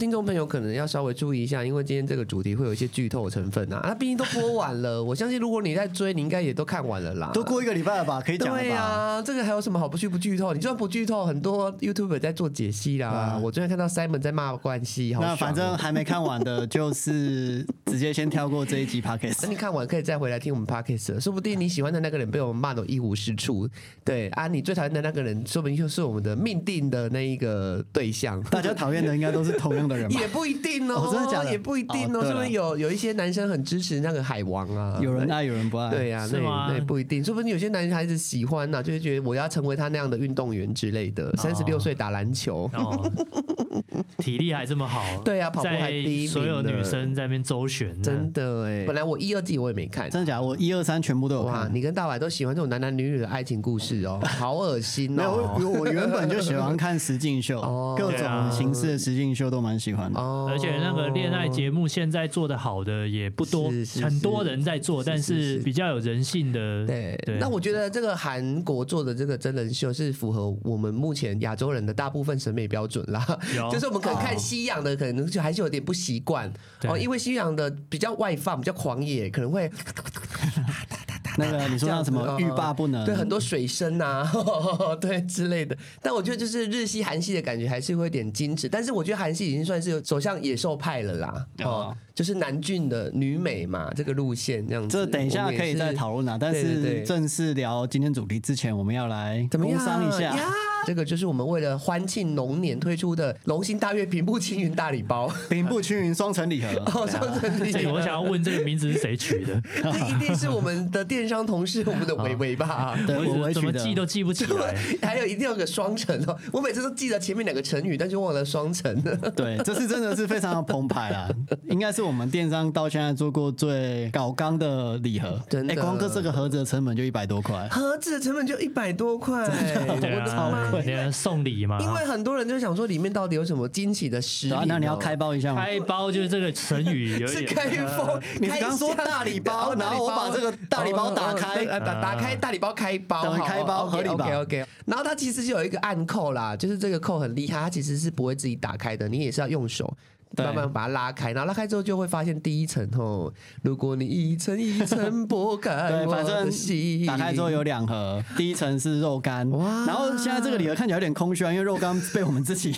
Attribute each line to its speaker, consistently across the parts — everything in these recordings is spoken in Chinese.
Speaker 1: 听众朋友可能要稍微注意一下，因为今天这个主题会有一些剧透成分啊。那毕竟都播完 了，我相信如果你在追，你应该也都看完了啦。
Speaker 2: 都过一个礼拜了吧，可以讲了
Speaker 1: 对
Speaker 2: 吧？
Speaker 1: 啊，这个还有什么好不剧不剧透？你就算不剧透，很多 YouTube 在做解析啦。我昨天看到 Simon 在骂冠希，好爽
Speaker 2: 啊那
Speaker 1: 哦
Speaker 2: 反正还没看完的，就是直接先跳过这一集 podcast
Speaker 1: 那。你看完可以再回来听我们 podcast，说不定你喜欢的那个人被我们骂的一无是处。对啊，你最讨厌的那个人，说不定就是我们的命定的那一个对象。
Speaker 2: 大家讨厌的应该都是同样的人 吧？
Speaker 1: 也不一定哦，
Speaker 2: 哦真的假的
Speaker 1: 也不一定哦，
Speaker 2: 哦
Speaker 1: 是
Speaker 2: 对了
Speaker 1: 不是有有一些男生很支持那个海王啊？
Speaker 2: 有人爱，有人不爱。
Speaker 1: 对呀、啊，那
Speaker 3: 是
Speaker 1: 也
Speaker 3: 吗
Speaker 1: 那也不一定，说不定有些男孩子喜欢呐、就会觉得我要成为他那样的运动员之类的。三十六岁打篮球，
Speaker 3: 然后体力还这么好，
Speaker 1: 对啊跑步还第一名呢
Speaker 3: 在所有女生在那边周旋，
Speaker 1: 真的哎，本来我一二季我也没看。
Speaker 2: 真的假的？我一二三全部都有
Speaker 1: 哇，
Speaker 2: 看。
Speaker 1: 你跟大白都喜欢这种男男女女的爱情故事 哦，好恶心
Speaker 2: 没有，
Speaker 1: 哦！
Speaker 2: 我我原本就喜欢看实境秀
Speaker 1: 哦，
Speaker 2: 各
Speaker 3: 对
Speaker 2: 种
Speaker 3: 啊
Speaker 2: 形式的实境秀都蛮喜欢的。
Speaker 1: 哦
Speaker 3: 而且那个恋爱节目现在做的好的也不多，
Speaker 1: 是是
Speaker 3: 很多人在做，
Speaker 1: 是
Speaker 3: 但
Speaker 1: 是是
Speaker 3: 是比较有人性的。
Speaker 1: 对，
Speaker 3: 对
Speaker 1: 那我觉得这个韩国做的这个真人秀是符合我们目前亚洲人的大部分审美标准啦。
Speaker 3: 有
Speaker 1: 就是我们可
Speaker 2: 哦
Speaker 1: 能看西洋的，可能就还是有点不习惯
Speaker 3: 对
Speaker 1: 哦，因为西洋的比较外放，比较狂野，可能会
Speaker 2: 那个你说那什
Speaker 1: 这样
Speaker 2: 么
Speaker 1: 子哦
Speaker 2: 欲罢不能？
Speaker 1: 对很多水声啊， 对之类的。但我觉得就是日系、韩系的感觉还是会有点矜持，但是我觉得韩系已经算是走向野兽派了啦。哦
Speaker 2: 哦，
Speaker 1: 就是男俊的女美嘛，这个路线这样子。
Speaker 2: 这等一下可以再讨论啊，但
Speaker 1: 对对
Speaker 2: 是
Speaker 1: 对
Speaker 2: 正式聊今天主题之前，我们要来
Speaker 1: 怎么
Speaker 2: 工
Speaker 1: 样？
Speaker 2: 商一
Speaker 1: 呀
Speaker 2: 下。
Speaker 1: 这个就是我们为了欢庆龙年推出的龙兴大悦平步青云大礼包，
Speaker 2: 平步青云双城礼盒，
Speaker 1: 哦，上阵
Speaker 3: 这里我想要问这个名字是谁取的？
Speaker 1: 这一 定是我们的电商同事，我们的伟伟 吧？
Speaker 2: 对
Speaker 3: 我
Speaker 2: 我
Speaker 3: 一直
Speaker 2: 我
Speaker 3: 怎
Speaker 2: 取
Speaker 3: 么记
Speaker 2: 的
Speaker 3: 都记不起来。
Speaker 1: 还有一定要有个双层哦，我每次都记得前面两个成语，但就忘了双层。
Speaker 2: 对，这次真的是非常的澎湃啦，应该是我们电商到现在做过最搞纲的礼盒，
Speaker 1: 真的
Speaker 2: 哎光哥这个盒子的成本就一百多块，
Speaker 1: 盒子的成本就一百多块，我
Speaker 3: 对
Speaker 1: 的妈
Speaker 3: 啊，！
Speaker 1: 因为
Speaker 3: 人家送礼嘛，
Speaker 1: 因为很多人就想说里面到底有什么惊喜的哦实
Speaker 2: 对啊
Speaker 1: 力？
Speaker 2: 那你要开包一下吗？
Speaker 3: 开包就是这个成语 有
Speaker 1: 是
Speaker 3: 一
Speaker 1: 开
Speaker 3: 点。
Speaker 1: 封，
Speaker 2: 你刚刚说
Speaker 1: 开箱
Speaker 2: 大礼包
Speaker 1: 哦
Speaker 2: 然后我把这个大礼包打
Speaker 1: 哦哦
Speaker 2: 开
Speaker 1: 哦呃打打开大礼包开包，哦
Speaker 2: 等于开包合理吧
Speaker 1: OK OK。然后它其实是有一个暗扣啦，就是这个扣很厉害，它其实是不会自己打开的，你也是要用手。
Speaker 2: 对
Speaker 1: 慢慢把它拉开，然后拉开之后就会发现第一层哦，如果你一层一层剥开
Speaker 2: 对，
Speaker 1: 我
Speaker 2: 反
Speaker 1: 的心，
Speaker 2: 正打开之后有两盒，第一层是肉干，
Speaker 1: 哇
Speaker 2: 然后现在这个礼盒看起来有点空虚啊，因为肉干被我们自己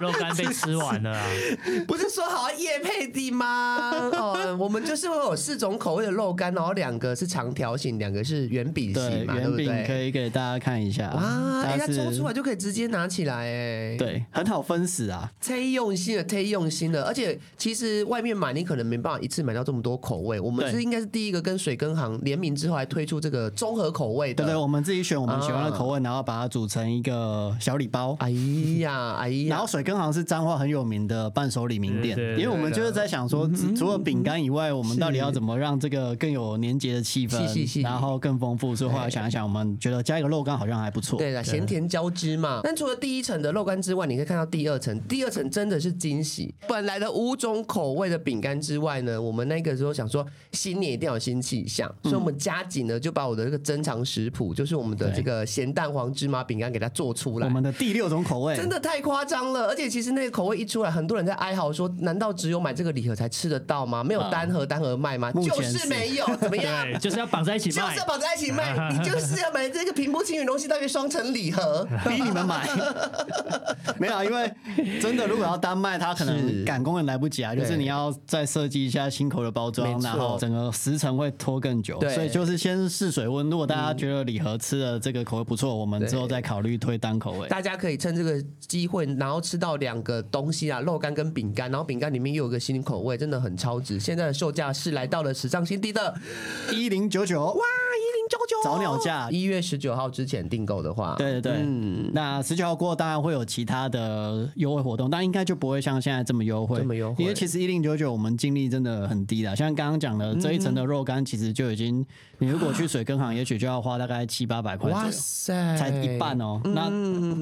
Speaker 3: 肉干被吃完了啊，
Speaker 1: 不 是说好要夜配的吗？ 哦，我们就是会有四种口味的肉干，然后两个是长条形，两个是圆饼
Speaker 2: 对
Speaker 1: 形嘛，对
Speaker 2: 圆
Speaker 1: 不对？
Speaker 2: 饼可以给大家看一下
Speaker 1: 啊，哎、
Speaker 2: 哦
Speaker 1: 它
Speaker 2: 它是
Speaker 1: 抽出来就可以直接拿起来、哎，，
Speaker 2: 对，很好分食啊，
Speaker 1: 太用心了，太用心了。而且其实外面买你可能没办法一次买到这么多口味，我们
Speaker 2: 对
Speaker 1: 是应该是第一个跟水根行联名之后，还推出这个综合口味的。
Speaker 2: 对对，我们自己选我们喜欢的口味，
Speaker 1: 嗯
Speaker 2: 然后把它煮成一个小礼包。
Speaker 1: 哎呀，哎
Speaker 2: 然
Speaker 1: 呀，
Speaker 2: 后水根行是彰化很有名的伴手礼名店，
Speaker 3: 对对对
Speaker 2: 因为我们就是在想
Speaker 1: 嗯
Speaker 2: 说，只除了饼干以外，我们到底要怎么让这个更有年节的气
Speaker 1: 是是是
Speaker 2: 氛，然后更丰富。所以后来想一想，我们觉得加一个肉干好像还不错。
Speaker 1: 对了，咸甜交织嘛。但除了第一层的肉干之外，你可以看到第二层，第二层真的是惊喜。本来的五种口味的饼干之外呢，我们那个时候想说新年一定要有新气象，所以我们加紧呢就把我的这个珍藏食谱，就是我们的这个咸蛋黄芝麻饼干给它做出来
Speaker 2: 我。们的第六种口味，
Speaker 1: 真的太夸张了，而且其实那个口味一出来，很多人在哀嚎说：“难道只有买这个礼盒才吃得到吗？没有单盒单盒卖吗？”
Speaker 2: 目前
Speaker 1: 就是嗯是没有，怎么 样？
Speaker 3: 对，就是要绑在一起
Speaker 1: 就
Speaker 3: 卖
Speaker 1: 是要。绑在一起卖，你就是要买这个平步青云龙溪大悦双层礼 盒。
Speaker 2: 逼你们买，没有啊，因为真的，如果要单卖，它可
Speaker 1: 是
Speaker 2: 能赶工也来不及啊。就是
Speaker 1: 对
Speaker 2: 你要再设计一下新口的包
Speaker 1: 没
Speaker 2: 装，
Speaker 1: 错
Speaker 2: 然后整个时程会拖更久
Speaker 1: 对。嗯
Speaker 2: 所以就是先试水温，如果大家觉得礼盒吃的这个口味不错，我们之后再考虑推单口味。
Speaker 1: 大家可以趁这个机会，然后吃到两个东西啊，肉干跟饼干，然后饼干里面又有个新口味，真的很超值。现在的售价是来到了史上新低的
Speaker 2: 一零九九，
Speaker 1: 一零九九，
Speaker 2: 早鸟价
Speaker 1: 一月十九号之前订购的话，
Speaker 2: 对对对，
Speaker 1: 嗯，
Speaker 2: 那十九号过后当然会有其他的优惠活动，但应该就不会像现在这么优惠，
Speaker 1: 这么优惠
Speaker 2: 因为其实一零九九我们净利真的很低啦，像刚刚讲的这一层的肉干，其实就 已经，你如果去水根行，也许就要花大概七八百块左
Speaker 1: 哇
Speaker 2: 右。
Speaker 1: 塞，嗯
Speaker 2: 才一半哦，那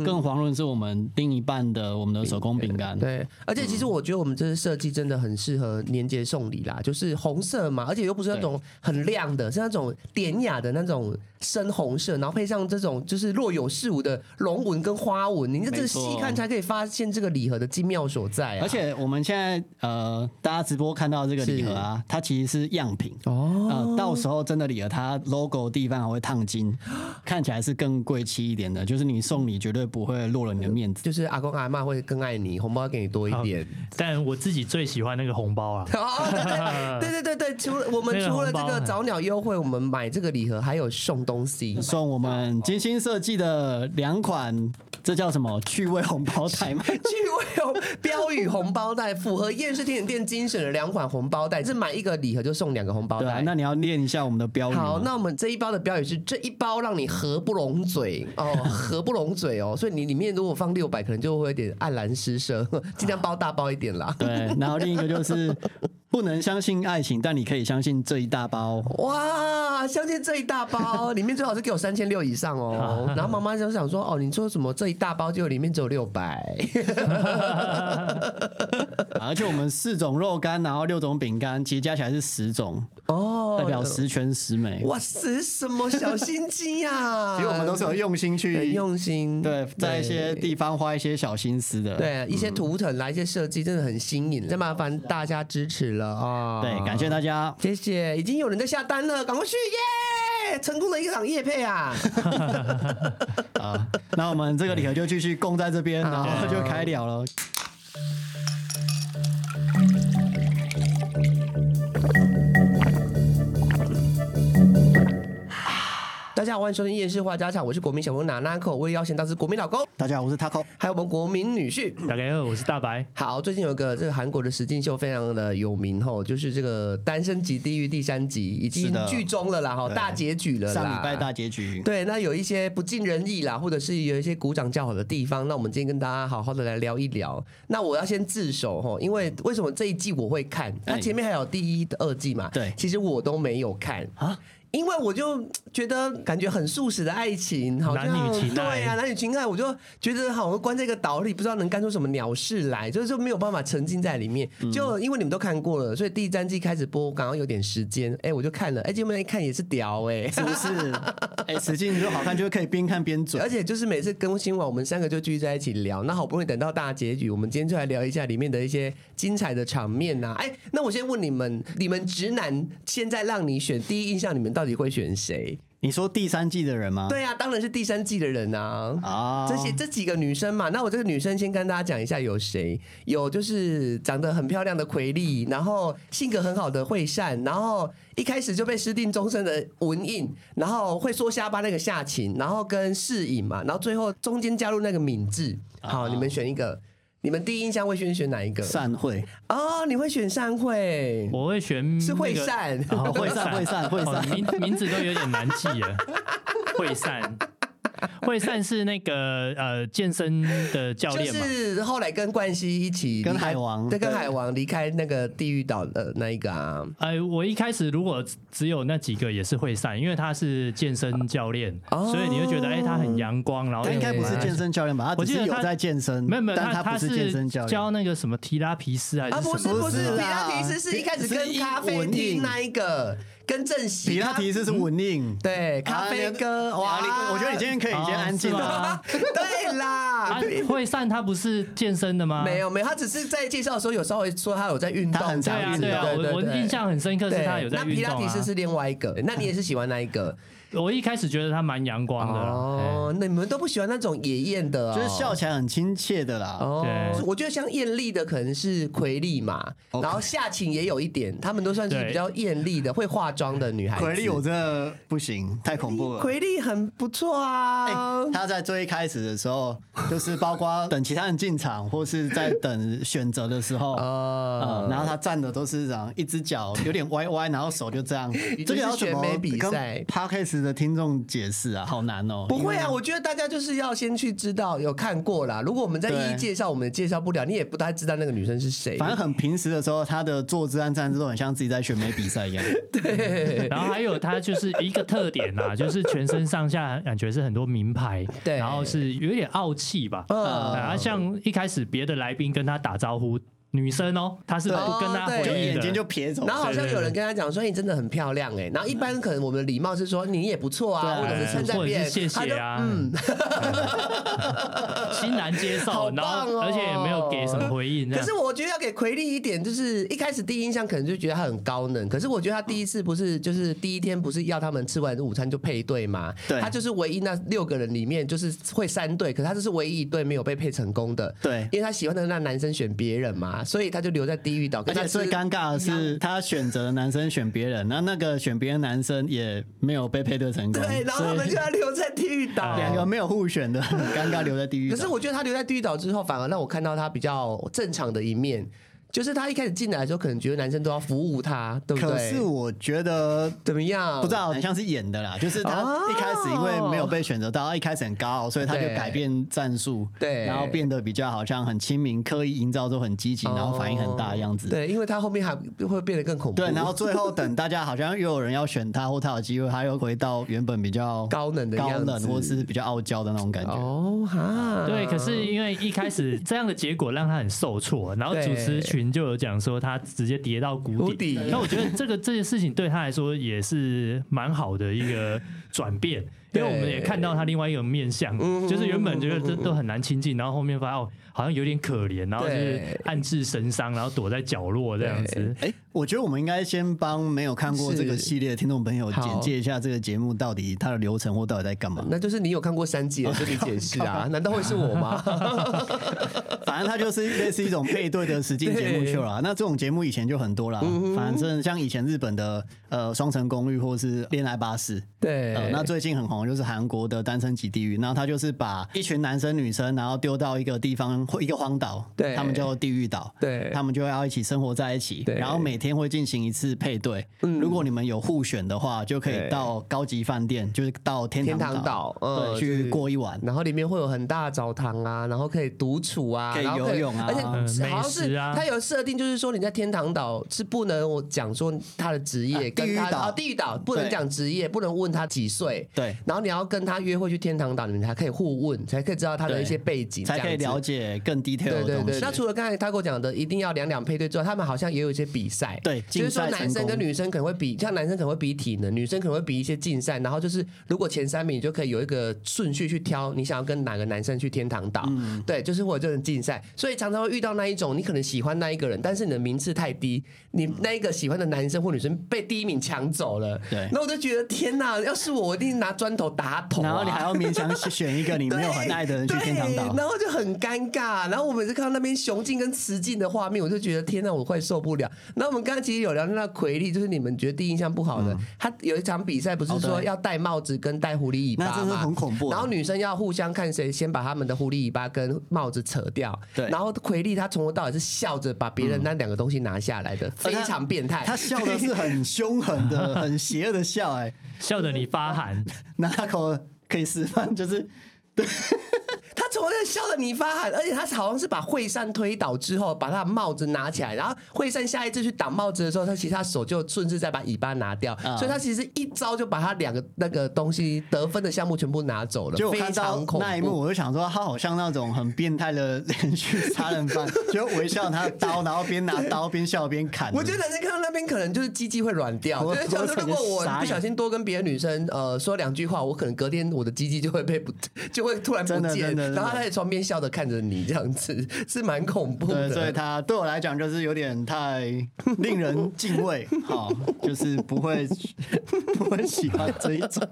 Speaker 2: 更遑论是我们另一半的我们的手工饼干。
Speaker 1: 对，而且其实我觉得我们这次设计真的很适合年节送礼啦，就是红色嘛，而且又不是那种很亮的，是那种典雅的那那种深红色，然后配上这种就是若有似无的龙纹跟花纹，你这真的
Speaker 2: 没
Speaker 1: 细
Speaker 2: 错
Speaker 1: 看才可以发现这个礼盒的精妙所在啊！
Speaker 2: 而且我们现在呃，大家直播看到这个礼盒啊，它其实是样品
Speaker 1: 哦，
Speaker 2: 呃，到时候真的礼盒它 logo 地方还会烫 金，看起来是更贵气一点的，就是你送礼绝对不会落了你的面子。
Speaker 1: 就是阿公阿妈会更爱你，红包给你多一点。
Speaker 3: 但我自己最喜欢那个红包啊，
Speaker 1: 哦，对对对对对对，除了我们
Speaker 3: 那个
Speaker 1: 除了
Speaker 3: 红
Speaker 1: 这
Speaker 3: 包
Speaker 1: 个早鸟优惠，我们买这个礼盒还有送东西。
Speaker 2: 送我们精心设计的两款，这叫什么趣味红包 袋
Speaker 1: 啊
Speaker 2: 吗？
Speaker 1: 趣味红标语红包袋，符合厌世甜点店精神的两款红包袋，是买一个礼盒就送两个红包
Speaker 2: 对啊，
Speaker 1: 袋。
Speaker 2: 那你要念一下我们的标语吗。
Speaker 1: 好，那我们这一包的标语是这一包让你合不拢嘴 哦，合不拢嘴哦，所以你里面如果放六百，可能就会有点黯然失色， 尽量包大包一点啦。
Speaker 2: 对，然后另一个就是不能相信爱情，但你可以相信这一大包。
Speaker 1: 哇，相信这一大包里面最好是给我三千六以上 哦。然后妈妈就想说，哦，你说什么这一大包就里面只有六百，
Speaker 2: 而且我们四种肉干，然后六种饼干，其实加起来是十种，
Speaker 1: 哦，
Speaker 2: 代表十全十美。
Speaker 1: 哇，使什么小心机呀、
Speaker 2: 其实我们都是有用心
Speaker 1: 很
Speaker 2: 去
Speaker 1: 用心，
Speaker 2: 对，在一些地嗯方花一些小心思的。
Speaker 1: 对啊一些图腾来一些设计，真的很新颖，那麻烦大家支持了啊！
Speaker 2: 对，感谢大家。
Speaker 1: 谢谢，已经有人在下单了，赶快去耶！成功的一场夜配啊！
Speaker 2: 啊，那我们这个礼盒就继续供在这边，然后就开聊了。
Speaker 1: 大家好，欢迎收听《夜市话家常》，我是国民小朋友娜娜口，我也邀请到是国民老公，
Speaker 2: 大家好，我是 Taco。
Speaker 1: 还有我们国民女婿。
Speaker 3: 大概我是大白，
Speaker 1: 好，最近有一个这个韩国的实境秀非常的有名吼，就是这个《单身级地狱》第三集已经
Speaker 2: 是的
Speaker 1: 剧终了啦，哈，
Speaker 2: 对
Speaker 1: 大结局了啦，
Speaker 2: 上礼拜大结局，
Speaker 1: 对，那有一些不尽人意啦，或者是有一些鼓掌叫好的地方，那我们今天跟大家好好的来聊一聊。那我要先自首哈，因为为什么这一季我会看？它
Speaker 2: 哎
Speaker 1: 前面还有第一、二季嘛，
Speaker 2: 对
Speaker 1: 其实我都没有看啊。因为我就觉得感觉很素食的爱情，好像
Speaker 3: 男女情爱
Speaker 1: 对呀、啊男女情爱，我就觉得好像关在一个岛里，不知道能干出什么鸟事来，就是没有办法沉浸在里面。
Speaker 3: 嗯
Speaker 1: 就因为你们都看过了，所以第三季开始播，我刚刚有点时间，哎、我就看了，哎、结果一看也是屌哎、
Speaker 2: 是不是？哎，实际你说好看，就是可以边看边嘴
Speaker 1: 而。且就是每次更新完，我们三个就聚在一起聊。那好不容易等到大结局，我们今天就来聊一下里面的一些精彩的场面呐、哎、那我先问你们，你们直男现在让你选第一印象，你们到底会选谁？
Speaker 2: 你说第三季的人吗？
Speaker 1: 对啊，当然是第三季的人啊。
Speaker 2: 啊，
Speaker 1: 这些这几个女生嘛，那我这个女生先跟大家讲一下有谁，有就是长得很漂亮的奎丽，然后性格很好的惠善，然后一开始就被私定终身的文印，然后会说瞎巴那个夏晴，然后跟世颖嘛，然后最后中间加入那个敏智。
Speaker 3: 啊
Speaker 1: 好，你们选一个，你们第一印象会先选哪一个？
Speaker 2: 散会
Speaker 1: 哦，你会选善慧，
Speaker 3: 我会选
Speaker 1: 是惠
Speaker 3: 那个
Speaker 1: 善。
Speaker 2: 哦 会散会散会
Speaker 3: 哦
Speaker 2: 散，
Speaker 3: 名名字都有点难记 了。惠 善，惠善是那个呃健身的教
Speaker 1: 就
Speaker 3: 练嘛？
Speaker 1: 是后来跟冠希一起离开
Speaker 2: 跟海王
Speaker 1: 对，跟
Speaker 2: 对
Speaker 1: 海王离开那个地狱岛的那一个啊，
Speaker 3: 呃，我一开始如果只有那几个也是惠善，因为他是健身教练，
Speaker 1: 哦
Speaker 3: 所以你会觉得哎、他很阳光，然后
Speaker 2: 他应该不是
Speaker 3: 又
Speaker 2: 健身教练吧？他
Speaker 3: 哦我
Speaker 2: 只
Speaker 3: 记得
Speaker 2: 是有
Speaker 3: 他
Speaker 2: 在健身，
Speaker 3: 没有没有，
Speaker 2: 但
Speaker 3: 他
Speaker 2: 不
Speaker 3: 是
Speaker 2: 是健身教练。
Speaker 3: 教那个什么提拉皮斯还是
Speaker 1: 啊，
Speaker 3: 什么？
Speaker 1: 不是不
Speaker 2: 不
Speaker 1: 是，
Speaker 2: 是
Speaker 1: 皮
Speaker 2: 啊
Speaker 1: 拉提斯是一开始跟咖啡厅那一个，跟正喜
Speaker 2: 皮拉提斯是啊文印，
Speaker 1: 对嗯咖啡哥哇，
Speaker 2: 啊你我觉得你今天可以
Speaker 3: 哦
Speaker 2: 先安静
Speaker 3: 是
Speaker 2: 了。
Speaker 3: 吗
Speaker 1: 对啦
Speaker 3: 啊。，惠善他不是健身的吗？
Speaker 1: 没。有没有，他只是在介绍的时候有稍微说他有在运动，
Speaker 2: 他很
Speaker 3: 对
Speaker 2: 常
Speaker 3: 啊，
Speaker 2: 运
Speaker 3: 对啊，
Speaker 2: 动
Speaker 3: 我我印象很深刻是他有在
Speaker 1: 那皮
Speaker 3: 运
Speaker 1: 拉
Speaker 3: 动
Speaker 1: 提斯
Speaker 3: 啊。
Speaker 1: 是另外一个，那你也是喜欢那一 个
Speaker 3: 我一开始觉得他蛮阳光的啊啦，
Speaker 1: 哦？那你们都不喜欢那种野艳的哦，
Speaker 2: 就是笑起来很亲切的啦。
Speaker 1: 哦
Speaker 3: 对。
Speaker 1: 我觉得像艳丽的可能是奎丽嘛，
Speaker 2: 哦
Speaker 1: 然后夏晴也有一点，她们都算是
Speaker 3: 对
Speaker 1: 比较艳丽的、会化妆的女孩子。
Speaker 2: 奎利我真的不行，太恐怖了。
Speaker 1: 奎丽很不错啊。
Speaker 2: 哎他在最一开始的时候，就是包括等其他人进场，或是在等选择的时候，
Speaker 1: 呃
Speaker 2: 呃，然后他站的都是这样，一只脚有点歪歪，然后手就这样。这个要怎么
Speaker 1: 选美比
Speaker 2: 跟
Speaker 1: 赛
Speaker 2: podcast 的听众解释啊？好难哦。
Speaker 1: 不会啊，我觉得大家就是要先去知道有看过啦。如果我们在一一
Speaker 2: 对
Speaker 1: 介绍，我们也介绍不了，你也不太知道那个女生是谁。
Speaker 2: 反正很平时的时候，他的坐姿和站姿都很像自己在选美比赛一样。
Speaker 3: 然后还有他就是一个特点啊，就是全身上下感觉是很多名牌，
Speaker 1: 对
Speaker 3: 然后是有点傲气吧。呃
Speaker 1: 嗯
Speaker 3: 啊，像一开始别的来宾跟他打招呼，女生哦，她是不跟他回
Speaker 1: 哦
Speaker 2: 就
Speaker 1: 对
Speaker 3: 应
Speaker 2: 眼
Speaker 3: 的，
Speaker 2: 睛就瞥走
Speaker 1: 然后
Speaker 2: 了。
Speaker 1: 好像有人跟他讲说哎你真的很漂亮哎、然后一般可能我们的礼貌是说你也不错啊，
Speaker 2: 对
Speaker 1: 或者是称赞
Speaker 3: 呃或
Speaker 1: 别
Speaker 3: 者
Speaker 1: 人，
Speaker 3: 是谢
Speaker 1: 他
Speaker 3: 谢
Speaker 1: 就
Speaker 3: 啊，
Speaker 1: 嗯，
Speaker 3: 欣然接
Speaker 1: 好
Speaker 3: 受，然
Speaker 1: 棒
Speaker 3: 后
Speaker 1: 哦
Speaker 3: 而且也没有给什么回应。
Speaker 1: 可
Speaker 3: 这样
Speaker 1: 是我觉得要给奎丽一点，就是一开始第一印象可能就觉得他很高冷，可是我觉得他第一次不是就是第一天不是要他们吃完午餐就配对嘛？
Speaker 2: 对
Speaker 1: 他就是唯一那六个人里面就是会三对，可是他就是唯一一对没有被配成功的。
Speaker 2: 对
Speaker 1: 因为他喜欢的那男生选别人嘛，所以他就留在地狱岛。
Speaker 2: 而
Speaker 1: 可
Speaker 2: 且
Speaker 1: 是他
Speaker 2: 最
Speaker 1: 是
Speaker 2: 尴尬的是，他选择的男生选别人，那那个选别人男生也没有被配对成功，
Speaker 1: 对，然后他
Speaker 2: 所
Speaker 1: 们
Speaker 2: 以
Speaker 1: 就要留在地狱岛。
Speaker 2: 两个没有互选的，很尴尬留在地狱
Speaker 1: 可
Speaker 2: 岛。
Speaker 1: 是我觉得他留在地狱岛之后，反而让我看到他比较正常的一面。就是他一开始进来的时候，可能觉得男生都要服务他，对不哦对？
Speaker 2: 可是我觉得
Speaker 1: 怎么样？
Speaker 2: 不知道，很像是演的啦，就是
Speaker 1: 哦
Speaker 2: 他一开始因为没有被选择到，他一开始很高傲，所以他就
Speaker 1: 对
Speaker 2: 改变战术，
Speaker 1: 对
Speaker 2: 然后变得比较好像很亲民，刻意营造出很积极，然后反应很大的样子。
Speaker 1: 哦对，因为他后面还会变得更恐怖。
Speaker 2: 对，然后最后等大家好像又有人要选他，或他有机会，他又回到原本比较
Speaker 1: 高冷的
Speaker 2: 高
Speaker 1: 样子
Speaker 2: 冷，或是比较傲娇的那种感觉。
Speaker 1: 哦哈，
Speaker 3: 对，可是因为一开始这样的结果让他很受挫，然后主持群就有讲说他直接跌到
Speaker 1: 谷
Speaker 3: 谷底。
Speaker 1: 底
Speaker 3: 那我觉得这个这件事情对他来说也是蛮好的一个转变，因为我们也看到他另外一个面相，
Speaker 1: 嗯
Speaker 3: 就是原本觉得这都很难亲近，然后后面发现哦好像有点可怜，然后就是
Speaker 1: 对
Speaker 3: 暗自神伤，然后躲在角落这样子。
Speaker 2: 哎、我觉得我们应该先帮没有看过这个
Speaker 1: 是
Speaker 2: 系列的听众朋友
Speaker 1: 好
Speaker 2: 简介一下这个节目到底它的流程或到底在干嘛。
Speaker 1: 那就是你有看过三季了，所以你解释 啊？难道会是我吗？
Speaker 2: 反正它就是类似一种配对的实境节目秀啦。那这种节目以前就很多啦，
Speaker 1: 嗯
Speaker 2: 反正像以前日本的呃《双城公寓》或是《恋爱巴士》。
Speaker 1: 对
Speaker 2: 呃，那最近很红的就是韩国的《单身级地狱》，然后他就是把一群男生女生，然后丢到一个地方或一个荒岛，
Speaker 1: 对
Speaker 2: 他们叫做地狱岛，
Speaker 1: 对
Speaker 2: 他们就要一起生活在一起，
Speaker 1: 对嗯
Speaker 2: 然后每天会进行一次配对。如果你们有互选的话，就可以
Speaker 1: 对
Speaker 2: 到高级饭店，就是到天
Speaker 1: 天
Speaker 2: 堂
Speaker 1: 堂岛，嗯，
Speaker 2: 对，去过一晚。
Speaker 1: 然后里面会有很大的澡堂啊，然后可以独处啊，
Speaker 2: 可以
Speaker 1: 然后
Speaker 2: 游泳啊
Speaker 1: 而且
Speaker 2: 嗯
Speaker 1: 好像
Speaker 3: 美
Speaker 1: 是
Speaker 3: 食啊
Speaker 1: 它有设定，就是说你在天堂岛是不能我讲说他的职业，
Speaker 2: 啊地狱
Speaker 1: 跟他
Speaker 2: 岛
Speaker 1: 啊地狱岛不能
Speaker 2: 对
Speaker 1: 讲职业，不能问他几岁，
Speaker 2: 对
Speaker 1: 然后你要跟他约会去天堂岛，你们才可以互问，才可以知道他的一些
Speaker 2: 对
Speaker 1: 背景，
Speaker 2: 才可以
Speaker 1: 这样
Speaker 2: 了
Speaker 1: 子
Speaker 2: 解更 detail
Speaker 1: 对
Speaker 2: 的
Speaker 1: 对
Speaker 2: 东西
Speaker 1: 对，。那除了刚才他跟我讲的，一定要两两配对之外，他们好像也有一些比赛，
Speaker 2: 对
Speaker 1: 就是说
Speaker 2: 竞
Speaker 1: 男
Speaker 2: 赛
Speaker 1: 生
Speaker 2: 成功
Speaker 1: 跟女生可能会比，像男生可能会比体能，女生可能会比一些竞赛，然后就是如果前三名，你就可以有一个顺序去挑你想要跟哪个男生去天堂岛，
Speaker 2: 嗯
Speaker 1: 对，就是会有这种竞赛，所以常常会遇到那一种，你可能喜欢那一个人，但是你的名次太低，你那一个喜欢的男生或女生被第一名抢走了，
Speaker 2: 对
Speaker 1: 那我就觉得天哪，要是我，我一定拿砖头打头、啊，
Speaker 2: 然后你还要勉强选一个你没有很爱的人去天堂
Speaker 1: 对
Speaker 2: 岛
Speaker 1: 对，然后就很尴尬。然后我每次看到那边雄竞跟雌竞的画面，我就觉得天哪，我快受不了。然后我们刚刚其实有聊到那奎利，就是你们觉得第一印象不好的，他有一场比赛不是
Speaker 2: 嗯哦
Speaker 1: 说
Speaker 2: 对
Speaker 1: 要戴帽子跟戴狐狸尾巴
Speaker 2: 那真是
Speaker 1: 嘛
Speaker 2: 很恐怖啊
Speaker 1: 然后女生要互相看谁先把他们的狐狸尾巴跟帽子扯掉。
Speaker 2: 对
Speaker 1: 然后奎利他从头到尾是笑着把别人那两个东西拿下来的，
Speaker 2: 呃
Speaker 1: 非常变态。
Speaker 2: 他笑的是很凶狠 的、很邪恶的笑、哎，
Speaker 3: 笑得你发寒，
Speaker 2: 那他口可以示范，就是
Speaker 1: 他从那笑的你发汗，而且他好像是把惠善推倒之后，把他的帽子拿起来，然后惠善下一次去挡帽子的时候，他其实他手就顺势再把尾巴拿掉，
Speaker 2: 嗯
Speaker 1: 所以他其实一招就把他两个那个东西得分的项目全部拿走了，
Speaker 2: 就我
Speaker 1: 非
Speaker 2: 看到
Speaker 1: 常恐
Speaker 2: 那一幕，
Speaker 1: 怖。
Speaker 2: 我就想说，他好像那种很变态的连续杀人 犯，就微笑他的刀，然后边拿刀边笑边砍。
Speaker 1: 我觉得男生看到那边可能就是鸡鸡会软掉，
Speaker 2: 我
Speaker 1: 就是想说，如果
Speaker 2: 我
Speaker 1: 我
Speaker 2: 傻眼
Speaker 1: 不小心多跟别的女生呃说两句话，我可能隔天我的鸡鸡就会被不 就会突然不
Speaker 2: 真的
Speaker 1: 见
Speaker 2: 真的，真的
Speaker 1: 然后他在床边笑着看着你，这样子是蛮恐怖
Speaker 2: 对，
Speaker 1: 的。
Speaker 2: 所以他对我来讲就是有点太令人 敬畏，好，就是不会不会喜欢这一种。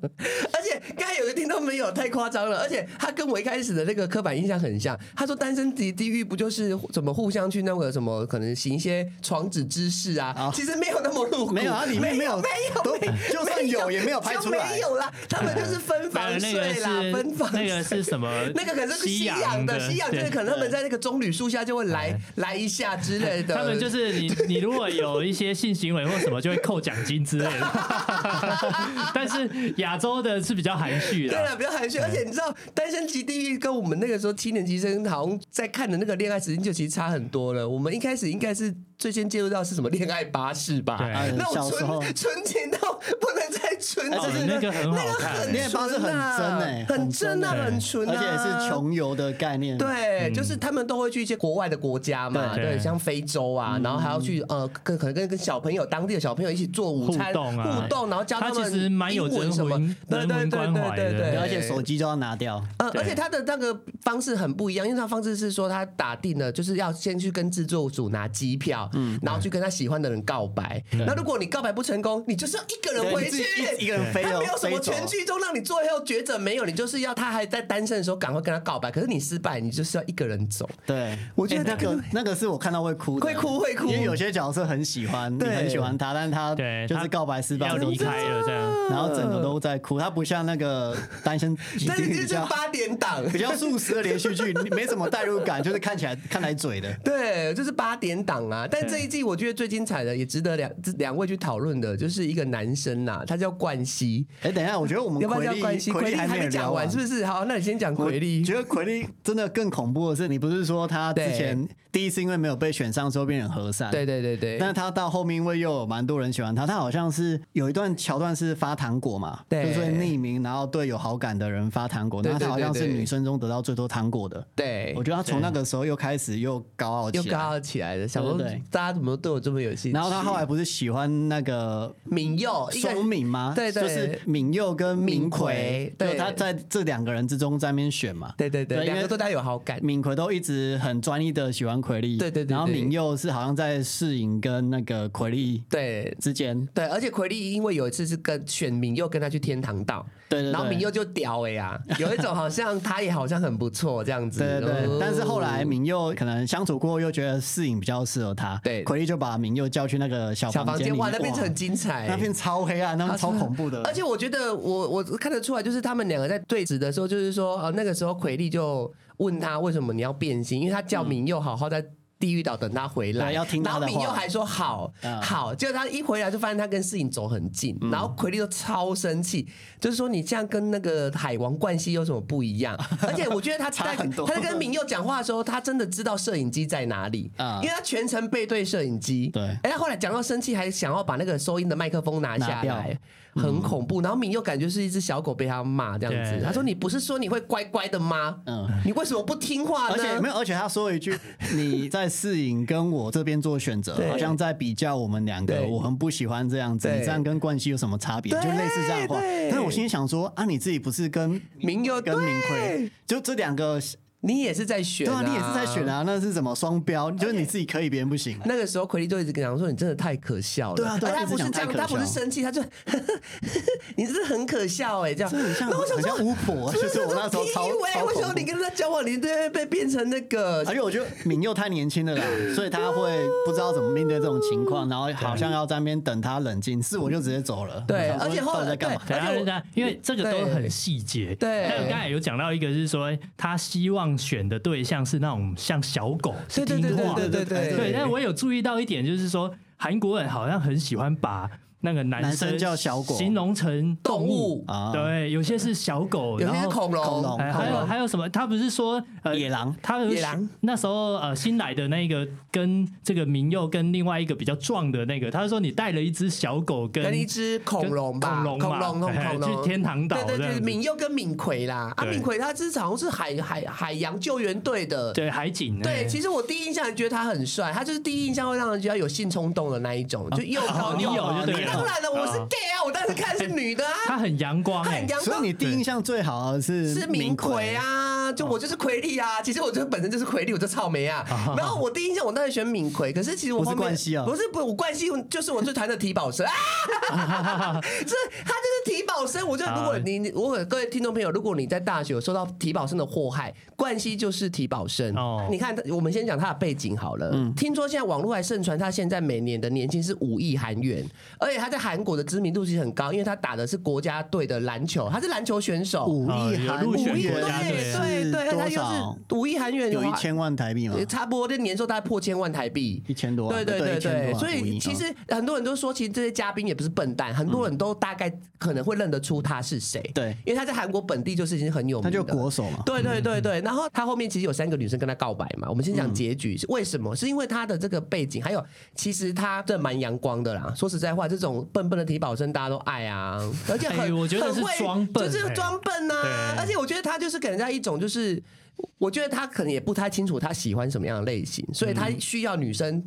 Speaker 1: 而且刚才有个听众没有太夸张了，而且他跟我一开始的那个刻板印象很像。他说单身级地狱不就是怎么互相去那个什么，可能行一些床子之事啊？
Speaker 2: 哦
Speaker 1: 其实没有那么露骨，
Speaker 2: 没有啊里面
Speaker 1: 没
Speaker 2: 没有
Speaker 1: 没有，
Speaker 2: 都
Speaker 1: 没有
Speaker 2: 就算有也没有拍出来
Speaker 1: 就没有啦。他们就是分
Speaker 3: 呃
Speaker 1: 房
Speaker 3: 那个
Speaker 1: 睡啦，
Speaker 3: 是
Speaker 1: 分房？
Speaker 3: 那个是什么
Speaker 1: 那个可能是西洋
Speaker 3: 洋
Speaker 1: 的，西洋就是
Speaker 3: 对
Speaker 1: 可能他们在那个棕榈树下就会来来一下之类的。
Speaker 3: 他们就是 你，你如果有一些性行为或什么，就会扣奖金之类的。 但是亚洲的是比较含 蓄
Speaker 1: 对
Speaker 3: 的，
Speaker 1: 啊，比较含蓄，而且你知道《单身级地狱》跟我们那个时候七年级生好像在看的那个恋爱时间就其实差很多了。我们一开始应该是最先接触到是什么恋爱巴士吧？
Speaker 3: 对
Speaker 1: 那种
Speaker 2: 小时候
Speaker 1: 纯纯情到不能再纯
Speaker 2: 哎这
Speaker 1: 真
Speaker 2: 是
Speaker 1: 的，
Speaker 3: 哦那个很好
Speaker 1: 那个
Speaker 3: 看
Speaker 1: 很
Speaker 2: 恋爱巴士
Speaker 1: 纯
Speaker 2: 很
Speaker 1: 啊
Speaker 2: 真欸
Speaker 1: 很
Speaker 2: 很真
Speaker 1: 真啊，
Speaker 3: 欸
Speaker 1: 很纯啊，
Speaker 2: 而且是穷游的概念。，
Speaker 1: 对，就是他们都会去一些国外的国家嘛，
Speaker 3: 嗯对嗯
Speaker 1: 对，像非洲啊，然后还要去呃，跟可能跟跟小朋友当地的小朋友一起做午餐
Speaker 3: 互动啊
Speaker 1: 互动，然后教
Speaker 3: 他
Speaker 1: 他
Speaker 3: 其
Speaker 1: 们
Speaker 3: 实蛮有
Speaker 1: 英文
Speaker 3: 人
Speaker 1: 什么
Speaker 3: 文，
Speaker 1: 对
Speaker 3: 人
Speaker 1: 对
Speaker 3: 文
Speaker 1: 对
Speaker 3: 关
Speaker 1: 对
Speaker 3: 怀
Speaker 1: 对对，
Speaker 3: 的
Speaker 2: 而且手机都要拿掉。
Speaker 1: 呃，
Speaker 3: 对
Speaker 1: 而且他的那个方式很不一样，因为他的方式是说他打定了，就是要先去跟制作组拿机票，
Speaker 2: 嗯
Speaker 1: 然后去跟他喜欢的人告白。那如果你告白不成功，你就是要一个人回
Speaker 2: 对你自
Speaker 1: 去
Speaker 2: 己一一个人飞
Speaker 1: 他
Speaker 2: 哦
Speaker 1: 没有什么
Speaker 2: 飞走
Speaker 1: 全剧终让你最后抉择，没有，你就是要他还在单身的时候赶快跟他告白，可是你失败，你就是要一个人走。
Speaker 2: 对，
Speaker 1: 我觉得
Speaker 2: 那个那个是我看到会哭的，
Speaker 1: 会哭会哭
Speaker 2: 因为有些角色很喜欢，你
Speaker 1: 对
Speaker 2: 很喜欢他，但他
Speaker 3: 对
Speaker 2: 就
Speaker 3: 他
Speaker 2: 是告白失败
Speaker 3: 要
Speaker 2: 之后
Speaker 3: 离
Speaker 2: 就
Speaker 3: 开了这样。
Speaker 2: 然后整个都在哭。他不像那个 单身
Speaker 1: 但是
Speaker 2: 比
Speaker 1: 这就是
Speaker 2: 较
Speaker 1: 八点档，
Speaker 2: 比较速食的连续剧，你没什么代入感，就是看起来看来嘴的。
Speaker 1: 对，就是八点档啊。但
Speaker 3: 对
Speaker 1: 这一季我觉得最精彩的，也值得两两位去讨论的，就是一个男生呐、他叫冠希。
Speaker 2: 哎，等一下，我觉得我们
Speaker 1: 要不
Speaker 2: 奎
Speaker 1: 要叫冠
Speaker 2: 利
Speaker 1: 希？奎利
Speaker 2: 还
Speaker 1: 还
Speaker 2: 没
Speaker 1: 没
Speaker 2: 有
Speaker 1: 讲
Speaker 2: 聊
Speaker 1: 完，是不是？好，那你先讲奎利
Speaker 2: 我。觉得奎利真的更恐怖的是，你不是说他之
Speaker 1: 对
Speaker 2: 前第一次因为没有被选上之后变成和善，
Speaker 1: 对对对对，
Speaker 2: 但他到后面，因为又有蛮多人喜欢他，他好像是有一段桥段是发糖果嘛，
Speaker 1: 对
Speaker 2: 就是匿名，然后对有好感的人发糖果，
Speaker 1: 对
Speaker 2: 然后他好像是
Speaker 1: 对对对
Speaker 2: 女生中得到最多糖果的。
Speaker 1: 对
Speaker 2: 我，觉得他从那个时候又开始又高傲起
Speaker 1: 又
Speaker 2: 来，
Speaker 1: 高傲起来了，想说
Speaker 2: 对对对
Speaker 1: 大家怎么对我这么有兴趣？
Speaker 2: 然后他后来不是喜欢那个
Speaker 1: 敏佑，一个
Speaker 2: 松敏吗？
Speaker 1: 对对
Speaker 2: 就是敏佑跟
Speaker 1: 敏
Speaker 2: 敏
Speaker 1: 奎
Speaker 2: 奎，
Speaker 1: 对
Speaker 2: 就他在这两个人之中在那边选嘛。
Speaker 1: 对对对，
Speaker 2: 对因为
Speaker 1: 两个对他有好感。
Speaker 2: 敏奎都一直很专一的喜欢奎利，
Speaker 1: 对对对
Speaker 2: 然后
Speaker 1: 对
Speaker 2: 敏佑是好像在世颖跟那个奎利
Speaker 1: 对
Speaker 2: 之间，
Speaker 1: 对，而且奎利因为有一次是跟选敏佑跟他去天堂岛，
Speaker 2: 对对对。
Speaker 1: 然后敏佑就屌哎 呀，有一种好像他也好像很不错这样子。
Speaker 2: 对对
Speaker 1: 哦
Speaker 2: 对，但是后来明佑可能相处过后，又觉得适应比较适合他，
Speaker 1: 对
Speaker 2: 奎利就把明佑叫去那个小
Speaker 1: 小房
Speaker 2: 间
Speaker 1: 间
Speaker 2: 里，
Speaker 1: 哇，那边很精彩，
Speaker 2: 那边超黑暗，那边超恐怖的，
Speaker 1: 而且我觉得我我看得出来，就是他们两个在对峙的时候，就是说，呃，那个时候奎利就问他为什么你要变心，因为他叫明佑好好在。地狱岛等他回来，
Speaker 2: 对要听
Speaker 1: 然
Speaker 2: 他
Speaker 1: 后
Speaker 2: 的话
Speaker 1: 明佑还说好、
Speaker 2: 嗯
Speaker 1: 好，结果他一回来就发现他跟事情走很近，然后奎利就超生气，就是说你这样跟那个海王冠希有什么不一 样？而且我觉得他
Speaker 2: 差
Speaker 1: 在
Speaker 2: 很多
Speaker 1: 他在跟明佑讲话的时候，他真的知道摄影机在哪里，
Speaker 2: 嗯
Speaker 1: 因为他全程背对摄影机。
Speaker 2: 对
Speaker 1: 哎，他后来讲到生气，还想要把那个收音的麦克风拿下
Speaker 2: 拿掉
Speaker 1: 来， 很
Speaker 2: 嗯
Speaker 1: 恐怖。然后敏又感觉是一只小狗被他骂这样子，
Speaker 3: 对
Speaker 1: 他说：“你不是说你会乖乖的吗？
Speaker 2: 嗯
Speaker 1: 你为什么不听话啊呢？”
Speaker 2: 而且没有，而且他说 一句：“你在世影跟我这边做选择
Speaker 1: 对，
Speaker 2: 好像在比较我们两个，
Speaker 1: 对
Speaker 2: 我很不喜欢这样子。
Speaker 1: 对
Speaker 2: 你这样跟冠希有什么差别？”
Speaker 1: 对
Speaker 2: 就类似这样的话
Speaker 1: 对。
Speaker 2: 但我心里想说：“啊，你自己不是跟
Speaker 1: 明佑
Speaker 2: 跟明
Speaker 1: 对啊
Speaker 2: 奎，就这两个，
Speaker 1: 你也是在选、
Speaker 2: 对啊，你也是在选。啊，那是什么双标？就是你自己可以，别人不行。”
Speaker 1: 那个时候，奎利就一直跟他说：“你真的太可笑了。哎
Speaker 2: 对啊对啊
Speaker 1: 而且他不是这
Speaker 2: 一
Speaker 1: 样，
Speaker 2: 直讲
Speaker 1: 他不是
Speaker 2: 太可笑
Speaker 1: 生气，他就 你真的很可笑哎、这样。
Speaker 2: 很像
Speaker 1: 那我想
Speaker 2: 很
Speaker 1: 说
Speaker 2: 像巫婆，就是我那时候超
Speaker 1: 你以为
Speaker 2: 超
Speaker 1: 为什么你
Speaker 2: 恐怖。哎
Speaker 1: 跟他交往，你对被变成那个
Speaker 2: 而且我觉得敏佑太年 轻了啦，所以他会不知道怎么面对这种情况，然后好像要在那边等他冷静，是我就直接走了。
Speaker 1: 对
Speaker 2: 我想说
Speaker 1: 而且后来
Speaker 2: 到底在干嘛？
Speaker 3: 等
Speaker 1: 而且
Speaker 3: 下，
Speaker 1: 我
Speaker 3: 等下，因为这个都很细节。
Speaker 1: 对
Speaker 3: 那刚才有讲到一个是说，他希望选的对象是那种像小狗，是
Speaker 1: 对对
Speaker 3: 听
Speaker 1: 对
Speaker 3: 话
Speaker 1: 对对
Speaker 3: 的。
Speaker 1: 对
Speaker 3: 对，但我有注意到一点，就是说韩国人好像很喜欢把那个男
Speaker 2: 男生叫小狗
Speaker 3: 形容成
Speaker 1: 动
Speaker 3: 动物。
Speaker 1: 物，
Speaker 2: 啊，
Speaker 3: 对，有些是小狗，
Speaker 1: 有
Speaker 3: 然
Speaker 1: 些是
Speaker 3: 后
Speaker 1: 恐龙，
Speaker 2: 恐龙
Speaker 3: 哎，还有还有什么？他不是说呃
Speaker 2: 野狼
Speaker 3: 他有
Speaker 1: 野狼
Speaker 3: 那时候呃新来的那个跟这个明佑跟另外一个比较壮的那个，他说你带了一只小狗跟
Speaker 1: 跟一只恐龙吧，
Speaker 3: 跟恐龙
Speaker 1: 恐
Speaker 3: 嘛
Speaker 1: 龙，
Speaker 3: 哎
Speaker 1: 恐龙
Speaker 3: 去天堂岛
Speaker 1: 对对
Speaker 3: 这
Speaker 1: 对，
Speaker 3: 样子
Speaker 1: 敏佑跟敏奎啦，啊，
Speaker 3: 对
Speaker 1: 敏奎他之前好像是海海海洋救援队的。
Speaker 3: 对海景
Speaker 1: 对，
Speaker 3: 哎
Speaker 1: 其实我第一印象觉得他很帅，他就是第一印象会让人觉得有性冲动的那一种，就又高
Speaker 3: 哦你
Speaker 1: 又
Speaker 3: 有就对了
Speaker 1: 当然了，我是
Speaker 3: 哦
Speaker 1: gay 啊，我当时看是女的啊，
Speaker 3: 他很阳光
Speaker 1: 他
Speaker 3: 哎、
Speaker 1: 很阳
Speaker 2: 所以
Speaker 1: 光
Speaker 2: 你，第一印象最好的是
Speaker 1: 是明奎，啊，就我就是奎利啊，其实我就本身就是奎利，我就草莓啊。然后我第一印象我当然选敏奎，可是其实我
Speaker 2: 不是
Speaker 1: 后面
Speaker 2: 冠希啊
Speaker 1: 不是不是我冠希就是我最谈的提保生啊，这他就是提保生，我就如果
Speaker 3: 啊
Speaker 1: 你你如果各位听众朋友，如果你在大学有受到提保生的祸害，冠希就是提保生
Speaker 3: 哦。
Speaker 1: 你看，我们先讲他的背景好了。听说现在网络还盛传他现在每年的年薪是五亿韩元，而且他在韩国的知名度其实很高，因为他打的是国家队的篮球，他是篮球选手。
Speaker 2: 五
Speaker 3: 哦
Speaker 2: 亿
Speaker 3: 有
Speaker 2: 韩
Speaker 3: 入选
Speaker 1: 五亿
Speaker 3: 国
Speaker 1: 对
Speaker 3: 家队啊
Speaker 1: 对对，而
Speaker 2: 多
Speaker 1: 且他
Speaker 2: 少
Speaker 1: 又？是五亿韩元
Speaker 2: 有
Speaker 1: 的
Speaker 2: 一
Speaker 1: 话，
Speaker 2: 千万台币吗？
Speaker 1: 差不多这年收大概破千万台币。
Speaker 2: 一千多万，啊
Speaker 1: 对对对
Speaker 2: 一千多
Speaker 1: 对，
Speaker 2: 万
Speaker 1: 所
Speaker 2: 五亿啊
Speaker 1: 以其实很多人都说，其实这些嘉宾也不是笨蛋，很多人都大概可能会认得出他是谁。
Speaker 2: 嗯对，
Speaker 1: 因为他在韩国本地就是已经很有
Speaker 2: 他
Speaker 1: 名
Speaker 2: 就
Speaker 1: 的。
Speaker 2: 国手嘛，
Speaker 1: 对对对对，然后他后面其实有三个女生跟他告白嘛。我们先
Speaker 3: 嗯
Speaker 1: 讲结局，是为什么？是因为他的这个背景，还有其实他这蛮阳光的啦。说实在话，这种笨笨的体保生大家都爱 啊，而且很、
Speaker 3: 哎我觉得
Speaker 1: 很
Speaker 3: 是
Speaker 1: 会
Speaker 3: 装笨
Speaker 1: 就是
Speaker 3: 哎
Speaker 1: 装笨呐、
Speaker 3: 对
Speaker 1: 而且我觉得他就是给人家一种就是，我觉得他可能也不太清楚他喜欢什么样的类型，所以
Speaker 3: 嗯
Speaker 1: 他需要女生。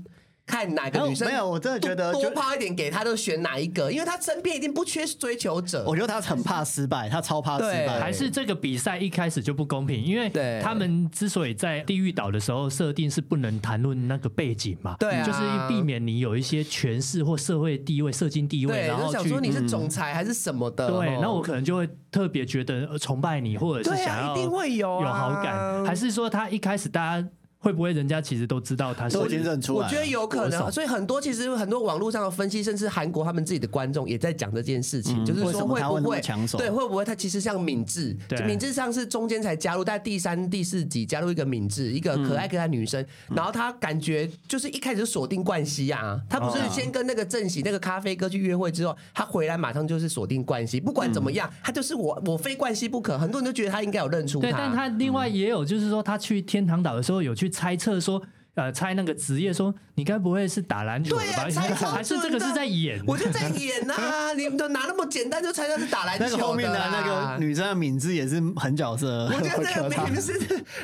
Speaker 1: 看哪个
Speaker 2: 然后
Speaker 1: 女生
Speaker 2: 没有我真的觉得
Speaker 1: 多
Speaker 2: 就
Speaker 1: 多抛一点给他，都选哪一个，因为他身边一定不缺追求者。
Speaker 3: 哦
Speaker 2: 我觉得他很怕失败，他超怕失
Speaker 1: 对
Speaker 2: 败，
Speaker 3: 还是这个比赛一开始就不公平，因为
Speaker 1: 对
Speaker 3: 他们之所以在地狱岛的时候设定是不能谈论那个背景嘛，
Speaker 1: 对啊
Speaker 3: 就是避免你有一些权势或社会地位、社经地位，
Speaker 1: 对，
Speaker 3: 然
Speaker 1: 就
Speaker 3: 后
Speaker 1: 想
Speaker 3: 去嗯
Speaker 1: 说你是总裁还是什么的。
Speaker 3: 对
Speaker 1: 哦，
Speaker 3: 那我可能就会特别觉得呃崇拜你，或者是
Speaker 1: 对
Speaker 3: 想
Speaker 1: 啊，
Speaker 3: 要
Speaker 1: 一定会有、啊、
Speaker 3: 有好感，还是说他一开始大家会不会人家其实都知道他是
Speaker 2: 都已经认出
Speaker 1: 我
Speaker 2: 来啊
Speaker 1: 觉得
Speaker 2: 了。
Speaker 1: 有可
Speaker 3: 我
Speaker 1: 能，
Speaker 3: 懂
Speaker 1: 所以很多其实很多网络上的分析，甚至韩国他们自己的观众也在讲这件事
Speaker 3: 嗯
Speaker 1: 情，就是
Speaker 2: 为什
Speaker 1: 说
Speaker 2: 么
Speaker 1: 会
Speaker 2: 他
Speaker 1: 不
Speaker 2: 会那么
Speaker 1: 会
Speaker 2: 抢手
Speaker 1: 对会不会他其实像敏智
Speaker 3: 对，
Speaker 1: 敏智上是中间才加入，在第三、第四集加入一个敏智，一个可爱可爱女生，
Speaker 3: 嗯
Speaker 1: 然后她感觉就是一开始就锁定冠希啊，她不是先跟那个正喜那个咖啡哥去约会之后，她回来马上就是锁定冠希，不管怎么样，她就是我我非冠希不可，很多人都觉得她应该有认出
Speaker 3: 对，
Speaker 2: 嗯
Speaker 3: 但他另外也有，就是说他去天堂岛的时候有去猜测说，呃，猜那个职业说，你该不会是打篮球的
Speaker 1: 对呀、
Speaker 3: 吧？
Speaker 1: 猜超
Speaker 3: 还是这
Speaker 1: 准
Speaker 3: 个是
Speaker 1: 的
Speaker 3: 在演？
Speaker 1: 我就在演呐、你们都拿那么简单就猜到是打篮球
Speaker 2: 那个后面的啊
Speaker 1: 啦
Speaker 2: 那个，女生的名字也是很角色，
Speaker 1: 我觉得这个
Speaker 2: 我觉
Speaker 1: 明明是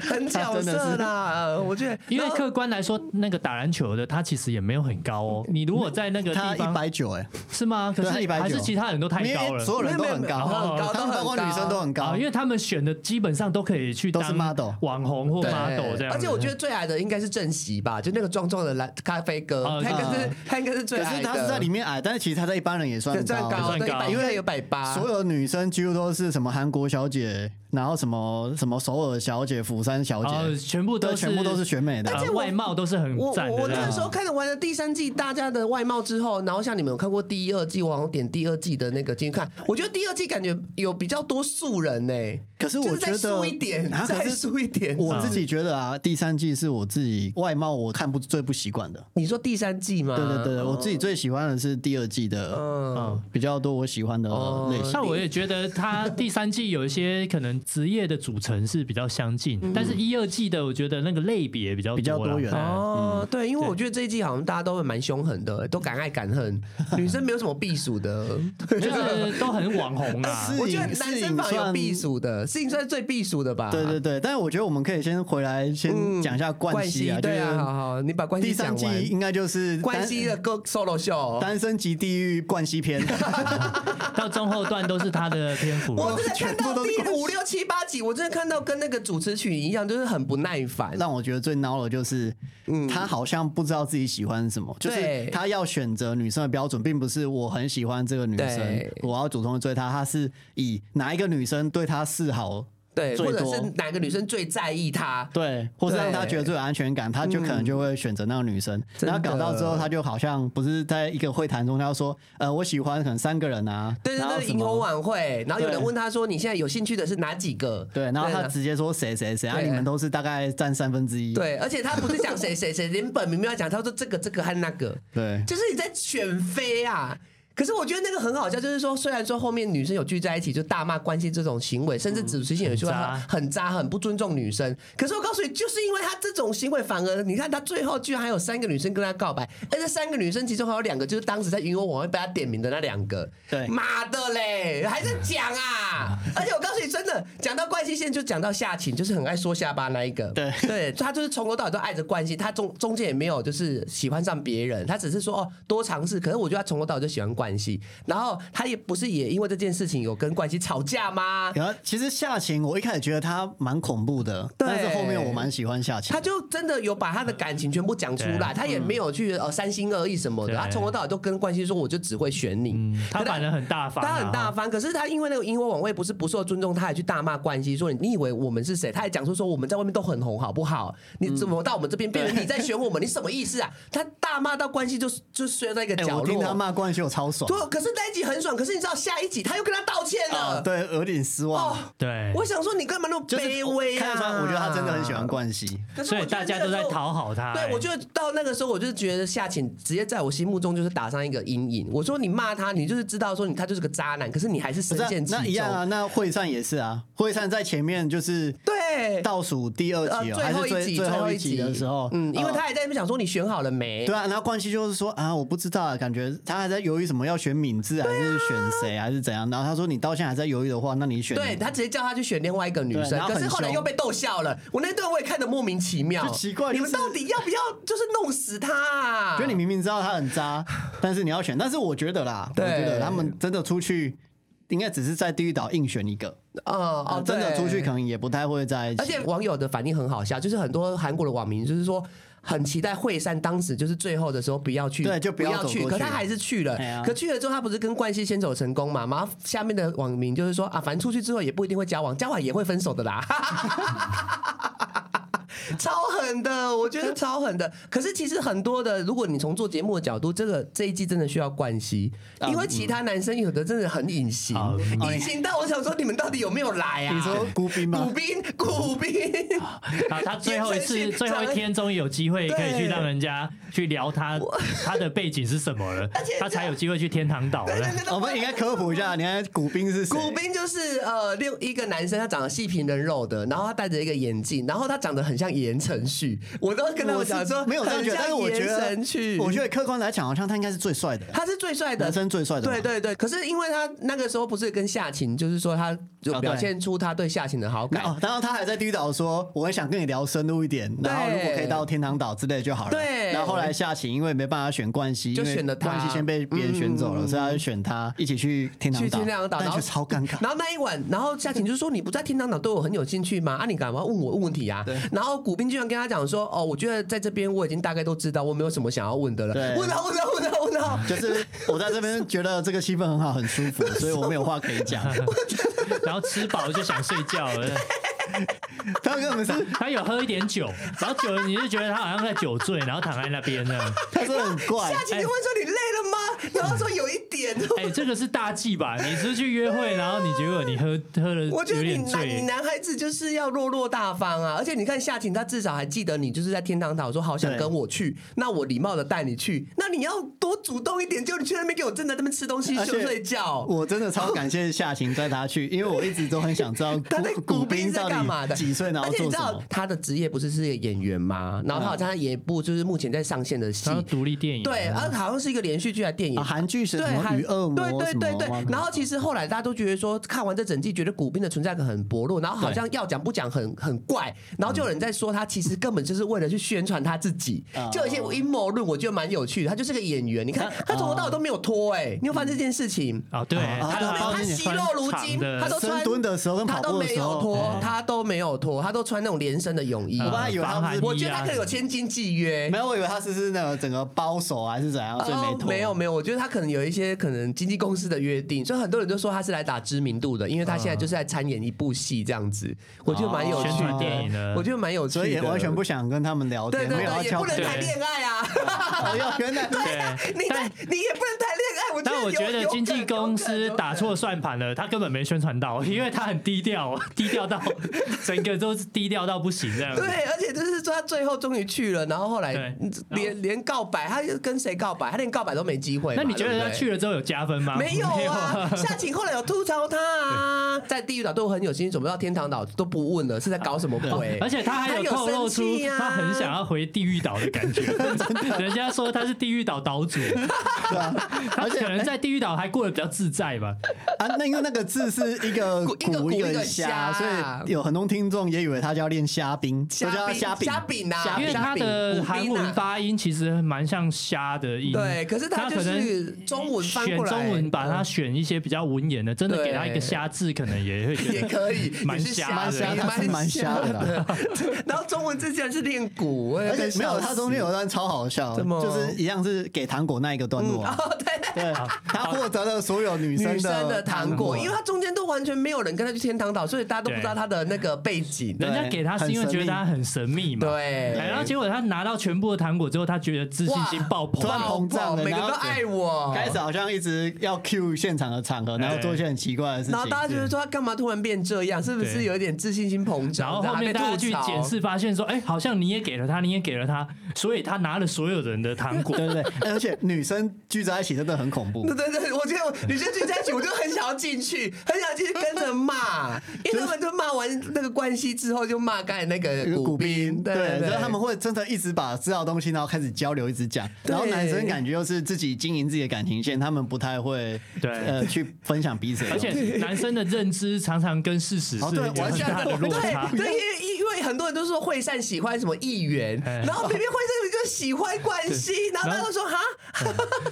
Speaker 1: 很角色 啦，我觉得
Speaker 3: 因为
Speaker 1: 然后
Speaker 3: 客观来说，那个打篮球的他其实也没有很高哦。你如果在那个
Speaker 2: 嗯他
Speaker 3: 地
Speaker 2: 一
Speaker 3: 方
Speaker 2: 百九哎，
Speaker 3: 是吗？可
Speaker 2: 对他
Speaker 3: 是
Speaker 2: 190
Speaker 3: 还是其他人都太
Speaker 2: 因
Speaker 3: 高
Speaker 2: 为
Speaker 3: 了
Speaker 2: 所有人都很高，啊
Speaker 1: 没有没有
Speaker 2: 他们包括
Speaker 1: 很高
Speaker 2: 女生都很
Speaker 3: 啊，
Speaker 2: 高
Speaker 3: 因，为他们选的基本上都可以去
Speaker 2: 都是
Speaker 3: 当
Speaker 2: model
Speaker 3: 网红或
Speaker 1: 对
Speaker 3: model 这样子。
Speaker 1: 而且我觉得最矮的应该是正席吧，就那个壮壮的蓝咖啡哥
Speaker 3: 哦，
Speaker 1: 他应该是
Speaker 2: 嗯
Speaker 1: 他应该是最
Speaker 2: 可
Speaker 1: 矮
Speaker 2: 是
Speaker 1: 的，
Speaker 2: 他是在里面矮，但是其实他在一般人也算
Speaker 1: 对算
Speaker 2: 高
Speaker 1: 高，
Speaker 3: 算
Speaker 1: 对，
Speaker 3: 高
Speaker 1: 因为有百八，
Speaker 2: 所有女生几乎都是什么韩国小姐，然后什么什么首尔小姐、釜山小
Speaker 3: 然后
Speaker 2: 姐，
Speaker 3: 啊全部都
Speaker 2: 都全部都是选美的
Speaker 3: 呃
Speaker 1: 而。且我
Speaker 3: 外貌都是很
Speaker 1: 我
Speaker 3: 赞的。
Speaker 1: 我
Speaker 3: 这样
Speaker 1: 那时候看完了第三季大家的外貌之后，然后像你们有看过第一、二季，我好像点第二季的那个进去看，我觉得第二季感觉有比较多素人呢、
Speaker 2: 可是
Speaker 1: 就
Speaker 2: 我
Speaker 1: 是
Speaker 2: 觉
Speaker 1: 再
Speaker 2: 得
Speaker 1: 素一点，
Speaker 2: 啊可
Speaker 1: 再
Speaker 2: 是
Speaker 1: 素一点。
Speaker 2: 我自己觉得啊，第三季是我自己外貌我看不最不习惯的。
Speaker 1: 你说第三季吗？
Speaker 2: 对对对，我自己最喜欢的是第二季的
Speaker 1: 嗯，
Speaker 2: 比较多我喜欢的类型。
Speaker 3: 那我也觉得它第三季有一些可能职业的组成是比较相近，
Speaker 1: 嗯
Speaker 3: 但是一二季的我觉得那个类别比较
Speaker 2: 比较
Speaker 3: 啦
Speaker 2: 多元
Speaker 3: 哎
Speaker 1: 哦，对，因为我觉得这一季好像大家都蛮凶狠的，都敢爱敢恨，女生没有什么避暑 的。
Speaker 3: 就是都很网红 啊。
Speaker 2: 是
Speaker 1: 我觉得男生反而有避暑的，是你算是最避暑的吧？
Speaker 2: 对对对，但是我觉得我们可以先回来先讲一下冠
Speaker 1: 冠
Speaker 2: 希
Speaker 1: 希
Speaker 2: 啊，就
Speaker 1: 对啊，
Speaker 2: 是
Speaker 1: 好好，你把冠
Speaker 2: 第
Speaker 1: 希
Speaker 2: 三
Speaker 1: 讲
Speaker 2: 季
Speaker 1: 完。
Speaker 2: 应该就是
Speaker 1: 冠希的歌 solo 秀，
Speaker 2: 单身级地狱冠希篇，
Speaker 3: 到中后段都是他的篇幅，
Speaker 1: 啊
Speaker 3: 啊
Speaker 1: 我真的看
Speaker 2: 全部
Speaker 1: 到
Speaker 2: 都是
Speaker 1: 第五六七八集，我真的看到跟那个主持曲一样，就是很不耐烦。
Speaker 2: 让我觉得最孬的就是，他好像不知道自己喜欢什么，就
Speaker 1: 嗯
Speaker 2: 是
Speaker 1: 对
Speaker 2: 他要选择女生的标准，并不是我很喜欢这个女生
Speaker 1: 对，
Speaker 2: 我要主动地追她，他是以哪一个女生对他示好，
Speaker 1: 对，
Speaker 2: 最
Speaker 1: 或者
Speaker 2: 多
Speaker 1: 是哪个女生最在意他？
Speaker 2: 对，或是让他觉得最有安全感，他就可能就会选择那个女生。
Speaker 1: 嗯真
Speaker 2: 然
Speaker 1: 的
Speaker 2: 后搞到之后，他就好像不是在一个会谈中，他说，呃，我喜欢可能三个人啊，
Speaker 1: 对对
Speaker 2: 然后
Speaker 1: 对，
Speaker 2: 什
Speaker 1: 迎
Speaker 2: 么
Speaker 1: 红晚会，然后有人
Speaker 2: 对
Speaker 1: 问他说：“你现在有兴趣的是哪几个？”
Speaker 2: 对，然后他
Speaker 1: 啊
Speaker 2: 直接说谁谁谁，啊，
Speaker 1: 对
Speaker 2: 你们都是大概占三分之一，
Speaker 1: 对，而且他不是讲谁谁谁，连本名没有讲，他说这个这个和那个，
Speaker 2: 对，
Speaker 1: 就是你在选妃啊。可是我觉得那个很好笑，就是说，虽然说后面女生有聚在一起就大骂关系这种行为，甚至主持人也说他很渣、很不尊重女生。可是我告诉你，就是因为他这种行为，反而你看他最后居然还有三个女生跟他告白，而这三个女生其中还有两个就是当时在云游网会被他点名的那两个。
Speaker 2: 对
Speaker 1: 妈的嘞，还在讲啊！而且我告诉你，真的讲到冠希，现在就讲到夏晴，就是很爱说下巴那一个。
Speaker 2: 对
Speaker 1: 对，他就是从头到尾都爱着冠希，他中中间也没有就是喜欢上别人，他只是说哦多尝试。可是我觉得他从头到尾就喜欢冠希，然后他也不是也因为这件事情有跟冠希吵架吗？
Speaker 2: 然后其实夏晴，我一开始觉得她蛮恐怖的，
Speaker 1: 对
Speaker 2: 但是后面我蛮喜欢夏晴
Speaker 1: 他。就真的有把他的感情全部讲出来，
Speaker 3: 对
Speaker 1: 他也没有去呃三心二意什么的，
Speaker 3: 对嗯
Speaker 1: 他从头到尾都跟冠希说我就只会选你，
Speaker 3: 他反而很大方啊，
Speaker 1: 他很大方，可是他因为那个萤火晚会不是不受尊重，他还去大骂冠希，说你你以为我们是谁？他还讲出说我们在外面都很红，好不好？你怎么到我们这边
Speaker 3: 嗯
Speaker 1: 变成你在选我们？你什么意思啊？他大骂到冠希就就摔在一个
Speaker 2: 哎、
Speaker 1: 角落。
Speaker 2: 我听他骂冠希，我超爽
Speaker 1: 对，可是那一集很爽，可是你知道下一集他又跟他道歉
Speaker 2: 啊！
Speaker 1: 了。
Speaker 2: 对，有点失望。
Speaker 1: 哦，
Speaker 3: 对，
Speaker 1: 我想说你干嘛那么
Speaker 2: 就是
Speaker 1: 卑微
Speaker 2: 看
Speaker 1: 啊？
Speaker 2: 得出来，我觉得他真的很喜欢冠希。
Speaker 1: 可是
Speaker 3: 所以
Speaker 1: 我觉得
Speaker 3: 大家
Speaker 1: 那个
Speaker 3: 都在
Speaker 1: 时候
Speaker 3: 讨好他、哎
Speaker 1: 对，我
Speaker 3: 就
Speaker 1: 就到那个时候，我就觉得夏晴直接在我心目中就是打上一个阴影。我说你骂他，你就是知道说你他就是个渣男，可是你还是
Speaker 2: 不
Speaker 1: 深
Speaker 2: 是啊
Speaker 1: 陷其
Speaker 2: 那一样啊，
Speaker 1: 中。
Speaker 2: 那惠善也是啊，惠善在前面就是
Speaker 1: 对，
Speaker 2: 倒数第二集哦，
Speaker 1: 呃
Speaker 2: 还
Speaker 1: 后
Speaker 2: 是
Speaker 1: 一
Speaker 2: 最
Speaker 1: 集，
Speaker 2: 最
Speaker 1: 后
Speaker 2: 后一集的时候，
Speaker 1: 嗯，因为
Speaker 2: 呃
Speaker 1: 他还在那边想说你选好了没？
Speaker 2: 对啊，然后冠希就是说啊，我不知道，啊，感觉他还在犹豫什么要选敏智还是选谁还是怎样。然后他说你到现在还在犹豫的话，那你选
Speaker 1: 对他直接叫他去选另外一个女
Speaker 2: 对
Speaker 1: 生，
Speaker 2: 然后
Speaker 1: 可
Speaker 2: 很
Speaker 1: 是后来
Speaker 2: 凶
Speaker 1: 又被逗笑了。我那段我也看得莫名其妙，
Speaker 2: 就奇怪
Speaker 1: 你们
Speaker 2: 就是
Speaker 1: 到底要不要就是弄死他啊？
Speaker 2: 觉得你明明知道他很 渣，但是你要选。但是我觉得啦，我
Speaker 1: 对
Speaker 2: 觉得他们真的出去，应该只是在地狱岛硬选一个。
Speaker 1: 哦
Speaker 2: 啊，
Speaker 1: 哦，
Speaker 2: 真的
Speaker 1: 对
Speaker 2: 出去可能也不太会在一起。
Speaker 1: 而且网友的反应很好笑，就是很多韩国的网民就是说。很期待惠善当时就是最后的时候不要去，
Speaker 2: 对就
Speaker 1: 不
Speaker 2: 不要走
Speaker 1: 去，
Speaker 2: 过
Speaker 1: 可
Speaker 2: 去
Speaker 1: 他还是去了。
Speaker 2: 哎呀
Speaker 1: 可去了之后，他不是跟冠希先走成功嘛？然后下面的网民就是说啊，反正出去之后也不一定会交往，交往也会分手的啦。超狠的，我觉得超狠的。可是其实很多的，如果你从做节目的角度，这个这一季真的需要冠希，因为其他男生有的真的很隐形，
Speaker 3: 好
Speaker 1: 隐形到我想说你们到底有没有来啊？
Speaker 2: 你说孤兵吗
Speaker 1: 古？兵，古兵，
Speaker 3: 啊，他最后一次、最后一天终于有机会可以去让人家去聊他 他的背景是什么了
Speaker 1: 且，
Speaker 3: 他才有机会去天堂岛了。
Speaker 2: 我哦们应该科普一下，你看古兵是谁？
Speaker 1: 古兵就是呃，另一个男生，他长得细皮嫩肉的，然后他戴着一个眼镜，然后他长得很像言承旭，我都跟他
Speaker 2: 我
Speaker 1: 们
Speaker 2: 是
Speaker 1: 讲说，
Speaker 2: 没有这样
Speaker 1: 很
Speaker 2: 觉得，但是
Speaker 1: 像
Speaker 2: 我觉
Speaker 1: 言
Speaker 2: 得
Speaker 1: 承旭，，
Speaker 2: 我觉得客观来讲，好像他应该是最帅的，
Speaker 1: 他是最帅的
Speaker 2: 男。生最帅的嘛。
Speaker 1: 对对对，可是因为他那个时候不是跟夏晴，就是说他就
Speaker 2: 哦对
Speaker 1: 表现出他对夏晴的好
Speaker 2: 那。
Speaker 1: 感，
Speaker 2: 哦，然后他还在地狱岛说，我很想跟你聊深入一点，然后如果可以到天堂岛之类就好了。
Speaker 1: 对
Speaker 2: 然后后来夏晴因为没办法选冠希，
Speaker 1: 就
Speaker 2: 因为
Speaker 1: 选了他嗯
Speaker 2: 冠希先被别人选走了，所以他就选他一起去天堂
Speaker 1: 去
Speaker 2: 岛。
Speaker 1: 天堂岛，
Speaker 2: 但
Speaker 1: 然
Speaker 2: 觉
Speaker 1: 后
Speaker 2: 得超尴尬。
Speaker 1: 然后那一晚，然后夏晴就说：“你不在天堂岛对我很有兴趣吗？啊，你干嘛问我问问题啊？”然后古兵居然跟他讲说：“哦，我觉得在这边我已经大概都知道，我没有什么想要问的了。
Speaker 2: 对
Speaker 1: 问啊到问到问到问啊到，
Speaker 2: 就是我在这边觉得这个气氛很好，很舒服，所以我没有话可以 讲。
Speaker 3: 然后吃饱就想睡觉了，
Speaker 2: 他根本是，
Speaker 3: 他有喝一点酒，然后酒你就觉得他好像在酒醉，然后躺在那边呢。
Speaker 2: 他是很怪。
Speaker 1: 夏晴就问说：“你累了吗？”然后说：“有一点。”
Speaker 3: 哎、这个是大忌吧？你是去约会，然后你结果你喝喝了
Speaker 1: 我觉
Speaker 3: 有
Speaker 1: 得你
Speaker 3: 点
Speaker 1: 男你
Speaker 3: 醉，
Speaker 1: 男孩子就是要落落大方啊，而且你看夏晴，她至少还记得你就是在天堂岛说好想
Speaker 2: 对
Speaker 1: 跟我去，那我礼貌的带你去，那你要多主动一点，就你去那边给我正在那边吃东西
Speaker 2: 而
Speaker 1: 休
Speaker 2: 且
Speaker 1: 睡觉。
Speaker 2: 我真的超感谢夏晴带他去，因为我一直都很 想知道
Speaker 1: 他在
Speaker 2: 古古
Speaker 1: 兵
Speaker 2: 兵
Speaker 1: 在
Speaker 2: 到
Speaker 1: 干嘛的？
Speaker 2: 底几岁，然后
Speaker 1: 而且你
Speaker 2: 做
Speaker 1: 知
Speaker 2: 什
Speaker 1: 道
Speaker 2: 么。嗯
Speaker 1: 他的职业不是是个演员吗？然后他好像演一部就是目前在上线的戏
Speaker 3: 然，后独立电影。
Speaker 1: 对，而好像是一个连续剧还是电影
Speaker 2: 啊，。韩剧是
Speaker 1: 对，
Speaker 2: 什么
Speaker 1: 还
Speaker 2: 与恶魔
Speaker 1: 对
Speaker 2: 什
Speaker 1: 对对
Speaker 2: 么
Speaker 1: 对。然后其实后来大家都觉得说，看完这整季，觉得古兵的存在感很薄弱，然后好像要讲不讲很很怪，然后就有人在说他其实根本就是为了去宣传他自己
Speaker 2: 嗯，
Speaker 1: 就有一些阴谋论，我觉得蛮有趣的。他就是个演员，你看他从头到尾都没有脱，哎，你有发
Speaker 2: 嗯
Speaker 1: 现这件事情？
Speaker 3: 哦，对，
Speaker 2: 啊
Speaker 1: 他
Speaker 3: 他
Speaker 1: 都没有，
Speaker 3: 包
Speaker 1: 他
Speaker 3: 那种
Speaker 1: 惜
Speaker 3: 穿
Speaker 1: 肉如金
Speaker 3: 长，的
Speaker 1: 他都穿
Speaker 2: 深蹲的时候跟
Speaker 1: 他
Speaker 2: 跑
Speaker 1: 都
Speaker 2: 步的
Speaker 1: 没
Speaker 2: 时
Speaker 1: 有
Speaker 2: 候
Speaker 1: 脱，他都没有脱，他都穿那种连身的泳衣。
Speaker 3: 呃
Speaker 2: 我本来以为他
Speaker 3: 防寒
Speaker 2: 是
Speaker 3: 哎衣啊
Speaker 1: 我觉得他可能有千金契约
Speaker 2: 没。有，我以为他是是那个整个包手还是怎样，所以没
Speaker 1: 哎哦
Speaker 2: 脱。
Speaker 1: 没有没有，我觉得他可能有一些可能经纪公司的约定，所以很多人就说他是来打知名度的，因为他现在就是在参演一部戏这样子，我觉得蛮有
Speaker 3: 哦宣
Speaker 1: 趣
Speaker 3: 传电
Speaker 1: 的，
Speaker 3: 影的，
Speaker 1: 我觉得蛮有趣
Speaker 2: 所以也
Speaker 1: 的，
Speaker 2: 完全不想跟他们聊
Speaker 1: 对
Speaker 2: 天，
Speaker 1: 对
Speaker 2: 没有要
Speaker 1: 对，也
Speaker 2: 敲
Speaker 1: 不能
Speaker 2: 门。
Speaker 1: 谈恋爱啊，
Speaker 2: 哦，要原来
Speaker 3: 对
Speaker 1: 你在
Speaker 3: 但
Speaker 1: 你也不能谈恋爱，我觉得
Speaker 3: 但
Speaker 1: 有
Speaker 3: 我觉得
Speaker 1: 有
Speaker 3: 经
Speaker 1: 可
Speaker 3: 纪
Speaker 1: 能
Speaker 3: 公司
Speaker 1: 有可能
Speaker 3: 打错算盘了，他根本没宣传到，因为他很低调，低调到整个都是低调到不行这样子。
Speaker 1: 对，而且就是说他最后终于去了，然后后来嗯
Speaker 3: 对然
Speaker 1: 连连告白，他就跟谁告白，他连告白都没机会嘛。
Speaker 3: 那你觉
Speaker 1: 对不
Speaker 3: 得
Speaker 1: 对
Speaker 3: 他去了之后有加分吗？
Speaker 1: 没有啊，夏晴后来有吐槽他啊，在地狱岛对我很有兴趣，怎么到天堂岛都不问了，是在搞什么鬼？
Speaker 3: 哦而且他还有透露出
Speaker 1: 生气啊
Speaker 3: 他很想要回地狱岛的感觉， 人家说他是地狱岛岛主，他
Speaker 1: 啊
Speaker 2: 而且
Speaker 3: 可
Speaker 1: 哎
Speaker 3: 能在地狱岛还过得比较自在吧。
Speaker 2: 啊，那因为那个字是一个
Speaker 1: 一个
Speaker 2: 鼓
Speaker 1: 鼓一
Speaker 2: 个
Speaker 1: 个
Speaker 2: 虾，
Speaker 1: 虾
Speaker 2: 所以有很多听众也以为他叫练虾兵，
Speaker 1: 虾
Speaker 2: 都叫他
Speaker 1: 饼
Speaker 2: 虾饼。
Speaker 1: 虾饼啊
Speaker 2: 虾
Speaker 3: 因为他的韩文发音其实蛮像虾的音，
Speaker 1: 对，可是他就
Speaker 3: 可能
Speaker 1: 是中文翻
Speaker 3: 选
Speaker 1: 过来，
Speaker 3: 中文把它选一些比较文言的，真的
Speaker 1: 对
Speaker 3: 给他一个瞎字，可能也会 觉
Speaker 1: 也
Speaker 3: 得
Speaker 1: 可以，
Speaker 3: 蛮
Speaker 1: 也是
Speaker 3: 瞎
Speaker 1: 的
Speaker 3: 的
Speaker 2: 他是蛮瞎的啦。
Speaker 1: 然后中文字竟然是练鼓，我也
Speaker 2: 而且没有，
Speaker 1: 被笑
Speaker 2: 他中间有一段超好笑，
Speaker 1: 怎么
Speaker 2: 就是一样是给糖果那一个段 落，啊
Speaker 1: 哦，对，
Speaker 2: 对，他获得了所有女生
Speaker 1: 女生的
Speaker 2: 的
Speaker 1: 糖果，因为他中间都完全没有人跟他去天堂岛，所以大家都不知道他的那个背景。
Speaker 2: 对
Speaker 3: 人家给他是因为觉得他很神秘嘛，
Speaker 1: 对
Speaker 3: 哎然后结果他拿到全部的糖果之后，他觉得自信心爆
Speaker 2: 突然
Speaker 3: 棚，
Speaker 2: 膨胀了
Speaker 1: 每个都
Speaker 2: 然后
Speaker 1: 爱我。
Speaker 2: 开始好像一直要 cue 现场的场合，然后做一些很奇怪的事情
Speaker 1: 然后。大家觉得说他干嘛突然变这样？是不是
Speaker 3: 对
Speaker 1: 有一点自信心膨胀？
Speaker 3: 然后后
Speaker 1: 还被
Speaker 3: 面大家去
Speaker 1: 吐槽
Speaker 3: 检视，发现说，哎，好像你也给了他，你也给了他，所以他拿了所有人的糖果。
Speaker 2: 对对 对，哎而且女生聚在一起真的很恐怖
Speaker 1: 对。对对，我觉得我女生聚在一起，我就很想要进去，很想进去跟着骂，因为他们就骂完那个关系之后，就骂刚才那
Speaker 2: 一
Speaker 1: 个
Speaker 2: 个
Speaker 1: 古
Speaker 2: 古
Speaker 1: 兵，
Speaker 2: 兵，
Speaker 1: 对对，
Speaker 2: 对，然后他们会真的一直把知道的东西，然后开始交流，一直讲。然后
Speaker 1: 对
Speaker 2: 男生感觉又是自己经营自己的感情线，他们不太会
Speaker 3: 对
Speaker 2: 呃去分享彼此的
Speaker 3: 而
Speaker 2: 东西。
Speaker 3: 且男生的认知常常跟事实是
Speaker 2: 哦对
Speaker 3: 有
Speaker 2: 完
Speaker 3: 很
Speaker 2: 全
Speaker 3: 大的落差
Speaker 1: 对，。对，因为因为很多人都说惠善喜欢什么议员，
Speaker 3: 哎
Speaker 1: 然后偏偏惠善就喜欢冠希，然后大家都说哈，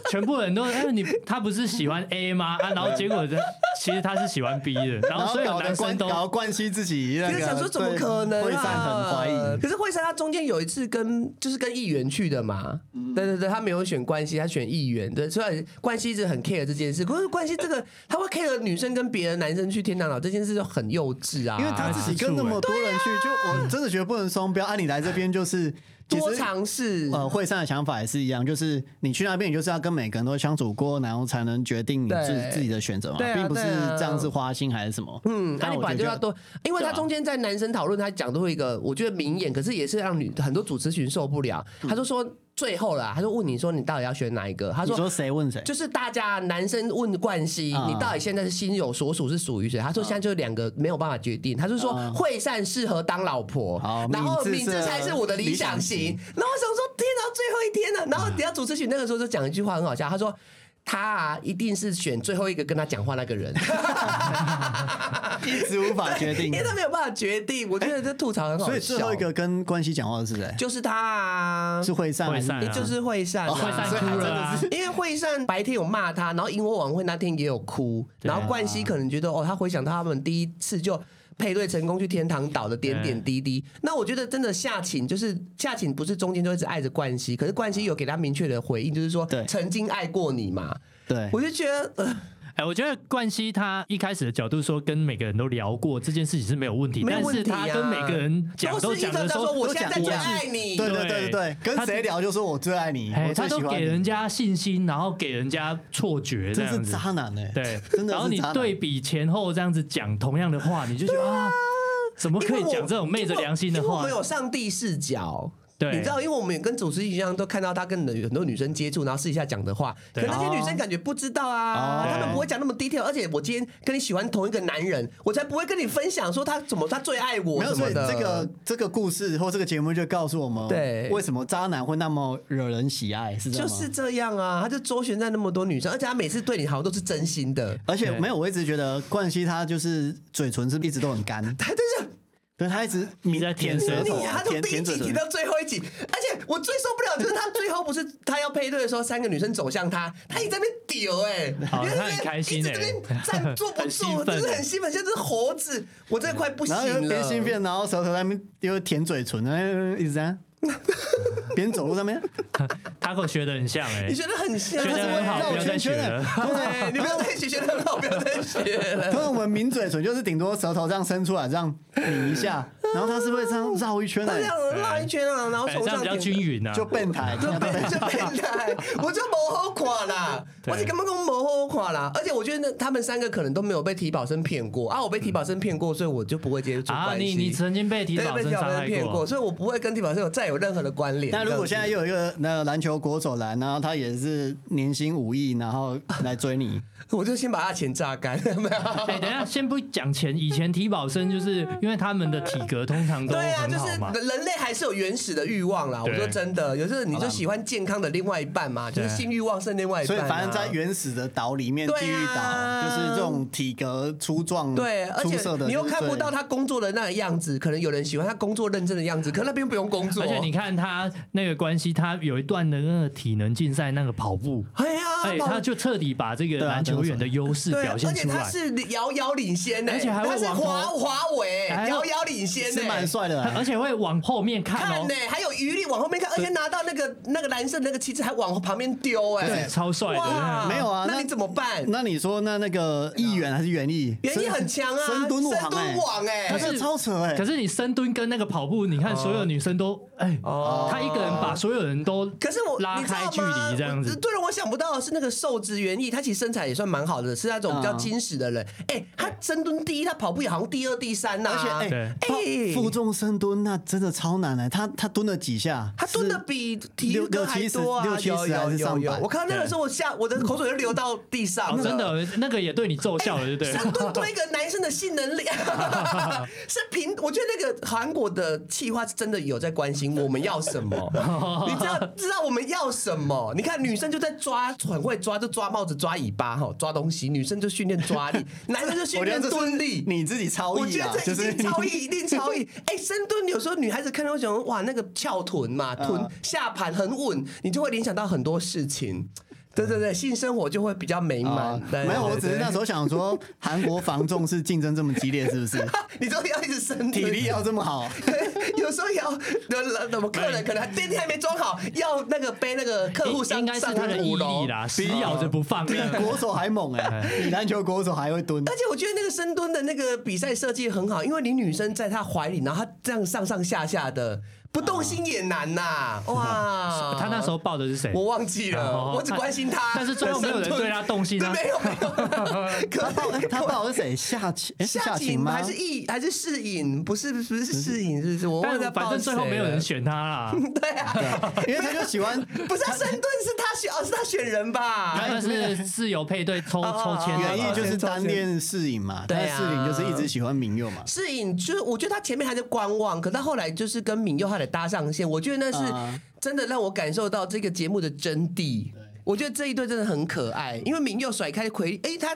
Speaker 3: 全部人都哎你他不是喜欢 A 吗？啊，然后结果这其实他是喜欢 B 的，然
Speaker 2: 然
Speaker 3: 后
Speaker 2: 后
Speaker 3: 所有
Speaker 2: 搞得
Speaker 3: 男生
Speaker 2: 关
Speaker 3: 都
Speaker 2: 搞得关系自己那
Speaker 1: 就是
Speaker 2: 个，
Speaker 1: 想说怎么可能、啊？啊
Speaker 2: 会上很怀疑。
Speaker 1: 可是惠山他中间有一次跟就是跟议员去的嘛，
Speaker 2: 嗯
Speaker 1: 对对对，他没有选关系，他选议员，对，虽然关系一直很 care 这件事，可是关系这个他会 care 女生跟别的男生去天堂岛这件事就很幼稚啊，
Speaker 2: 因为他自己跟那么多人去，就我真的觉得不能双标。啊，你来这边就是其
Speaker 1: 多
Speaker 2: 实
Speaker 1: 尝试。
Speaker 2: 呃，惠善的想法也是一样，就是你去那边，你就是要跟每个人都相处过，然后才能决定你
Speaker 1: 对
Speaker 2: 自自己的选择嘛，
Speaker 1: 对啊
Speaker 2: 并不是
Speaker 1: 对啊
Speaker 2: 这样是花心还是什么。
Speaker 1: 嗯，那、
Speaker 2: 但
Speaker 1: 你
Speaker 2: 我
Speaker 1: 本来就
Speaker 2: 觉
Speaker 1: 要
Speaker 2: 得啊
Speaker 1: 多，因为他中间在男生讨论，他讲都会一个，我觉得名言，可是也是让女很多主持群受不了。他就说最后啦，他就问你说你到底要选哪一个？他
Speaker 2: 你说谁问 谁？
Speaker 1: 就是大家男生问冠希，
Speaker 2: 啊
Speaker 1: 你到底现在是心有所属是属于谁？他说现在就两个没有办法决定，他就说
Speaker 2: 啊
Speaker 1: 惠善适合当老婆
Speaker 2: 好，
Speaker 1: 然后敏
Speaker 2: 敏智啊
Speaker 1: 智才是我的理想
Speaker 2: 理
Speaker 1: 型
Speaker 2: 想。啊
Speaker 1: 然后我想说，天哪，最后一天了。然后等下主持群那个时候就讲一句话很好笑，他说。他啊，一定是选最后一个跟他讲话那个人，
Speaker 2: 一直无法决定
Speaker 1: 因为。他没有办法决定。我觉得这吐槽很好笑。
Speaker 2: 所以最后一个跟关系讲话的是谁？
Speaker 1: 就是他啊，
Speaker 2: 是惠善还是，
Speaker 3: 惠善啊
Speaker 1: 就是惠善啊，
Speaker 3: 会散
Speaker 2: 所以还
Speaker 3: 哭
Speaker 2: 真的
Speaker 3: 了啊
Speaker 2: 是。
Speaker 1: 因为惠善白天有骂他，然后萤火晚会那天也有哭，
Speaker 3: 啊
Speaker 1: 然后冠希可能觉得哦，他回想到他们第一次就。配对成功去天堂岛的点点滴滴，那我觉得真的夏晴就是夏晴，不是中间就一直爱着冠希，可是冠希有给他明确的回应，就是说
Speaker 2: 对
Speaker 1: 曾经爱过你嘛，
Speaker 2: 对，
Speaker 1: 我就觉得呃
Speaker 3: 哎，我觉得冠希他一开始的角度说跟每个人都聊过这件事情是没有问题，
Speaker 1: 没有
Speaker 3: 但是
Speaker 1: 问题啊
Speaker 3: 他跟每个人讲
Speaker 1: 都
Speaker 3: 都
Speaker 1: 是一
Speaker 3: 讲
Speaker 1: 直
Speaker 3: 的
Speaker 1: 在说
Speaker 3: 说，
Speaker 1: 我现在最
Speaker 2: 都讲
Speaker 1: 爱你，
Speaker 2: 对对对对对，
Speaker 3: 对
Speaker 2: 跟谁聊就说我最爱你，
Speaker 3: 哎，
Speaker 2: 我
Speaker 3: 他
Speaker 2: 最
Speaker 3: 都
Speaker 2: 喜欢
Speaker 3: 给
Speaker 2: 你
Speaker 3: 人家信心，然后给人家错觉这
Speaker 2: 真
Speaker 3: 样
Speaker 2: 是
Speaker 3: 子。
Speaker 2: 渣男哎，
Speaker 3: 对，
Speaker 2: 真的
Speaker 3: 然后
Speaker 2: 是
Speaker 3: 你
Speaker 2: 渣男。
Speaker 3: 对比前后这样子讲同样的话，你就觉 得啊，怎么可以
Speaker 1: 因为我
Speaker 3: 讲这种昧着良心的
Speaker 1: 因为我
Speaker 3: 话
Speaker 1: 们？有上帝视角。
Speaker 3: 对
Speaker 1: 你知道，因为我们也跟主持人一样，都看到他跟很多女生接触，然后私底下讲的话，可
Speaker 3: 对
Speaker 1: 那些女生感觉不知道啊，
Speaker 2: 哦
Speaker 1: 他们
Speaker 3: 对
Speaker 1: 不会讲那么 detail。而且我今天跟你喜欢同一个男人，我才不会跟你分享说他怎么他最爱我
Speaker 2: 没有，
Speaker 1: 什
Speaker 2: 所
Speaker 1: 么
Speaker 2: 以
Speaker 1: 的。
Speaker 2: 这个这个故事或这个节目就告诉我们，
Speaker 1: 对
Speaker 2: 为什么渣男会那么惹人喜爱，是这样
Speaker 1: 就
Speaker 2: 吗？
Speaker 1: 是这样啊，他就周旋在那么多女生，而且他每次对你好像都是真心的，
Speaker 2: 而且
Speaker 3: 对
Speaker 2: 没有，我一直觉得冠希他就是嘴唇是不是一直都很干，
Speaker 1: 他就是
Speaker 2: 对啊他一直
Speaker 3: 一直在舔
Speaker 2: 舌
Speaker 3: 舌
Speaker 2: 头
Speaker 1: 你，他从
Speaker 2: 舔
Speaker 1: 第一
Speaker 2: 舔
Speaker 1: 集
Speaker 2: 嘴
Speaker 1: 提
Speaker 2: 唇。
Speaker 1: 到最后一集，而且我最受不了就是他最后不是他要配对的时候，三个女生走向他，他一直在那边屌哎，
Speaker 3: 好
Speaker 1: 因为
Speaker 3: 他很开心欸
Speaker 1: 一直在那 边站坐不
Speaker 3: 很兴
Speaker 1: 住，
Speaker 3: 奋欸
Speaker 1: 就是很兴奋，像只猴子，我真的快不行
Speaker 2: 然后又
Speaker 1: 了。
Speaker 2: 边兴奋，然后舌头在那边又舔嘴唇，然后一直这样，边走路上面
Speaker 3: 他跟我学的很像哎、
Speaker 1: 你觉得很像，
Speaker 3: 觉
Speaker 1: 他
Speaker 3: 得
Speaker 1: 是
Speaker 3: 很好，
Speaker 2: 绕
Speaker 3: 不要再
Speaker 2: 圈
Speaker 3: 学
Speaker 2: 圈
Speaker 3: 了。
Speaker 1: 对，你不要再学得很好，不要再学了。
Speaker 2: 通常我们抿嘴唇就是顶多舌头这样伸出来，这样抿一下，然后他是会这样绕一圈
Speaker 1: 他这
Speaker 2: 的，
Speaker 1: 样绕一圈啊，然后
Speaker 3: 哎
Speaker 1: 从
Speaker 3: 这样
Speaker 1: 上
Speaker 3: 比较
Speaker 1: 舔
Speaker 3: 均匀啊。
Speaker 2: 就变态，
Speaker 1: 就变就变态，我就磨好垮啦，
Speaker 3: 对
Speaker 1: 我是根本跟磨好垮啦。而且我觉得他们三个可能都没有被体保生骗过啊，我被体保生骗过，所以我就不会接触
Speaker 3: 啊，
Speaker 1: 关系。
Speaker 3: 你你曾经被提
Speaker 1: 对
Speaker 3: 早
Speaker 1: 被
Speaker 3: 生
Speaker 1: 体保
Speaker 3: 伤
Speaker 1: 生
Speaker 3: 害
Speaker 1: 骗过，
Speaker 3: 过，
Speaker 1: 所以我不会跟体保生有再有任何的关联。
Speaker 2: 那如果
Speaker 1: 这
Speaker 2: 现
Speaker 1: 样
Speaker 2: 在
Speaker 1: 子
Speaker 2: 又有一个那个篮球国手来，然后他也是年薪五亿，然后来追你，
Speaker 1: 我就先把他钱榨干， 没有？
Speaker 3: 哎、等一下，先不讲钱，以前体保生 就是因为他们的体格通常都
Speaker 1: 对啊，
Speaker 3: 很
Speaker 1: 就
Speaker 3: 好嘛，
Speaker 1: 是人类还是有原始的欲望啦。我
Speaker 3: 对
Speaker 1: 说真的，有时候你就喜欢健康的另外一半嘛，就是
Speaker 3: 对
Speaker 1: 性欲旺盛另外一
Speaker 2: 哎所
Speaker 1: 半啊。
Speaker 2: 以反正在原始的岛里面，
Speaker 1: 对啊
Speaker 2: 地狱岛就是这种体格粗壮、
Speaker 1: 对，而
Speaker 2: 出
Speaker 1: 且
Speaker 2: 色的，
Speaker 1: 你又看不到
Speaker 2: 他。
Speaker 1: 他工作的那个样子，可能有人喜欢他工作认真的样子，可那边不用工作。
Speaker 3: 而且你看他那个关系，他有一段的那个体能竞赛那个跑步，
Speaker 1: 哎呀，
Speaker 3: 哎、
Speaker 1: 宝
Speaker 3: 他就彻底把这个
Speaker 2: 对啊
Speaker 3: 篮球员的优势
Speaker 1: 对，啊
Speaker 3: 表现
Speaker 1: 而且
Speaker 3: 出
Speaker 1: 他
Speaker 3: 来。
Speaker 1: 是遥遥领先呢、欸
Speaker 3: 而且还会
Speaker 1: 他是
Speaker 3: 往
Speaker 1: 华
Speaker 3: 头
Speaker 1: 华为
Speaker 3: 还要
Speaker 1: 遥遥领先呢
Speaker 2: 是蛮帅的
Speaker 3: 他而
Speaker 2: 啊。
Speaker 3: 且会往后面看
Speaker 1: 看
Speaker 3: 哦
Speaker 1: 呢、，还有余力往后面看，而且拿到那个那个蓝色那个旗帜还往旁边丢哎、
Speaker 3: 对，超帅
Speaker 1: 哇，
Speaker 3: 的。
Speaker 2: 没有啊
Speaker 1: 那
Speaker 2: 那
Speaker 1: 你怎么办？
Speaker 2: 那你说那那个议员还是原意？
Speaker 1: 原力很强啊，
Speaker 2: 深蹲网哎，
Speaker 1: 网哎、
Speaker 2: 他
Speaker 3: 但是
Speaker 2: 是超扯哎
Speaker 3: 可。是你深蹲跟那个跑步，你看所有女生都哎，他一个人把所有人都
Speaker 1: 可是我
Speaker 3: 拉
Speaker 1: 你知道
Speaker 3: 开
Speaker 1: 吗
Speaker 3: 距离这样
Speaker 1: 我
Speaker 3: 子，
Speaker 1: 对了，我想不到的是那个瘦子园艺，他其实身材也算蛮好的，是那种
Speaker 2: 嗯
Speaker 1: 比较精实的人。哎、他深蹲第一，他跑步也好像第二、第三呐、
Speaker 2: 而且哎、
Speaker 3: 对
Speaker 1: 啊哎
Speaker 2: 负重深蹲那真的超难哎、他他蹲了几下？
Speaker 1: 他蹲的比体育
Speaker 2: 六
Speaker 1: 课
Speaker 2: 六
Speaker 1: 还
Speaker 2: 七十
Speaker 1: 多啊！
Speaker 2: 六七十
Speaker 1: 有有
Speaker 2: 还是
Speaker 1: 有
Speaker 2: 上
Speaker 1: 有
Speaker 2: 百
Speaker 1: 我看到那个时候，我下我的口水就流到地上
Speaker 3: 哦
Speaker 1: 了，
Speaker 3: 真。的那个也对你奏效了，对不对？
Speaker 1: 深蹲对一个男生的性能 力是平，我觉得那个韩国的企划是真的有在关心我们要什么， 你知道知道我们要什么？你看女生就在抓，很会抓，就抓帽子、抓尾巴、哈，抓东西；女生就训练抓 力，男生就训
Speaker 2: 我觉
Speaker 1: 练
Speaker 2: 得这是
Speaker 1: 蹲力。
Speaker 2: 你自己超
Speaker 1: 我
Speaker 2: 意
Speaker 1: 觉
Speaker 2: 啊
Speaker 1: 得，这
Speaker 2: 就
Speaker 1: 一
Speaker 2: 是
Speaker 1: 定 超意，一定超意。哎，深蹲有时候女孩子看到会想，哇，那个翘臀嘛，臀下盘很稳，你就会联想到很多事情。对对对，性生活就会比较美满
Speaker 2: 啊。
Speaker 1: 对
Speaker 2: 没有，我
Speaker 1: 对
Speaker 2: 只是
Speaker 1: 对
Speaker 2: 那时候想说，韩国防重是竞争这么激烈，是 不是？
Speaker 1: 你都要一直生
Speaker 2: 体力啊要这么好？
Speaker 1: 有时候也要，那那我客人可能还电梯还没装好，要那个 背那个客户上
Speaker 3: 应该是
Speaker 1: 上
Speaker 3: 他的毅
Speaker 1: 五楼
Speaker 3: 力。啦，死咬着不放。
Speaker 2: 比
Speaker 1: 啊
Speaker 2: 国手还猛哎、比篮球国手还会 蹲
Speaker 1: 而。且我觉得那个深蹲的那个比赛设计很好，因为你女生在她怀里，然后她这样上上下下的，不动心也难呐、哇！
Speaker 3: 他那时候抱的是谁？
Speaker 1: 我忘记了，
Speaker 3: 哦
Speaker 1: 我只关心她。
Speaker 3: 但是最后没有人对她动心啊
Speaker 1: 对没有没有。可
Speaker 2: 他抱他抱的是 谁？夏晴？哎是
Speaker 1: 夏
Speaker 2: 晴
Speaker 1: 景
Speaker 2: 吗？
Speaker 1: 还是意还是世颖？不是不是是世颖，是不是？我忘了在
Speaker 3: 但反
Speaker 1: 报
Speaker 3: 正最后
Speaker 1: 谁
Speaker 3: 没有
Speaker 1: 了
Speaker 3: 人选 他啦。
Speaker 1: 对啊，
Speaker 2: 因为他就喜 欢
Speaker 1: 不是啊深蹲是他选，哦是他选人吧？
Speaker 3: 他那是自由配对抽
Speaker 1: 哦
Speaker 3: 抽签
Speaker 2: 原
Speaker 3: 的
Speaker 2: 意
Speaker 3: 嘛，
Speaker 2: 就是单恋世影嘛，
Speaker 1: 对啊
Speaker 2: 但是世影就是一直喜欢明佑嘛。
Speaker 1: 世颖就是，我觉得他前面还在观望，可他后来就是跟敏佑他的搭上线，我觉得那是
Speaker 2: 啊
Speaker 1: 真的让我感受到这个节目的真谛。我觉得这一对真的很可爱，因为敏佑甩开奎，哎、他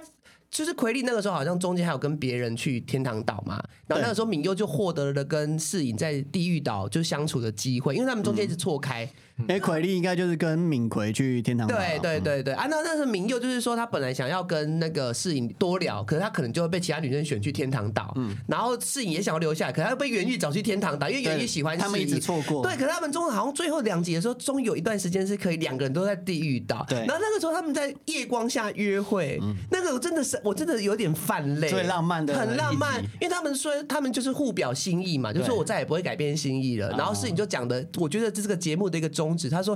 Speaker 1: 就是奎利那个时候好像中间还有跟别人去天堂岛嘛，然后那个时候敏佑就获得了跟世颖在地狱岛就相处的机会，因为他们中间一直错开。
Speaker 2: 哎，奎利应该就是跟敏奎去天堂
Speaker 1: 嗯
Speaker 2: 岛。
Speaker 1: 对对对对，啊，那那是明佑，就是说他本来想要跟那个世颖多聊，可是他可能就会被其他女生选去天堂岛，
Speaker 2: 嗯
Speaker 1: 然后世颖也想要留下来，可是他又被袁玉找去天堂岛，因为袁玉
Speaker 2: 对
Speaker 1: 喜欢
Speaker 2: 他们
Speaker 1: 世
Speaker 2: 一直
Speaker 1: 颖
Speaker 2: 错过
Speaker 1: 对，可是他们中好像最后两集的时候，终于有一段时间是可以两个人都在地狱岛，
Speaker 2: 对嗯
Speaker 1: 然后那个时候他们在夜光下约会，那个我真的是我真的有点泛泪，
Speaker 2: 最浪漫的
Speaker 1: 很浪漫
Speaker 2: 一集，
Speaker 1: 因为他们说他们就是互表心意嘛，就说
Speaker 2: 对
Speaker 1: 我再也不会改变心意了。然后
Speaker 2: 哦
Speaker 1: 事情就讲的，我觉得这是个节目的一个宗旨。他说，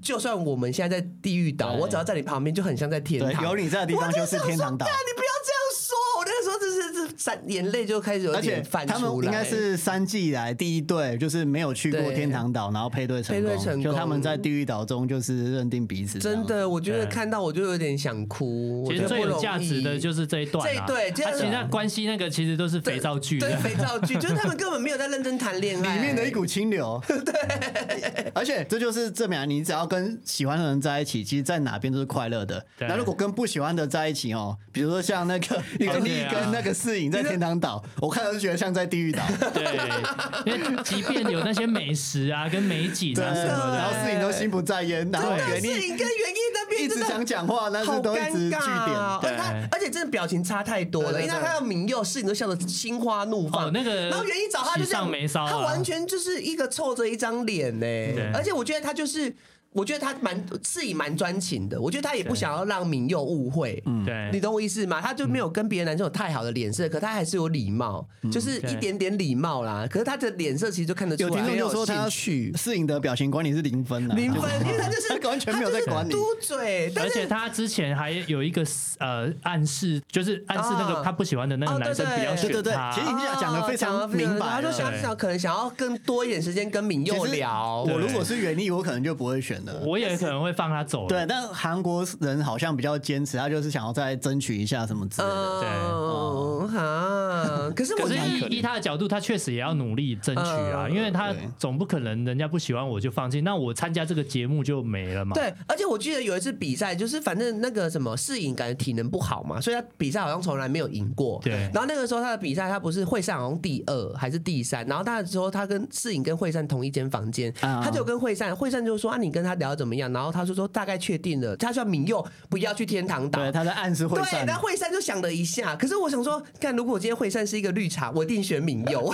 Speaker 1: 就算我们现在在地狱岛，
Speaker 2: 对
Speaker 1: 我只要在你旁边，就很像在天
Speaker 2: 对，
Speaker 1: 堂。
Speaker 2: 有你在的地
Speaker 1: 我
Speaker 2: 方
Speaker 1: 真
Speaker 2: 就
Speaker 1: 的
Speaker 2: 是
Speaker 1: 想
Speaker 2: 天
Speaker 1: 说
Speaker 2: 堂岛
Speaker 1: 干。你不要这样说，我那个时候就是这闪眼泪就开始有
Speaker 2: 而且
Speaker 1: 点泛
Speaker 2: 他们
Speaker 1: 出来。
Speaker 2: 应该是三季以来第一对，就是没有去过
Speaker 1: 对
Speaker 2: 天堂岛，然后配对成
Speaker 1: 配
Speaker 2: 功，
Speaker 1: 对成功
Speaker 2: 就他们在地狱岛中就是认定彼此。
Speaker 1: 真，的，我觉得
Speaker 3: 对
Speaker 1: 看到我就有点想哭。我
Speaker 3: 其
Speaker 1: 觉
Speaker 3: 实
Speaker 1: 得
Speaker 3: 最
Speaker 1: 不容
Speaker 3: 有价值的
Speaker 1: 易
Speaker 3: 就是这一段啊，
Speaker 1: 这一对这
Speaker 3: 啊其实那关系那个其实都是肥皂
Speaker 2: 啊
Speaker 3: 剧
Speaker 1: 对
Speaker 3: 的，
Speaker 1: 肥皂剧，就是他们根本没有在认真谈恋 爱。
Speaker 2: 里面的一股清 流。对，而且这就是证明啊，你只要跟喜欢的人在一起，其实在哪边都是快乐的。
Speaker 3: 对
Speaker 2: 那如果跟不喜欢的在一起哦，比如说像那个你跟
Speaker 3: 对
Speaker 2: 你
Speaker 3: 啊
Speaker 2: 跟那个世影在天堂岛，我看到就觉得像在地 狱岛。
Speaker 3: 对， 因为即便有那些美食啊、跟美景
Speaker 2: 对，
Speaker 3: 啊什么
Speaker 2: 然
Speaker 3: 的，
Speaker 2: 后世影都心不在焉，然后
Speaker 1: 真的
Speaker 2: 原
Speaker 1: 是
Speaker 2: 力
Speaker 1: 你跟袁一那边
Speaker 2: 一
Speaker 1: 真
Speaker 2: 直
Speaker 1: 的
Speaker 2: 想讲话，但
Speaker 1: 好
Speaker 2: 是都一直
Speaker 1: 尴
Speaker 2: 据
Speaker 1: 尬啊！
Speaker 2: 点。
Speaker 1: 而且他而且真的表情差太多了，
Speaker 2: 对
Speaker 1: 因
Speaker 2: 对
Speaker 1: 为他看到明佑是你都笑得心花怒放，
Speaker 3: 哦那个
Speaker 1: 然后袁一找他就这
Speaker 3: 喜
Speaker 1: 样
Speaker 3: 上眉梢啊
Speaker 1: 他完全就是一个臭着一张脸呢
Speaker 3: 对，
Speaker 1: 而且我觉得他就是。我觉得他蛮自己蛮专情的，我觉得他也不想要让明佑误会，
Speaker 2: 嗯
Speaker 3: 对
Speaker 1: 你懂我意思吗？他就没有跟别的男生有太好的脸色，可他还是有礼貌，
Speaker 2: 嗯
Speaker 1: 就是一点点礼貌啦。可是他的脸色其实就看得出
Speaker 2: 有
Speaker 1: 来，
Speaker 2: 听众就说
Speaker 1: 很有
Speaker 2: 他
Speaker 1: 兴趣啊
Speaker 2: 世影的表情管理是 零分啊，
Speaker 1: 零分，因为他就是
Speaker 2: 他完全没有在管
Speaker 1: 他
Speaker 2: 你
Speaker 1: 就是嘟嘴，但
Speaker 3: 而
Speaker 1: 是
Speaker 3: 且他之前还有一个呃暗示，就是暗示那
Speaker 1: 啊
Speaker 3: 个他不喜欢的那
Speaker 1: 哦
Speaker 3: 个男生
Speaker 1: 对对
Speaker 3: 不要
Speaker 2: 对对
Speaker 3: 选
Speaker 2: 对
Speaker 3: 他，
Speaker 2: 其实你讲讲得非常
Speaker 1: 哦讲得
Speaker 2: 明白
Speaker 1: 他就
Speaker 2: 了
Speaker 1: 想
Speaker 3: 对
Speaker 1: 想，可能想要更多一点时间跟敏
Speaker 2: 其
Speaker 1: 佑
Speaker 2: 实
Speaker 1: 聊。
Speaker 2: 我
Speaker 1: 我
Speaker 2: 如果是原力，我可能就不会选的。
Speaker 3: 我也可能会放他走了。
Speaker 2: 对，但韩国人好像比较坚持，他就是想要再争取一下什么之类
Speaker 1: 呃
Speaker 2: 的。
Speaker 3: 对
Speaker 1: 嗯，
Speaker 2: 哦
Speaker 1: 哈，可是我
Speaker 3: 可是
Speaker 1: 觉得
Speaker 3: 依依他的角度，他确实也要努力争取啊，
Speaker 1: 嗯
Speaker 3: 因为他
Speaker 2: 对
Speaker 3: 总不可能人家不喜欢我就放弃，那我参加这个节目就没了嘛。
Speaker 1: 对，而且我记得有一次比赛，就是反正那个什么世颖感觉体能不好嘛，所以他比赛好像从来没有赢过。
Speaker 3: 对
Speaker 1: 然后那个时候他的比赛，他不是会善好像第二还是第三，然后他说他跟世颖跟惠善同一间房间，
Speaker 2: 啊
Speaker 1: 他就跟惠善，惠善就说啊你跟他聊得怎么样，然后他就说大概确定了，他叫敏佑不要去天堂岛
Speaker 2: 对，，他在暗示会
Speaker 1: 对，
Speaker 2: 散
Speaker 1: 那。惠山就想了一下，可是我想说，看如果我今天惠善是一个绿茶，我一定选敏 佑。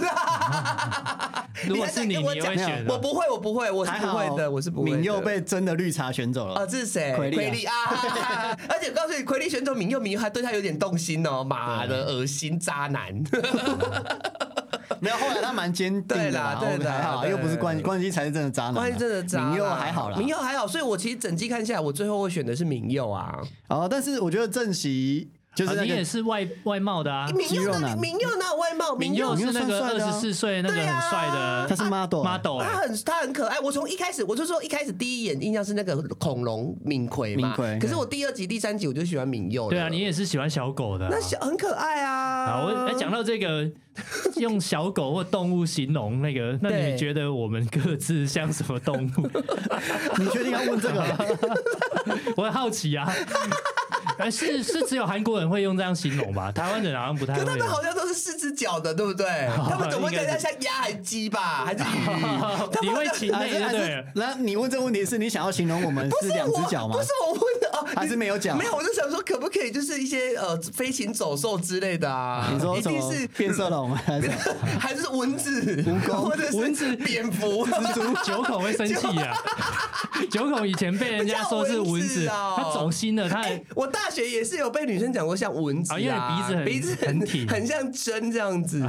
Speaker 3: 如果是你，
Speaker 1: 还在跟
Speaker 3: 你
Speaker 1: 我
Speaker 3: 也
Speaker 1: 讲
Speaker 3: 会选啊
Speaker 1: 我
Speaker 3: 的。
Speaker 1: 不会，我不会，我是
Speaker 2: 啊还
Speaker 1: 不
Speaker 2: 好
Speaker 1: 会的，我是不会的。
Speaker 2: 敏佑被真的绿茶选走了
Speaker 1: 哦，，这是谁？
Speaker 2: 奎利啊
Speaker 1: 奎利啊！ 而且我告诉你，奎利选走敏佑，敏佑还对他有点动心哦，妈的，恶心渣 男。
Speaker 2: 没有。后来他蛮坚定
Speaker 1: 对
Speaker 2: 的
Speaker 1: 啦
Speaker 2: 啦，
Speaker 1: 呃对
Speaker 2: OK，
Speaker 1: 啦
Speaker 2: 还好，
Speaker 1: 对
Speaker 2: 又不是关
Speaker 1: 对
Speaker 2: 关系才是真的渣男啊，
Speaker 1: 关系真的渣啦，
Speaker 2: 敏佑还好啦，
Speaker 1: 敏佑还好，所以我其实整季看下来，我最后会选的是敏佑啊。
Speaker 2: 哦，但是我觉得郑席就是
Speaker 3: 啊
Speaker 2: 那
Speaker 3: 你
Speaker 2: 个
Speaker 3: 也是外外貌的啊，
Speaker 1: 敏
Speaker 2: 肌
Speaker 1: 佑
Speaker 2: 肉
Speaker 1: 哪里
Speaker 2: 男
Speaker 1: 敏佑哪有外貌？
Speaker 3: 明佑
Speaker 1: 佑
Speaker 3: 是那个
Speaker 2: 明佑算帅
Speaker 3: 二
Speaker 2: 的啊
Speaker 3: 十四岁那个
Speaker 1: 对啊
Speaker 3: 很帅的，
Speaker 2: 他是 model 啊
Speaker 3: model
Speaker 1: 他
Speaker 3: 欸
Speaker 1: 很他很可爱，我从一开始我就说一开始第一眼印象是那个恐龙敏奎嘛
Speaker 2: 敏，奎
Speaker 1: 可是我第二集、第三集我就喜欢敏佑了。
Speaker 3: 对啊，你也是喜欢小狗的啊。
Speaker 1: 那小很可爱啊。
Speaker 3: 好，我哎讲到 这个，用小狗或动物形容那个，那
Speaker 1: 对
Speaker 3: 你觉得我们各自像什么动 物？
Speaker 2: 你确定要问这 个？
Speaker 3: 我很好奇 啊。哎是是只有韩国人会用这样形容吧？台湾人好像不太
Speaker 1: 可他
Speaker 3: 会
Speaker 1: 们。好像都是四只脚的，对不对？他们总会更加像鸭还鸡吧，还是鱼？ 他
Speaker 3: 啊哦你
Speaker 1: 们好
Speaker 3: 会
Speaker 1: 像
Speaker 3: 禽类对不对？
Speaker 2: 那你问这个问题是你想要形容我们是两只脚吗
Speaker 1: 不？是我问的哦，你
Speaker 2: 还是没有脚
Speaker 1: 没有，我就想说可不可以就是一些呃飞禽走兽之类的啊？
Speaker 2: 你说
Speaker 1: 一
Speaker 2: 什
Speaker 1: 定
Speaker 2: 么
Speaker 1: 是？
Speaker 2: 变色龙还是什么？
Speaker 1: 还是蚊子、蜈
Speaker 2: 蚣
Speaker 1: 或者是
Speaker 3: 蚊子
Speaker 1: 蝙蝠？
Speaker 3: 九孔会生气啊！九孔以前被人家说是蚊
Speaker 1: 不叫蚊
Speaker 3: 子，
Speaker 1: 子哦
Speaker 3: 他走心了，他还
Speaker 1: 哎、我大学也是有被女生讲过像蚊子、啊
Speaker 3: 啊因为鼻子很
Speaker 1: 鼻子
Speaker 3: 很挺啊
Speaker 1: 很像针这样子。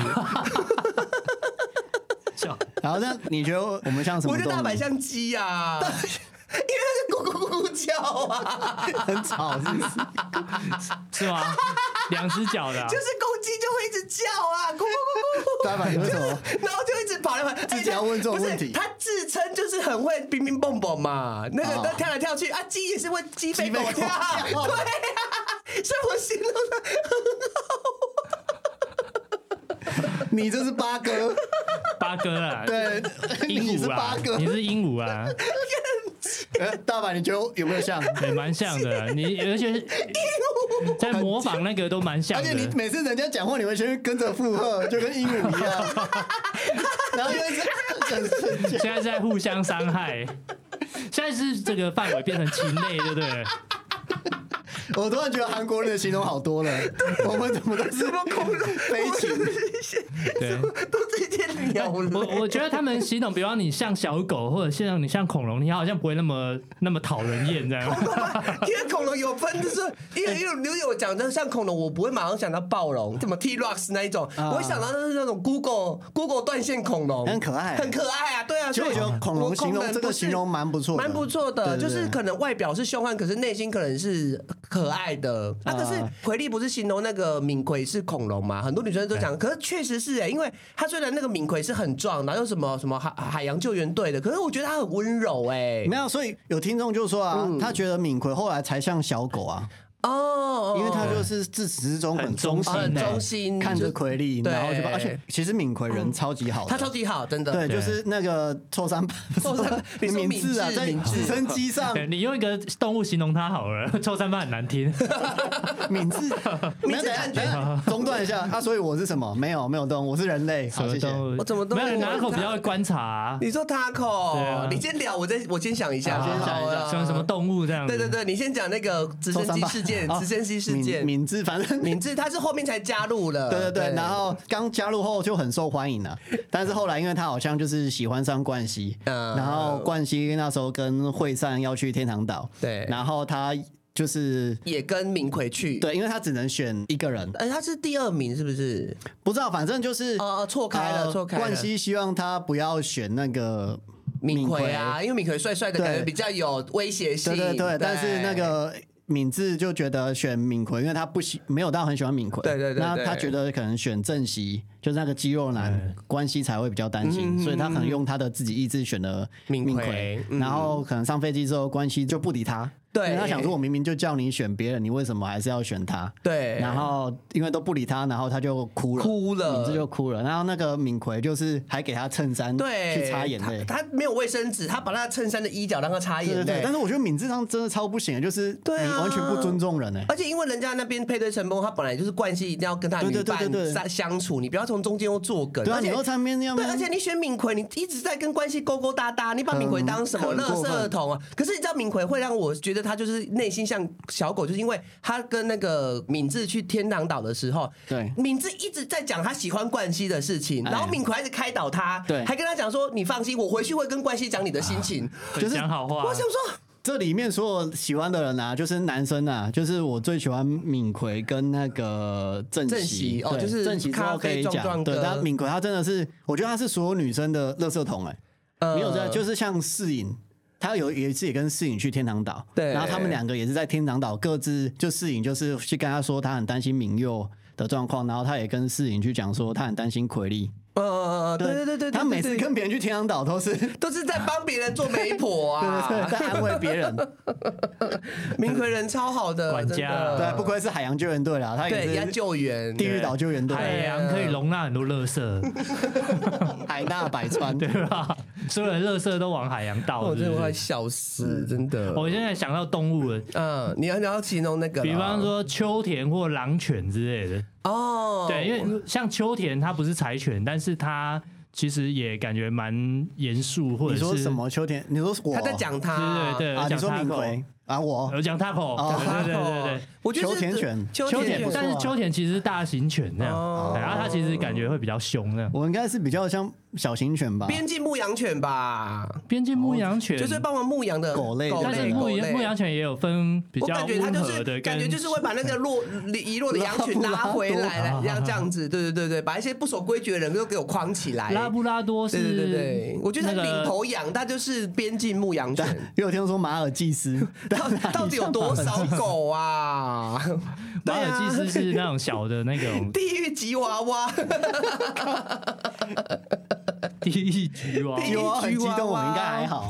Speaker 3: 笑。
Speaker 2: 然后那你觉得我们像什
Speaker 1: 我
Speaker 2: 么
Speaker 1: 觉
Speaker 2: 动
Speaker 1: 得大
Speaker 2: 物？
Speaker 1: 白像鸡啊，因为它是咕咕咕咕叫啊，
Speaker 2: 很吵，是不是？
Speaker 3: 是吗？ 两只脚的啊、
Speaker 1: 就是公鸡就会一直叫啊，咕咕咕咕咕。
Speaker 2: 大白为什么？
Speaker 1: 然后就一直跑来跑去，哎
Speaker 2: 自己要问这种问题
Speaker 1: 不是他自称就是很会冰冰蹦蹦嘛，那个
Speaker 2: 哦
Speaker 1: 他跳来跳去啊，鸡也是会鸡飞狗
Speaker 2: 鸡飞
Speaker 1: 跳，
Speaker 2: 狗跳
Speaker 1: 对啊，所以我形容
Speaker 2: 你这是八哥，
Speaker 3: 八哥啊，
Speaker 2: 对，你
Speaker 3: 鹦
Speaker 2: 是
Speaker 3: 鹉啊
Speaker 2: 八，哥
Speaker 3: 你。是鹦鹉啊，
Speaker 2: 呃大白，你觉得有没有像？
Speaker 3: 也蛮像的啊。 你而且在模仿那个都蛮像
Speaker 2: 而且你
Speaker 3: 的。
Speaker 2: 每次人家讲话，你会先跟着附和，就跟鹦鹉一样， 然后就一直很生气。
Speaker 3: 现在是在互相伤害，现在是这个范围变成禽类，对不对？
Speaker 2: 我突然觉得韩国人的形容好多了，我们怎么都是
Speaker 1: 什么恐龙
Speaker 2: 飞禽？
Speaker 3: 对。
Speaker 1: 都这些鸟
Speaker 3: 我
Speaker 1: 类。
Speaker 3: 我觉得他们形容，比方你像小狗，或者形容你像恐龙，你好像不会那么那么讨人厌这样。
Speaker 1: 因为恐龙有分，就是因为因为如果我讲的像恐龙，我不会马上想到暴龙，什么 T Rex 那一种，
Speaker 2: 啊
Speaker 1: 我会想到就是那种 Google Google 断线恐龙，
Speaker 2: 很可爱
Speaker 1: 很可爱啊，对啊，
Speaker 2: 其实
Speaker 1: 所
Speaker 2: 我
Speaker 1: 以
Speaker 2: 觉得恐龙形
Speaker 1: 我
Speaker 2: 容
Speaker 1: 人
Speaker 2: 这
Speaker 1: 不
Speaker 2: 个
Speaker 1: 是
Speaker 2: 形容蛮不错的，
Speaker 1: 蛮不错的，
Speaker 2: 对对
Speaker 1: 就
Speaker 2: 对
Speaker 1: 是可能外表是凶悍，可是内心可能是可爱的。啊，
Speaker 2: 啊
Speaker 1: 可是奎利不是形容那个敏奎是恐龙嘛？很多女生都讲，可是确实是哎、因为他虽然那个敏奎是很壮，然后又什么什么海海洋救援队的，可是我觉得他很温柔哎、
Speaker 2: 没有，所以有听众就说啊，他觉得敏奎后来才像小狗啊，
Speaker 1: 哦，
Speaker 2: 因为他就是自始至终很忠心
Speaker 3: 很忠心
Speaker 2: 的，
Speaker 1: 很
Speaker 3: 欸
Speaker 1: 忠心，
Speaker 2: 看着奎利，
Speaker 1: 对嗯
Speaker 2: 然后就把，而且其实敏奎人超级好的，
Speaker 1: 他超级好，真的。
Speaker 2: 对，
Speaker 3: 对
Speaker 2: 就是那个臭三八，
Speaker 1: 臭三八你说
Speaker 2: 敏智啊，
Speaker 1: 敏智
Speaker 2: 在
Speaker 1: 敏智
Speaker 2: 直升机上，
Speaker 3: 对你用一个动物形容它好了，臭三八很难听。
Speaker 2: 敏智，
Speaker 1: 敏智
Speaker 2: 等一下
Speaker 1: 感觉
Speaker 2: 等一下中断一下啊，所以我是什么？没有没有动物，我是人类，
Speaker 3: 什
Speaker 2: 好
Speaker 3: 么
Speaker 2: 谢谢。
Speaker 3: 动物？
Speaker 1: 我怎么都
Speaker 3: 没有人拿口比较会观察啊、
Speaker 1: 你说
Speaker 3: 对
Speaker 1: Taco，
Speaker 3: 啊
Speaker 1: 你先聊，我再我先想一下，
Speaker 2: 好先想一下
Speaker 1: 好
Speaker 3: 像什么动物这样子。
Speaker 1: 对对对，你先讲那个直升
Speaker 2: 臭三
Speaker 1: 机
Speaker 2: 八
Speaker 1: 事件，
Speaker 2: 哦
Speaker 1: 直升机事件，
Speaker 2: 敏敏智，反正
Speaker 1: 敏智他是后面才加入了，
Speaker 2: 对对对，然后刚加入后就很受欢迎 了，但是后来因为他好像就是喜欢上冠希，
Speaker 1: 嗯
Speaker 2: 然后冠希那时候跟惠善要去天堂岛，
Speaker 1: 对
Speaker 2: 然后他就是
Speaker 1: 也跟明奎去，，
Speaker 2: 对，因为他只能选一个人，
Speaker 1: 哎，他是第二名是不是？
Speaker 2: 不知道反正就是
Speaker 1: 哦哦错开了
Speaker 2: 呃
Speaker 1: 错开了
Speaker 2: 冠希希望他不要选那个
Speaker 1: 明奎
Speaker 2: 奎，
Speaker 1: 啊，因为明奎帅帅的
Speaker 2: 对
Speaker 1: 感觉比较有威胁性，
Speaker 2: 对对对，但是那。个。敏智就觉得选敏奎，因为他不喜没有到很喜欢敏奎，
Speaker 1: 对对对
Speaker 2: 那他
Speaker 1: 对
Speaker 2: 觉得可能选正熙，就是那个肌肉男，关系才会比较担心，所以他可能用他的自己意志选了
Speaker 1: 嗯敏
Speaker 2: 敏
Speaker 1: 奎
Speaker 2: 奎，
Speaker 1: 嗯
Speaker 2: 然后可能上飞机之后关系就不理他，
Speaker 1: 对
Speaker 2: 因为他想说我明明就叫你选别人，你为什么还是要选他？
Speaker 1: 对，
Speaker 2: 然后因为都不理他，然后他就哭了，
Speaker 1: 哭了
Speaker 2: 敏智就哭了。然后那个敏奎就是还给他衬衫
Speaker 1: 对
Speaker 2: 去擦眼泪，
Speaker 1: 他，他没有卫生纸，他把他衬衫的衣角让他擦
Speaker 2: 对
Speaker 1: 眼
Speaker 2: 对
Speaker 1: 泪
Speaker 2: 对。。但是我觉得敏智上真的超不行的，就是
Speaker 1: 哎对啊
Speaker 2: 你完全不尊重人哎、
Speaker 1: 而且因为人家那边配对成功，他本来就是惯性一定要跟他
Speaker 2: 对
Speaker 1: 女
Speaker 2: 对对对
Speaker 1: 伴
Speaker 2: 对
Speaker 1: 相相处，你不要从中间又作梗。
Speaker 2: 对啊，
Speaker 1: 而且
Speaker 2: 你又唱边那样吗
Speaker 1: 对，？而且你选敏奎，你一直在跟关系勾勾搭搭，你把敏奎当什么
Speaker 2: 嗯很
Speaker 1: 垃
Speaker 2: 过分
Speaker 1: 圾桶啊？可是你知道敏奎会让我觉得他就是内心像小狗，就是因为他跟那个敏智去天堂岛的时候，
Speaker 2: 对
Speaker 1: 敏智一直在讲他喜欢冠希的事情，然后
Speaker 2: 哎
Speaker 1: 敏奎一直开导他，
Speaker 2: 对
Speaker 1: 还跟他讲说你放心，我回去会跟冠希讲你的心情。
Speaker 2: 就是
Speaker 3: 讲好话
Speaker 1: 我，想说，
Speaker 2: 这里面所有喜欢的人啊，就是男生啊，就是我最喜欢敏奎跟那个郑
Speaker 1: 郑
Speaker 2: 熙
Speaker 1: 熙哦
Speaker 2: 对
Speaker 1: 就是
Speaker 2: 郑熙之
Speaker 1: 咖
Speaker 2: 后可
Speaker 1: 啡
Speaker 2: 以
Speaker 1: 壮壮
Speaker 2: 讲，对
Speaker 1: 哥
Speaker 2: 他敏奎他真的是，我觉得他是所有女生的垃圾桶哎、
Speaker 1: 呃
Speaker 2: 没有在，就是像世颖。他有有一次也跟世颖去天堂岛，
Speaker 1: 对
Speaker 2: 然后他们两个也是在天堂岛各自就世颖就是去跟他说他很担心敏佑的状况，然后他也跟世颖去讲说他很担心奎利，
Speaker 1: 呃，对对对对，
Speaker 2: 他每次
Speaker 1: 对
Speaker 2: 跟别人去天堂岛都是对
Speaker 1: 都是在帮别人做媒婆啊，
Speaker 2: 对对在安慰 别人，
Speaker 1: 民奎人超好的，
Speaker 3: 管家
Speaker 1: 真的
Speaker 2: 对，不愧是海洋救援队啦，他也
Speaker 1: 对，人家
Speaker 2: 是
Speaker 1: 救援，
Speaker 2: 地狱岛救援队，
Speaker 3: 海洋可以容纳很多垃圾，
Speaker 2: 海纳百 川，对，
Speaker 3: 对吧？所有的垃圾都往海洋倒，
Speaker 1: 哦我
Speaker 3: 是
Speaker 1: 真的
Speaker 3: 不
Speaker 1: 快
Speaker 3: 是？
Speaker 1: 笑死，真的。
Speaker 3: 我现在想到动物了，
Speaker 1: 嗯，你要你要形容那个啦，
Speaker 3: 比方说秋田或狼犬之类的。
Speaker 1: 哦，
Speaker 3: 对，因为像秋田，它不是柴犬，但是它其实也感觉蛮严肃，或者
Speaker 2: 你
Speaker 3: 是
Speaker 2: 说什？么？秋天，你说我
Speaker 1: 他在讲呃他，
Speaker 3: 对对对，
Speaker 2: 啊？你
Speaker 3: 讲
Speaker 2: 说
Speaker 3: 它
Speaker 2: 敏奎啊？我
Speaker 3: 有讲 taco，
Speaker 2: 哦啊
Speaker 3: 对对对对
Speaker 1: 我觉得是
Speaker 2: 秋田犬
Speaker 1: 秋
Speaker 3: 对，秋
Speaker 1: 田犬
Speaker 3: 田，但是秋田其实是大型犬那样，
Speaker 1: 哦
Speaker 3: 对然后它其实感觉会比较凶那样。
Speaker 2: 我应该是比较像小型犬 吧？
Speaker 1: 边境牧羊犬吧，
Speaker 3: 边境牧羊犬
Speaker 1: 就是
Speaker 2: 哦
Speaker 1: 帮忙牧羊的
Speaker 2: 狗类
Speaker 1: 狗
Speaker 3: 但是
Speaker 1: 类，
Speaker 3: 牧
Speaker 1: 狗
Speaker 3: 羊
Speaker 1: 类
Speaker 3: 牧羊。犬也有分比
Speaker 1: 我
Speaker 3: 较
Speaker 1: 感觉它
Speaker 3: 温
Speaker 1: 就
Speaker 3: 和
Speaker 1: 是
Speaker 3: 的，
Speaker 1: 感觉
Speaker 3: 跟
Speaker 1: 就是会把那个落遗落的羊群
Speaker 2: 拉布拉
Speaker 1: 拉
Speaker 2: 多
Speaker 1: 回来
Speaker 3: 啊
Speaker 1: 了，像这样子，对对对对，把一些不守规矩的人都给我框起来。
Speaker 3: 拉布拉多是
Speaker 1: 对对对对，我觉得它
Speaker 3: 那个
Speaker 1: 领头羊，它就是边境牧羊犬。
Speaker 2: 因为我听说马尔济斯，
Speaker 1: 到 到底有 多少狗啊？
Speaker 3: 马尔济斯 是那种小的那种
Speaker 1: 地狱吉娃娃，
Speaker 3: 地狱 局娃娃
Speaker 1: 地狱
Speaker 2: 有啊，很激动，我应该还好。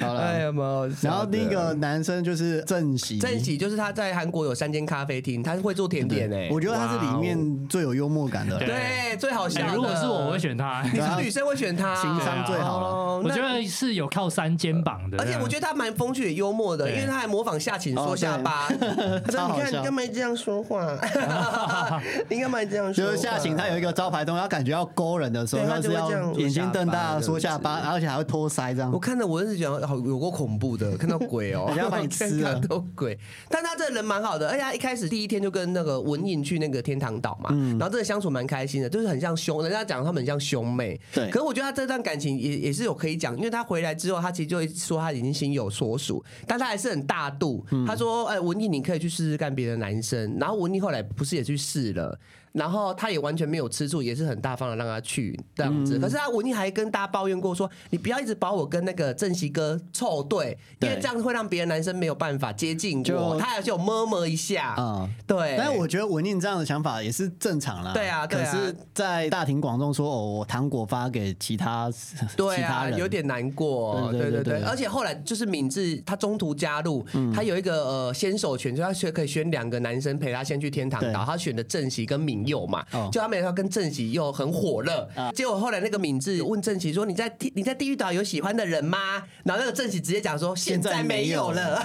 Speaker 2: 好
Speaker 1: 哎
Speaker 2: 了，
Speaker 1: 呀，蛮好笑的
Speaker 2: 然后第一个男生就是郑喜，
Speaker 1: 郑喜就是他在韩国有三间咖啡厅，他会做甜点诶、
Speaker 2: 我觉得他是里
Speaker 1: 哇
Speaker 2: 面最有幽默感的
Speaker 1: 哦
Speaker 2: 人，
Speaker 1: 对最好笑
Speaker 3: 哎
Speaker 1: 的、
Speaker 3: 如果是我，我会，选它。
Speaker 1: 你是女生会选他，
Speaker 2: 情商最好了。
Speaker 1: 哦
Speaker 3: 我觉。得是有靠山肩膀的
Speaker 1: 那，而且我觉
Speaker 3: 得
Speaker 1: 得他蛮风趣也幽默的，
Speaker 3: 对
Speaker 1: 因为他还模仿夏晴说下巴。他说：“
Speaker 2: 哦超
Speaker 1: 你
Speaker 2: 好
Speaker 1: 看，
Speaker 2: 笑
Speaker 1: 你干嘛这样说 话？ 你干嘛这样说
Speaker 2: 就
Speaker 1: 话？”
Speaker 2: 是夏晴，她有一个招牌动作，她感觉要勾人的时候，
Speaker 1: 对
Speaker 2: 她
Speaker 1: 她就是会这
Speaker 2: 要
Speaker 1: 样
Speaker 2: 眼睛瞪大、缩下巴，而且还会托腮这样
Speaker 1: 我。看到我真是觉得好有过恐怖的，看到鬼哦、
Speaker 2: 人家把你吃了
Speaker 1: 看到鬼。但他这人蛮好的，而且他一开始第一天就跟那个文颖去那个天堂岛嘛，然后真的相处蛮开心的，就是很像兄，人家讲他们很像兄妹。
Speaker 2: 对
Speaker 1: 可是我觉得他这段感情也也是有可以讲，因为他回来之后，他其实就说他已经心有所属，但他还是很大度。他说：“哎、文颖你可以去试试看别的男生。”然后文颖后来不是也去试了。然后他也完全没有吃醋，也是很大方的让他去这样子。可是他文艺还跟大家抱怨过说，你不要一直把我跟那个正熙哥凑对，因为
Speaker 2: 对
Speaker 1: 这样会让别的男生没有办法接近我。
Speaker 2: 就
Speaker 1: 他还是有摸摸一下，
Speaker 2: 啊、
Speaker 1: 对。
Speaker 2: 但是我觉得文印这样的想法也是正常啦。
Speaker 1: 哎对啊对啊
Speaker 2: 可是，在大庭广众说哦，我糖果发给其他
Speaker 1: 对
Speaker 2: 其他
Speaker 1: 啊，
Speaker 2: 人，
Speaker 1: 有点难过，
Speaker 2: 对
Speaker 1: 对
Speaker 2: 对对对嗯
Speaker 1: 而且后来就是敏智，他中途加入，他有一个呃先手权，就他选可以选两个男生陪他先去天堂岛，
Speaker 2: 对
Speaker 1: 他选的郑喜跟敏佑嘛
Speaker 2: 哦，啊
Speaker 1: 就他们要跟郑喜又很火热，结果后来那个敏智问郑喜说：“你在地你在地狱岛有喜欢的人吗？”然后那个郑喜直接讲说：“现
Speaker 2: 现在
Speaker 1: 在没有
Speaker 2: 没有
Speaker 1: 了。。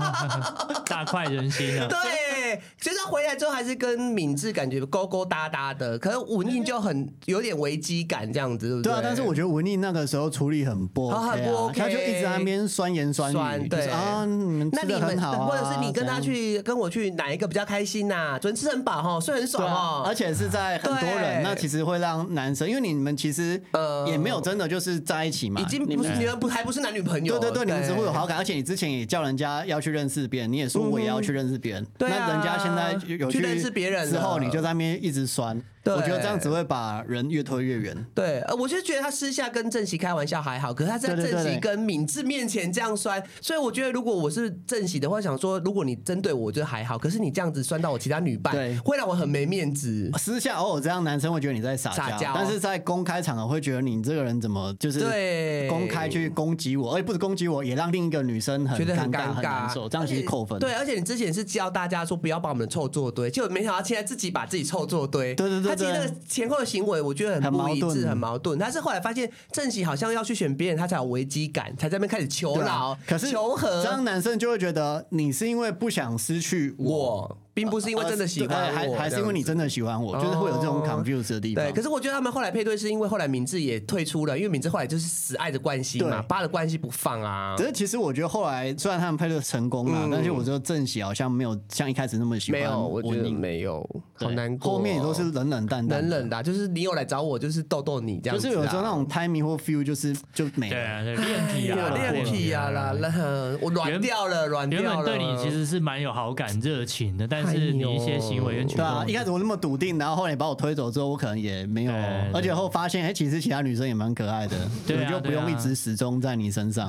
Speaker 3: 大快人心”啊
Speaker 1: 对，所以他回来之后还是跟敏智感觉勾勾搭搭的，可是文印就很有点危机感这样子，对不
Speaker 2: 对啊，但是我觉得文印那个时候处理很不 OK，,、
Speaker 1: 啊
Speaker 2: 啊、
Speaker 1: 很不 OK
Speaker 2: 他就一直在那边酸言酸语，
Speaker 1: 酸
Speaker 2: 就是
Speaker 1: 对
Speaker 2: 啊，你们
Speaker 1: 那
Speaker 2: 吃
Speaker 1: 你
Speaker 2: 的
Speaker 1: 们
Speaker 2: 很好、啊，
Speaker 1: 或者是你跟他
Speaker 2: 怎样
Speaker 1: 去跟我去哪一个比较开心呐、昨天吃很饱哈，睡很爽
Speaker 2: 对啊
Speaker 1: 哦，，
Speaker 2: 而且是在很多
Speaker 1: 对
Speaker 2: 人，那其实会让男生，因为你们其实
Speaker 1: 呃
Speaker 2: 也没有真的就是在一起嘛，
Speaker 1: 已经不是你们不还不是男女朋友，
Speaker 2: 对对对，你们只会有好感，而且你之前也叫人家要去认识别人，你也说我也要去认识别人，
Speaker 1: 对啊
Speaker 2: 那人家现在有有
Speaker 1: 去认识别人了
Speaker 2: 之后，你就在那边一直酸，
Speaker 1: 对
Speaker 2: 我觉得这样只会把人越推越远。
Speaker 1: 对，呃，我就觉得他私下跟郑熙开玩笑还好，可是他在
Speaker 2: 对对对
Speaker 1: 郑熙
Speaker 2: 对
Speaker 1: 跟敏智面前这样酸，所以我觉得如果我是郑熙的话，想说如果你针对我，就还好，可是你这样子酸到我其他女伴
Speaker 2: 对，
Speaker 1: 会让我很没面子。
Speaker 2: 私下偶尔这样，男生会觉得你在撒
Speaker 1: 撒娇
Speaker 2: 但是在公开场合会觉得你这个人怎么就是
Speaker 1: 对
Speaker 2: 公开去攻击我，而哎且不止攻击我，也让另一个女生很
Speaker 1: 觉得
Speaker 2: 尴
Speaker 1: 尴
Speaker 2: 很难受，这样其实扣分。
Speaker 1: 而且对，而且你之前是教大家说不要把我们凑作堆，结果没想到现在自己把自己凑作堆。
Speaker 2: 对对对
Speaker 1: 他其实
Speaker 2: 对
Speaker 1: 那个前后的行为，我觉得很
Speaker 2: 很
Speaker 1: 不
Speaker 2: 矛
Speaker 1: 一致，
Speaker 2: 盾
Speaker 1: 很矛盾。但是后来发现郑喜好像要去选别人，他才有危机感，才在那边开始求
Speaker 2: 对啊
Speaker 1: 饶，
Speaker 2: 可是
Speaker 1: 求和
Speaker 2: 这样男生就会觉得你是因为不想失去我，
Speaker 1: 我。并不是因为真的喜欢
Speaker 2: 呃
Speaker 1: 我，
Speaker 2: 还还是因为你真的喜欢我，就是会有这种
Speaker 1: 哦
Speaker 2: confuse 的地
Speaker 1: 对，
Speaker 2: 方。
Speaker 1: 可是我觉得他们后来配对是因为后来敏智也退出了，因为敏智后来就是死爱着冠希嘛，
Speaker 2: 对
Speaker 1: 扒了冠希不放啊
Speaker 2: 可。是其实我觉得后来虽然他们配对成功了，
Speaker 1: 嗯
Speaker 2: 但是我觉得郑喜好像没有像一开始那么喜欢
Speaker 1: 没有，我觉得
Speaker 2: 宁
Speaker 1: 没有，
Speaker 2: 对
Speaker 1: 好难过哦。
Speaker 2: 后面也都是冷冷淡淡的
Speaker 1: 冷冷的啊、就是你有来找我，就是逗逗你这样
Speaker 2: 就
Speaker 1: 子、啊。
Speaker 2: 是有时候那种 timing 或 feel 就是就没
Speaker 3: 对
Speaker 2: 了。
Speaker 3: 啊，对恋
Speaker 1: 哎
Speaker 3: 皮
Speaker 1: 呀
Speaker 3: 啊，
Speaker 1: 恋皮呀、啦，
Speaker 3: 对啊
Speaker 1: 啦，我软掉了，软
Speaker 3: 原
Speaker 1: 掉
Speaker 3: 本
Speaker 1: 了。哎
Speaker 3: 对你其实是蛮有好感、热情的，但是你一些行为跟举
Speaker 2: 对啊，
Speaker 3: 动，
Speaker 2: 一开始我那么笃定，然后后来把我推走之后，我可能也没有
Speaker 3: 对对，
Speaker 2: 而且后发现，哎，其实其他女生也蛮可爱的，
Speaker 3: 对
Speaker 2: 我
Speaker 3: 啊
Speaker 2: 就不用一直始终在你身上。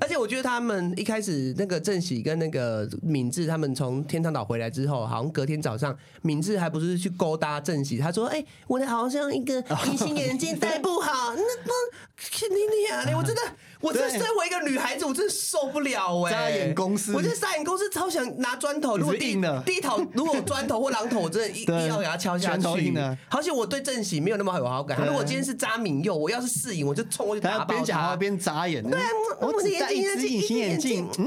Speaker 1: 而且我觉得他们一开始那个郑喜跟那个敏智，他们从天堂岛回来之后，好像隔天早上，敏智还不是去勾搭郑喜，他说：“哎、我的好像一 个
Speaker 2: 哦
Speaker 1: 隐形眼镜戴不好，那那肯定你啊！我真的，我真的
Speaker 2: 对
Speaker 1: 身为一个女孩子，我真的受不了哎、
Speaker 2: 傻眼公司
Speaker 1: 我觉得傻眼公司超想拿砖头，
Speaker 2: 你
Speaker 1: 如果
Speaker 2: 是
Speaker 1: 第
Speaker 2: 硬的
Speaker 1: 第一头如果有砖头或榔头，我真 的一
Speaker 2: 对
Speaker 1: 定要给他敲下
Speaker 2: 拳头
Speaker 1: 去
Speaker 2: 硬啊的。
Speaker 1: 好且我对郑喜没有那么有好感，
Speaker 2: 对
Speaker 1: 如果今天是扎敏佑，我要是适应，我就冲过去打
Speaker 2: 他
Speaker 1: 爆
Speaker 2: 边讲话
Speaker 1: 他。
Speaker 2: 边眨眼，对
Speaker 3: 嗯
Speaker 1: 我
Speaker 2: 我
Speaker 1: 我的
Speaker 2: 只
Speaker 1: 眼
Speaker 2: 戴一
Speaker 1: 睛
Speaker 2: 只隐形眼镜，嗯，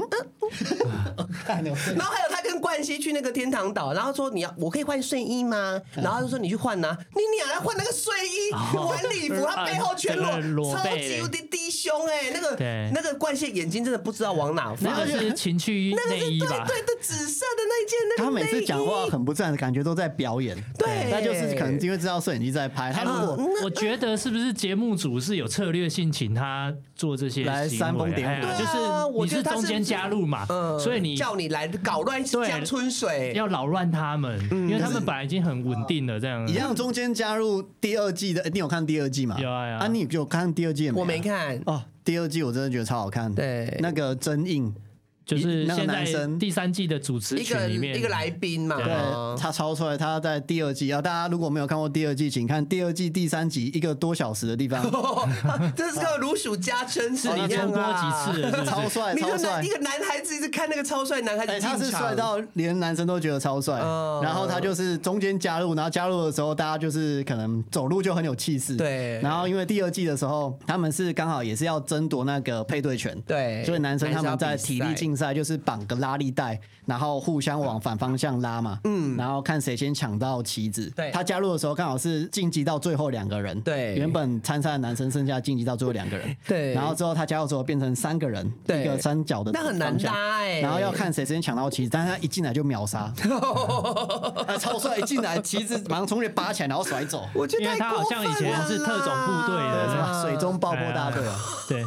Speaker 2: 看我
Speaker 1: 然后还有他跟冠希去那个天堂岛，然后说你要我可以换睡衣吗？然后他就说你去换呐、啊你你还换那个睡衣，换礼服，他背后 全
Speaker 3: 整个
Speaker 1: 裸，
Speaker 3: 哦裸
Speaker 1: 超
Speaker 3: 背
Speaker 1: 级无敌低胸哎、那个
Speaker 3: 对
Speaker 1: 那个冠希眼睛真的不知道往哪放
Speaker 3: 那，个是情趣
Speaker 1: 那个是
Speaker 3: 内
Speaker 1: 对
Speaker 3: 衣吧？
Speaker 1: 对的紫色的那件那个
Speaker 2: 他每次讲话
Speaker 1: 内衣
Speaker 2: 很不自然，感觉都在表演。
Speaker 1: 对嗯
Speaker 2: 他就是可能因为知道摄影机在拍，他如果
Speaker 3: 啊我觉得是不是节目组是有策略性请他做这些
Speaker 2: 来
Speaker 3: 行为
Speaker 2: 煽风点火
Speaker 3: 哎呀
Speaker 1: 对啊
Speaker 3: 就是
Speaker 1: 我
Speaker 3: 你
Speaker 1: 觉得
Speaker 3: 是
Speaker 1: 他是
Speaker 3: 中间加入嘛，
Speaker 1: 嗯
Speaker 3: 所以你
Speaker 1: 叫你来搞乱
Speaker 3: 对
Speaker 1: 江春水，
Speaker 3: 要扰乱他们，
Speaker 1: 嗯
Speaker 3: 因为他们本来已经很稳定了，这样
Speaker 2: 一样中间加入第二季的，你有看第二季吗？
Speaker 3: 有啊有啊
Speaker 2: 啊，你有看第二季的啊
Speaker 1: 我没看。
Speaker 2: 哦，第二季我真的觉得超好看。
Speaker 1: 对
Speaker 2: 那个真映，
Speaker 3: 就是
Speaker 2: 那个
Speaker 3: 现在
Speaker 2: 男生
Speaker 3: 第三季的主持
Speaker 1: 一个
Speaker 3: 群里面
Speaker 1: 一个来宾嘛，
Speaker 3: 对
Speaker 1: 哦
Speaker 2: 对，他超出来，他在第二季啊，大家如果没有看过第二季，请看第二季第三集一个多小时的地方，
Speaker 1: 这是个如数家珍，是
Speaker 3: 是你
Speaker 1: 一样
Speaker 3: 重播几
Speaker 1: 啊
Speaker 3: 次了，是不是
Speaker 2: 超帅
Speaker 1: 你
Speaker 2: 超
Speaker 1: 说男
Speaker 2: 帅
Speaker 1: 一。个男孩子一直看那个超帅男孩子
Speaker 2: 哎，
Speaker 1: 进场，
Speaker 2: 他是帅到连男生都觉得超帅，
Speaker 1: 嗯
Speaker 2: 然后他就是中间加入，然后加入的时候，大家就是可能走路就很有气势，
Speaker 1: 对
Speaker 2: 然后因为第二季的时候，他们是刚好也是要争夺那个配对权，
Speaker 1: 对
Speaker 2: 所以男生他们在体力
Speaker 1: 竞。
Speaker 2: 竞赛就是绑个拉力带，然后互相往反方向拉嘛，嗯，然后看谁先抢到旗子。
Speaker 1: 对
Speaker 2: 他加入的时候刚好是晋级到最后两个人，
Speaker 1: 对
Speaker 2: 原本参赛的男生剩下晋级到最后两个人，
Speaker 1: 对
Speaker 2: 然后之后他加入之后变成三个人，
Speaker 1: 对
Speaker 2: 一个三角的
Speaker 1: 那很难
Speaker 2: 方向
Speaker 1: 拉欸
Speaker 2: 然后要看谁先抢到旗子，但是他一进来就 秒杀， 啊超帅！一进来旗子马上冲去拔起来，然后甩走， 呃
Speaker 1: 我觉得
Speaker 3: 因为他好像以前是特种部队的
Speaker 1: 太过分了啦
Speaker 2: 水中爆破大队
Speaker 1: 哎
Speaker 2: 啊，
Speaker 3: 对，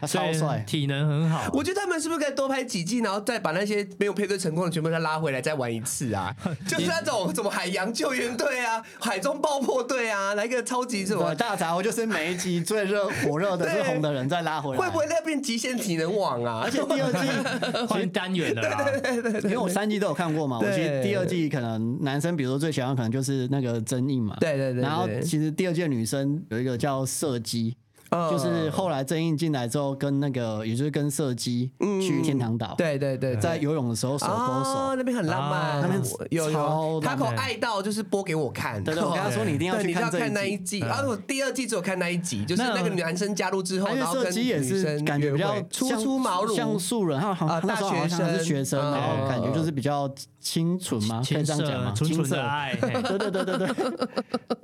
Speaker 2: 他
Speaker 3: 所
Speaker 2: 超
Speaker 3: 以
Speaker 2: 帅。
Speaker 3: 体能很好。
Speaker 1: 我觉得他们是不是该多拍几季，然后再把那些没有配对成功的全部再拉回来再玩一次 啊？就是那种什么海洋救援队啊、海中爆破队啊，来个超级什么
Speaker 2: 对，？大杂烩就是每一集最热火热的
Speaker 1: 对
Speaker 2: 是红的人再拉回来。
Speaker 1: 会不会那变极限体能网啊？
Speaker 2: 而且第二季，
Speaker 3: 换单元啊的啦，
Speaker 2: 因为我三季都有看过嘛，我
Speaker 1: 对
Speaker 2: 其实第二季可能男生，比如说最喜欢可能就是那个真印嘛，
Speaker 1: 对对对对
Speaker 2: 然后其实第二季的女生有一个叫射击，
Speaker 1: 嗯
Speaker 2: 就是后来真印进来之后，跟那个也就是跟射击
Speaker 1: 嗯
Speaker 2: 去天堂岛，，
Speaker 1: 对对对，
Speaker 2: 在游泳的时候手勾
Speaker 1: 嗯哦
Speaker 2: 手，，
Speaker 1: 那边很浪漫，
Speaker 3: 啊那边
Speaker 1: 有有
Speaker 2: 超
Speaker 1: 他
Speaker 2: 浪漫
Speaker 1: 口爱到就是播给我看，
Speaker 2: 对对，我跟他说你一定要
Speaker 1: 对，
Speaker 2: 去
Speaker 1: 你
Speaker 2: 看
Speaker 1: 要
Speaker 2: 这
Speaker 1: 看那
Speaker 2: 一
Speaker 1: 一
Speaker 2: 集。嗯
Speaker 1: 季，而我第二季只有看那一集，就是那个男生加入之后，
Speaker 2: 啊因为
Speaker 1: 然后
Speaker 2: 射
Speaker 1: 跟
Speaker 2: 击也
Speaker 1: 女
Speaker 2: 是
Speaker 1: 生
Speaker 2: 感觉比
Speaker 1: 约
Speaker 2: 较
Speaker 1: 会初
Speaker 2: 像
Speaker 1: 出茅
Speaker 2: 像
Speaker 1: 庐，
Speaker 2: 素人，他好
Speaker 1: 啊
Speaker 2: 像他那时候好像还是学生，
Speaker 1: 大学生
Speaker 2: 然后感觉
Speaker 1: 嗯
Speaker 2: 就是比较清纯嘛，可以
Speaker 3: 青
Speaker 2: 这样讲
Speaker 3: 涩
Speaker 2: 吗？
Speaker 3: 纯
Speaker 2: 青
Speaker 3: 啊纯
Speaker 2: 涩
Speaker 3: 的爱，嘿
Speaker 2: 对对对对对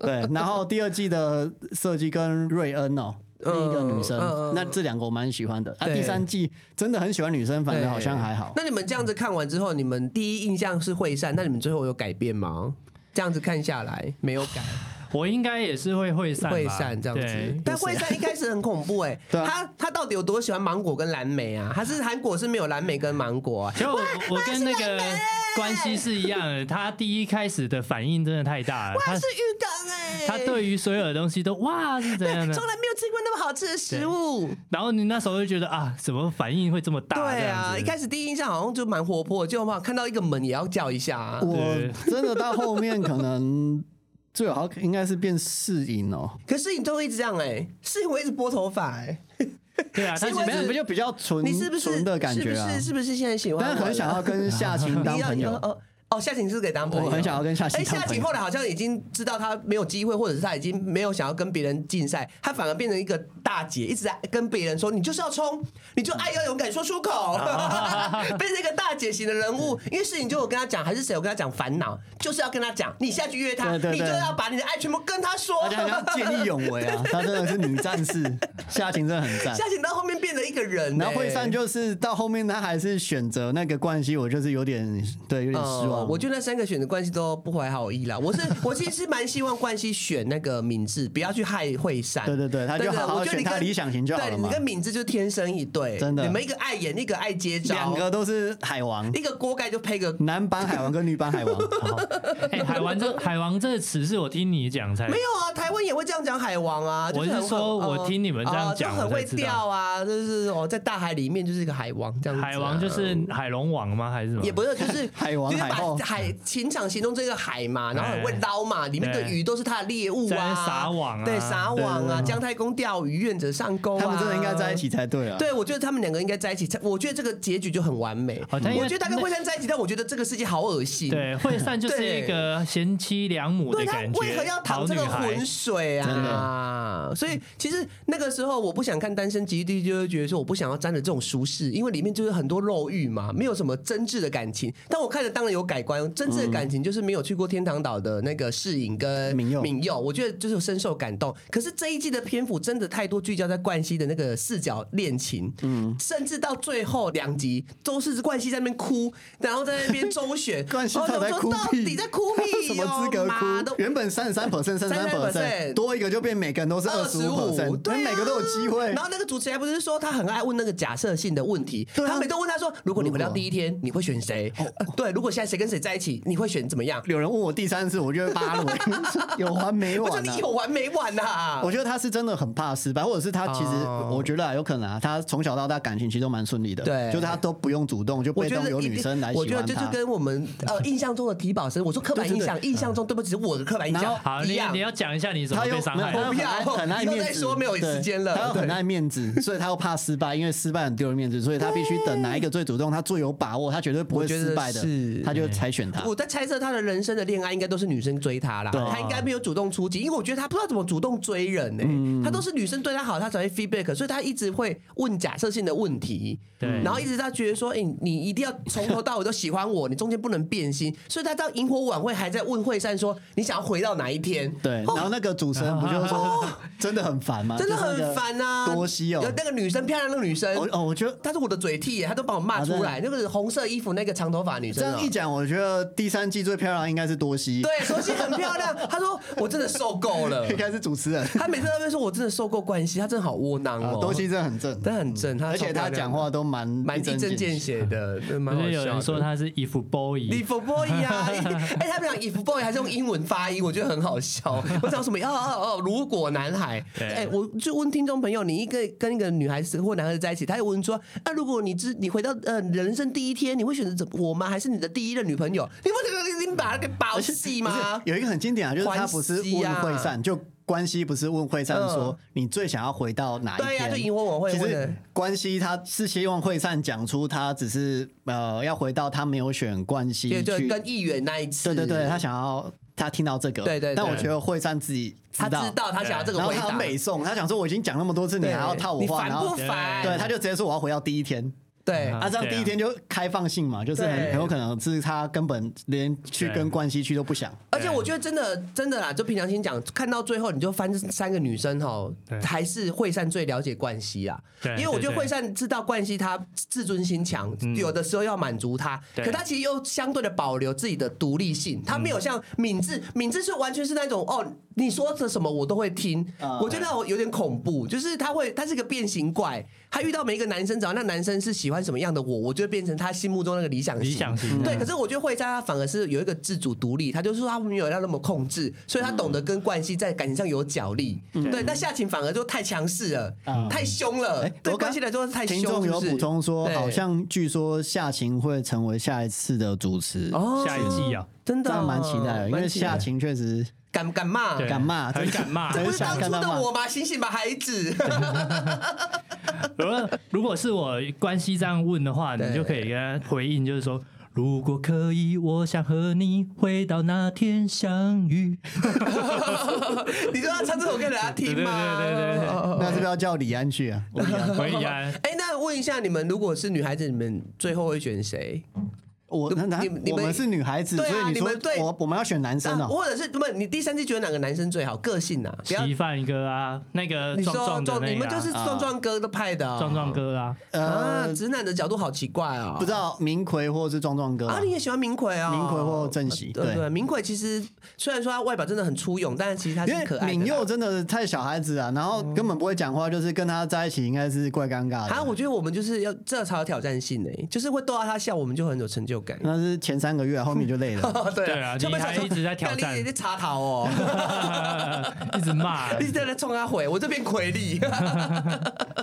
Speaker 2: 对。然后第二季的设计跟瑞恩哦。
Speaker 1: 嗯
Speaker 2: 另一个女生，
Speaker 1: 嗯嗯嗯
Speaker 2: 那这两个我蛮喜欢的。啊，
Speaker 1: 对
Speaker 2: 第三季真的很喜欢女生，反
Speaker 1: 对
Speaker 2: 正好像还好。
Speaker 1: 那你们这样子看完之后，你们第一印象是惠善，那你们最后有改变吗？这样子看下来没有改，
Speaker 3: 我应该也是会会散吧，
Speaker 1: 惠善这样子
Speaker 3: 对，
Speaker 1: 但惠善一开始很恐怖哎、
Speaker 2: 对啊
Speaker 1: 他他到底有多喜欢芒果跟蓝莓啊？他是韩国是没有蓝莓跟芒果啊？
Speaker 3: 其实我我跟那个关系是一样的，他第一开始的反应真的太大了，他
Speaker 1: 是浴缸哎、
Speaker 3: 他对于所有的东西都哇是 怎样的
Speaker 1: 从，来没有吃过那么好吃的食
Speaker 3: 对
Speaker 1: 物。
Speaker 3: 然后你那时候就觉得啊，怎么反应会这么大？
Speaker 1: 对啊，
Speaker 3: 这样子
Speaker 1: 一开始第一印象好像就蛮活泼的，就嘛看到一个门也要叫一下、啊。
Speaker 2: 我真的到后面可能最好应该是变适应哦，
Speaker 1: 可是你都一直这样哎、欸，是因为我一直拨头发哎、
Speaker 3: 对啊，
Speaker 1: 是
Speaker 3: 他
Speaker 1: 因
Speaker 3: 是
Speaker 1: 为
Speaker 2: 没有不就比较纯
Speaker 1: 你是不是
Speaker 2: 纯的感觉啊
Speaker 1: 是不？是是不是现在喜欢我
Speaker 2: 但
Speaker 1: 了？
Speaker 2: 很想要跟夏晴当
Speaker 1: 你要
Speaker 2: 朋
Speaker 1: 你要
Speaker 2: 友，
Speaker 1: 哦。哦，夏晴是给当朋友，
Speaker 2: 我很想要跟夏晴
Speaker 1: 哎，
Speaker 2: 当
Speaker 1: 夏
Speaker 2: 朋
Speaker 1: 晴
Speaker 2: 友
Speaker 1: 后来好像已经知道他没有机会，或者是他已经没有想要跟别人竞赛，他反而变成一个大姐，一直在跟别人说：“你就是要冲，你就爱要勇敢说出 口。” 变成一个大姐型的人物，因为事情就我跟他讲，还是谁有跟他讲烦恼，就是要跟他讲，你下去约他，
Speaker 2: 对对
Speaker 1: 你就
Speaker 2: 对
Speaker 1: 要把你的爱全部跟他说。
Speaker 2: 大家好像见义 勇为啊，她真的是女战士，夏晴真的很赞。
Speaker 1: 夏晴到后面变成一个人、
Speaker 2: 然后惠
Speaker 1: 欸
Speaker 2: 善就是到后面，她还是选择那个冠希，我就是有点对，有点失望。
Speaker 1: 呃我觉得那三个选的关系都不怀好意啦。我是我其实蛮希望关系选那个敏智，不要去害惠善。
Speaker 2: 对对对他就
Speaker 1: 真的
Speaker 2: 好好
Speaker 1: 我觉得你
Speaker 2: 选他
Speaker 1: 跟
Speaker 2: 理想型就好了
Speaker 1: 对，
Speaker 2: 嘛
Speaker 1: 你跟敏智就天生一对，
Speaker 2: 真的
Speaker 1: 你们一个爱演，一个爱接招，
Speaker 2: 两个都是海王，
Speaker 1: 一个锅盖就配个。
Speaker 2: 男版海王跟女版海 王。好
Speaker 3: 哎、海王这海王这个词是我听你讲才
Speaker 1: 没有啊，台湾也会这样讲海王啊。就
Speaker 3: 我
Speaker 1: 很
Speaker 3: 是说
Speaker 1: 呃
Speaker 3: 我听你们这样讲
Speaker 1: 呃就很
Speaker 3: 我才
Speaker 1: 会
Speaker 3: 知道
Speaker 1: 钓啊，就是哦，在大海里面就是一个海王这样子啊。
Speaker 3: 海王就是海龙王吗？还是什么？
Speaker 1: 也不是，就是
Speaker 2: 嗯 海王
Speaker 1: 就是
Speaker 2: 海后嗯
Speaker 1: 把海情场行动这个海嘛，然后很会
Speaker 3: 哎
Speaker 1: 捞嘛，里面的
Speaker 3: 对
Speaker 1: 鱼都是他的猎物
Speaker 3: 在
Speaker 1: 啊，
Speaker 3: 撒网啊
Speaker 1: 对，撒网
Speaker 2: 对对
Speaker 1: 啊，
Speaker 2: 对
Speaker 1: 姜太公钓鱼，愿者上钩啊，
Speaker 2: 他们真的应该在一。起才对啊。
Speaker 1: 对，我觉得他们两个应该在一起，我觉得这个结局就很完美。
Speaker 3: 哦但因为
Speaker 1: 我觉得他跟惠山在一起，但我觉得这个世界好恶心。，
Speaker 3: 对，惠善就是一个贤妻良母的
Speaker 1: 对他
Speaker 3: 感觉，
Speaker 1: 为何要
Speaker 3: 好
Speaker 1: 淌这
Speaker 3: 女
Speaker 1: 个
Speaker 3: 孩。
Speaker 1: 浑水啊？所以其实那个时候我不想看《单身即地》，就会觉得说我不想要沾着这种舒适，因为里面就是很多肉欲嘛，没有什么真挚的感情。但我看了当然有改观，真挚的感情就是没有去过天堂岛的那个世影跟
Speaker 2: 敏佑
Speaker 1: 敏佑，我觉得就是有深受感动。可是这一季的篇幅真的太多聚焦在冠希的那个四角恋情，嗯，甚至到最后两集都是冠希在那边哭，然后在那边周旋，
Speaker 2: 冠希
Speaker 1: 然后
Speaker 2: 到底
Speaker 1: 哦我想
Speaker 2: 在哭
Speaker 1: 说到
Speaker 2: 屁，
Speaker 1: 底在哭屁
Speaker 2: 什
Speaker 1: 哟、
Speaker 2: 么资格
Speaker 1: 妈的
Speaker 2: 哭？原本三十三 percent，三十三 percent，
Speaker 1: 33%
Speaker 2: 多一个就变每个人都是二十五 percent，
Speaker 1: 对、啊，
Speaker 2: 每个都有机会
Speaker 1: 然。后那个主持人不是说他很爱问那个假设性的问题，
Speaker 2: 对啊哦
Speaker 1: 他每都问他说：如果你回到第一天，你会选谁？呃对，如果现在谁跟谁在一起，你会选怎么样？
Speaker 2: 有人问我第三次，我就会扒了 我，有完没
Speaker 1: 我说
Speaker 2: 完
Speaker 1: 你
Speaker 2: 啊！
Speaker 1: 有完没完呐、啊？
Speaker 2: 我觉得他是真的很怕失败，或者是他其实，
Speaker 1: 哦
Speaker 2: 我觉得啊有可能啊，他从小到大感情其实都蛮顺利的，
Speaker 1: 对
Speaker 2: 就是他都不用主动，就
Speaker 1: 我
Speaker 2: 被
Speaker 1: 觉
Speaker 2: 动
Speaker 1: 得
Speaker 2: 有
Speaker 1: 一定
Speaker 2: 女生来喜
Speaker 1: 我觉得
Speaker 2: 欢
Speaker 1: 这就
Speaker 2: 他。
Speaker 1: 跟我们呃印象中的提保生，我说刻板印象，印象中对不起，是我的刻板印
Speaker 2: 然
Speaker 1: 象
Speaker 2: 后
Speaker 3: 好，
Speaker 1: 一
Speaker 3: 你
Speaker 1: 样
Speaker 3: 你。要讲一下你怎么
Speaker 2: 又
Speaker 3: 被伤害
Speaker 2: 没有他
Speaker 3: 的
Speaker 1: 不。要
Speaker 2: 很爱很爱
Speaker 1: 以后再
Speaker 2: 面子，
Speaker 1: 说没有
Speaker 2: 对
Speaker 1: 时间了
Speaker 2: 他又很
Speaker 1: 对
Speaker 2: 爱面子， 所以他又怕失败，因为失败很丢人面子，所以他必须等哪一个最主动，他最有把握，他绝对不会
Speaker 1: 我觉得
Speaker 2: 失败的
Speaker 1: 是，
Speaker 2: 他就才选他。
Speaker 1: 我在猜测他的人生的恋爱应该都是女生追他啦，
Speaker 2: 啊对啊
Speaker 1: 他应该没有主动出击，因为我觉得他不知道怎么主动追人呢、欸
Speaker 2: 嗯
Speaker 1: 他都是女生对他好，他才会 feedback，所以他一直会问假设性的问题，
Speaker 3: 对
Speaker 1: 然后一直他觉得说，哎、你一定要从头到尾都喜欢我，你中间不能变心，所以他到萤火晚会还在问惠善说，你想要回到哪一天？
Speaker 2: 对，然后那个主持人不就说哦真的很烦吗？
Speaker 1: 真的
Speaker 2: 就是那
Speaker 1: 很
Speaker 2: 个
Speaker 1: 烦啊！
Speaker 2: 多西哦
Speaker 1: 有。那个女生漂亮，那个女生，
Speaker 2: 哦哦，我觉得
Speaker 1: 她是我的嘴替耶，她都把我骂出来。那个红色衣服那个长头发女
Speaker 2: 这
Speaker 1: 生哦、
Speaker 2: 样一讲，我觉得第三季最漂亮应该是多西，
Speaker 1: 对，说是很漂亮。她说我真的受够了。
Speaker 2: 应该是主持人。
Speaker 1: 她每次都会说我真的受够关系，她真的好窝囊
Speaker 2: 啊
Speaker 1: 哦。
Speaker 2: 多西真的很正，
Speaker 1: 但很正，她
Speaker 2: 而且
Speaker 1: 超漂
Speaker 2: 他
Speaker 1: 亮的
Speaker 2: 讲话都蛮
Speaker 1: 蛮一针见
Speaker 2: 血。
Speaker 1: 血的，对蛮
Speaker 3: 不
Speaker 1: 好笑
Speaker 3: 是
Speaker 1: 的。
Speaker 3: 有人说他是 if boy，
Speaker 1: If boy 啊， 哎，他们讲 if boy 还是用英文发音，我觉得很好笑。我讲什么？哦哦哦，如果男孩，
Speaker 3: 对
Speaker 1: 哎，我就问听众朋友，你一个跟一个女孩子或男孩子在一起，他有问说，那如果你知你回到呃人生第一天，你会选择怎我吗？还是你的第一任女朋友？你不能你把那个包戏
Speaker 2: 不是
Speaker 1: 吗？
Speaker 2: 有一个很经典啊，就是他不是问会
Speaker 1: 关系
Speaker 2: 善，就关系不是问会善说
Speaker 1: 嗯
Speaker 2: 你最想要回到哪一 天？
Speaker 1: 对啊呀就萤火晚 会
Speaker 2: 其
Speaker 1: 问
Speaker 2: 实
Speaker 1: 的
Speaker 2: 关系他是希望会善讲出他只是呃要回到他没有选关系
Speaker 1: 对，
Speaker 2: 去，
Speaker 1: 就
Speaker 2: 对
Speaker 1: 跟议员那一次，
Speaker 2: 对对，他想要他听到这个，
Speaker 1: 对对对
Speaker 2: 但我觉得会善自己
Speaker 1: 他
Speaker 2: 知道
Speaker 1: 知，道他想要这个
Speaker 2: 然后
Speaker 1: 回
Speaker 2: 他
Speaker 1: 答，
Speaker 2: 美颂，他想说我已经讲那么多次，你
Speaker 1: 对
Speaker 2: 还要套我
Speaker 1: 你
Speaker 2: 话，
Speaker 1: 烦
Speaker 2: 然
Speaker 1: 不
Speaker 2: 后
Speaker 1: 烦？
Speaker 2: 对他就直接说我要回到第一天。
Speaker 1: 对
Speaker 3: 啊
Speaker 2: 啊，这样
Speaker 3: 对啊
Speaker 2: 第一天就开放性嘛，就是很
Speaker 1: 对
Speaker 2: 很有可能是他根本连去跟关系去都不想。
Speaker 1: 而且我觉得真的真的啦，就平常心讲，看到最后你就翻这三个女生哈
Speaker 3: 对，
Speaker 1: 还是惠善最了解冠希啦。
Speaker 3: 对
Speaker 1: 因为我觉
Speaker 3: 对
Speaker 1: 得
Speaker 3: 对
Speaker 1: 惠善知道冠希她自尊心强，有的时候要满足她，
Speaker 3: 对嗯
Speaker 1: 可她其实又相对的保留自己的独立性，她没有像敏智，敏智是完全是那种哦，你说的什么我都会听
Speaker 2: 啊，
Speaker 1: 我觉得我有点恐怖，就是她会，她是个变形怪，她遇到每一个男生，只要那男生是喜欢什么样的我，我就会变成她心目中那个理想
Speaker 3: 理
Speaker 1: 型。
Speaker 3: 想
Speaker 2: 嗯
Speaker 3: 型
Speaker 1: 对，
Speaker 3: 的
Speaker 1: 可是我觉得惠佳她反而是有一个自主独立，她就是说她没有要那么控制，所以她懂得跟冠希在感情上有角力。对，那夏晴反而就太强势了，
Speaker 2: 嗯
Speaker 1: 太凶了
Speaker 2: 哎，
Speaker 1: 对
Speaker 2: 我刚
Speaker 1: 冠希来说太凶。
Speaker 2: 听众有
Speaker 1: 是不是
Speaker 2: 补充说，
Speaker 1: 对
Speaker 2: 好像据说夏晴会成为下一次的主持，
Speaker 1: 哦
Speaker 3: 下一季啊，
Speaker 1: 真
Speaker 2: 这
Speaker 1: 的哦
Speaker 2: 样蛮期待的，因为
Speaker 1: 蛮期待
Speaker 2: 夏晴确实
Speaker 1: 敢敢骂，
Speaker 3: 对
Speaker 2: 敢骂，
Speaker 3: 很
Speaker 2: 真的
Speaker 3: 敢 骂
Speaker 1: 这
Speaker 2: 真
Speaker 1: 不
Speaker 2: 的
Speaker 1: 是当初
Speaker 2: 想看到
Speaker 1: 的
Speaker 2: 骂。
Speaker 1: 我吗？醒醒吧，孩 子！
Speaker 3: 如果如果是我关系这样问的话，
Speaker 1: 对
Speaker 3: 你就可以跟他回应，就是说，如果可以，我想和你回到那天相 遇。
Speaker 1: 你说他唱这首歌给大家听吗？
Speaker 3: 对对对对对
Speaker 1: 哦
Speaker 2: 那是不是要叫李安 去啊？我李安
Speaker 3: 回家，
Speaker 1: 哎，那问一下你们，如果是女孩子，你们最后会选谁？
Speaker 2: 我
Speaker 1: 你
Speaker 2: 那那
Speaker 1: 你们
Speaker 2: 我们是女孩子，
Speaker 1: 对
Speaker 2: 所
Speaker 1: 啊
Speaker 2: 以
Speaker 1: 你们对
Speaker 2: 说我我们要选男生
Speaker 1: 那
Speaker 2: 哦。
Speaker 1: 或者是不？你第三季觉得哪个男生最好？个性啊，不要
Speaker 3: 稀饭哥啊，那个
Speaker 1: 你说
Speaker 3: 壮壮的
Speaker 1: 你
Speaker 3: 那个
Speaker 1: 们
Speaker 3: 啊，
Speaker 1: 就是壮壮哥的派的哦
Speaker 3: 壮壮哥啊，
Speaker 1: 啊，
Speaker 2: 呃，
Speaker 1: 直男的角度好奇怪哦，
Speaker 2: 不知道明奎或是壮壮哥
Speaker 1: 啊，你也喜欢明奎啊？呃
Speaker 2: 明奎或郑喜
Speaker 1: 对
Speaker 2: 对
Speaker 1: 对，明奎其实虽然说他外表真的很出勇，但是其实他
Speaker 2: 因
Speaker 1: 是可
Speaker 2: 为
Speaker 1: 爱
Speaker 2: 敏
Speaker 1: 的啦。
Speaker 2: 佑真的太小孩子啊，然后根本不会讲话，就是跟他在一起应该是怪尴尬
Speaker 1: 啊，
Speaker 2: 的。
Speaker 1: 我觉得我们就是要这才有挑战性诶、就是会逗到他笑，我们就很有成就感。
Speaker 2: 那是前三个月，后面就累了。
Speaker 1: 对
Speaker 3: 对 啊
Speaker 1: 就被
Speaker 3: 你还
Speaker 1: 想说
Speaker 3: 一直在挑
Speaker 1: 干
Speaker 3: 战
Speaker 1: 你你在插桃哦，
Speaker 3: 一直骂，啊
Speaker 1: 一直在那冲他回，我这边魁力。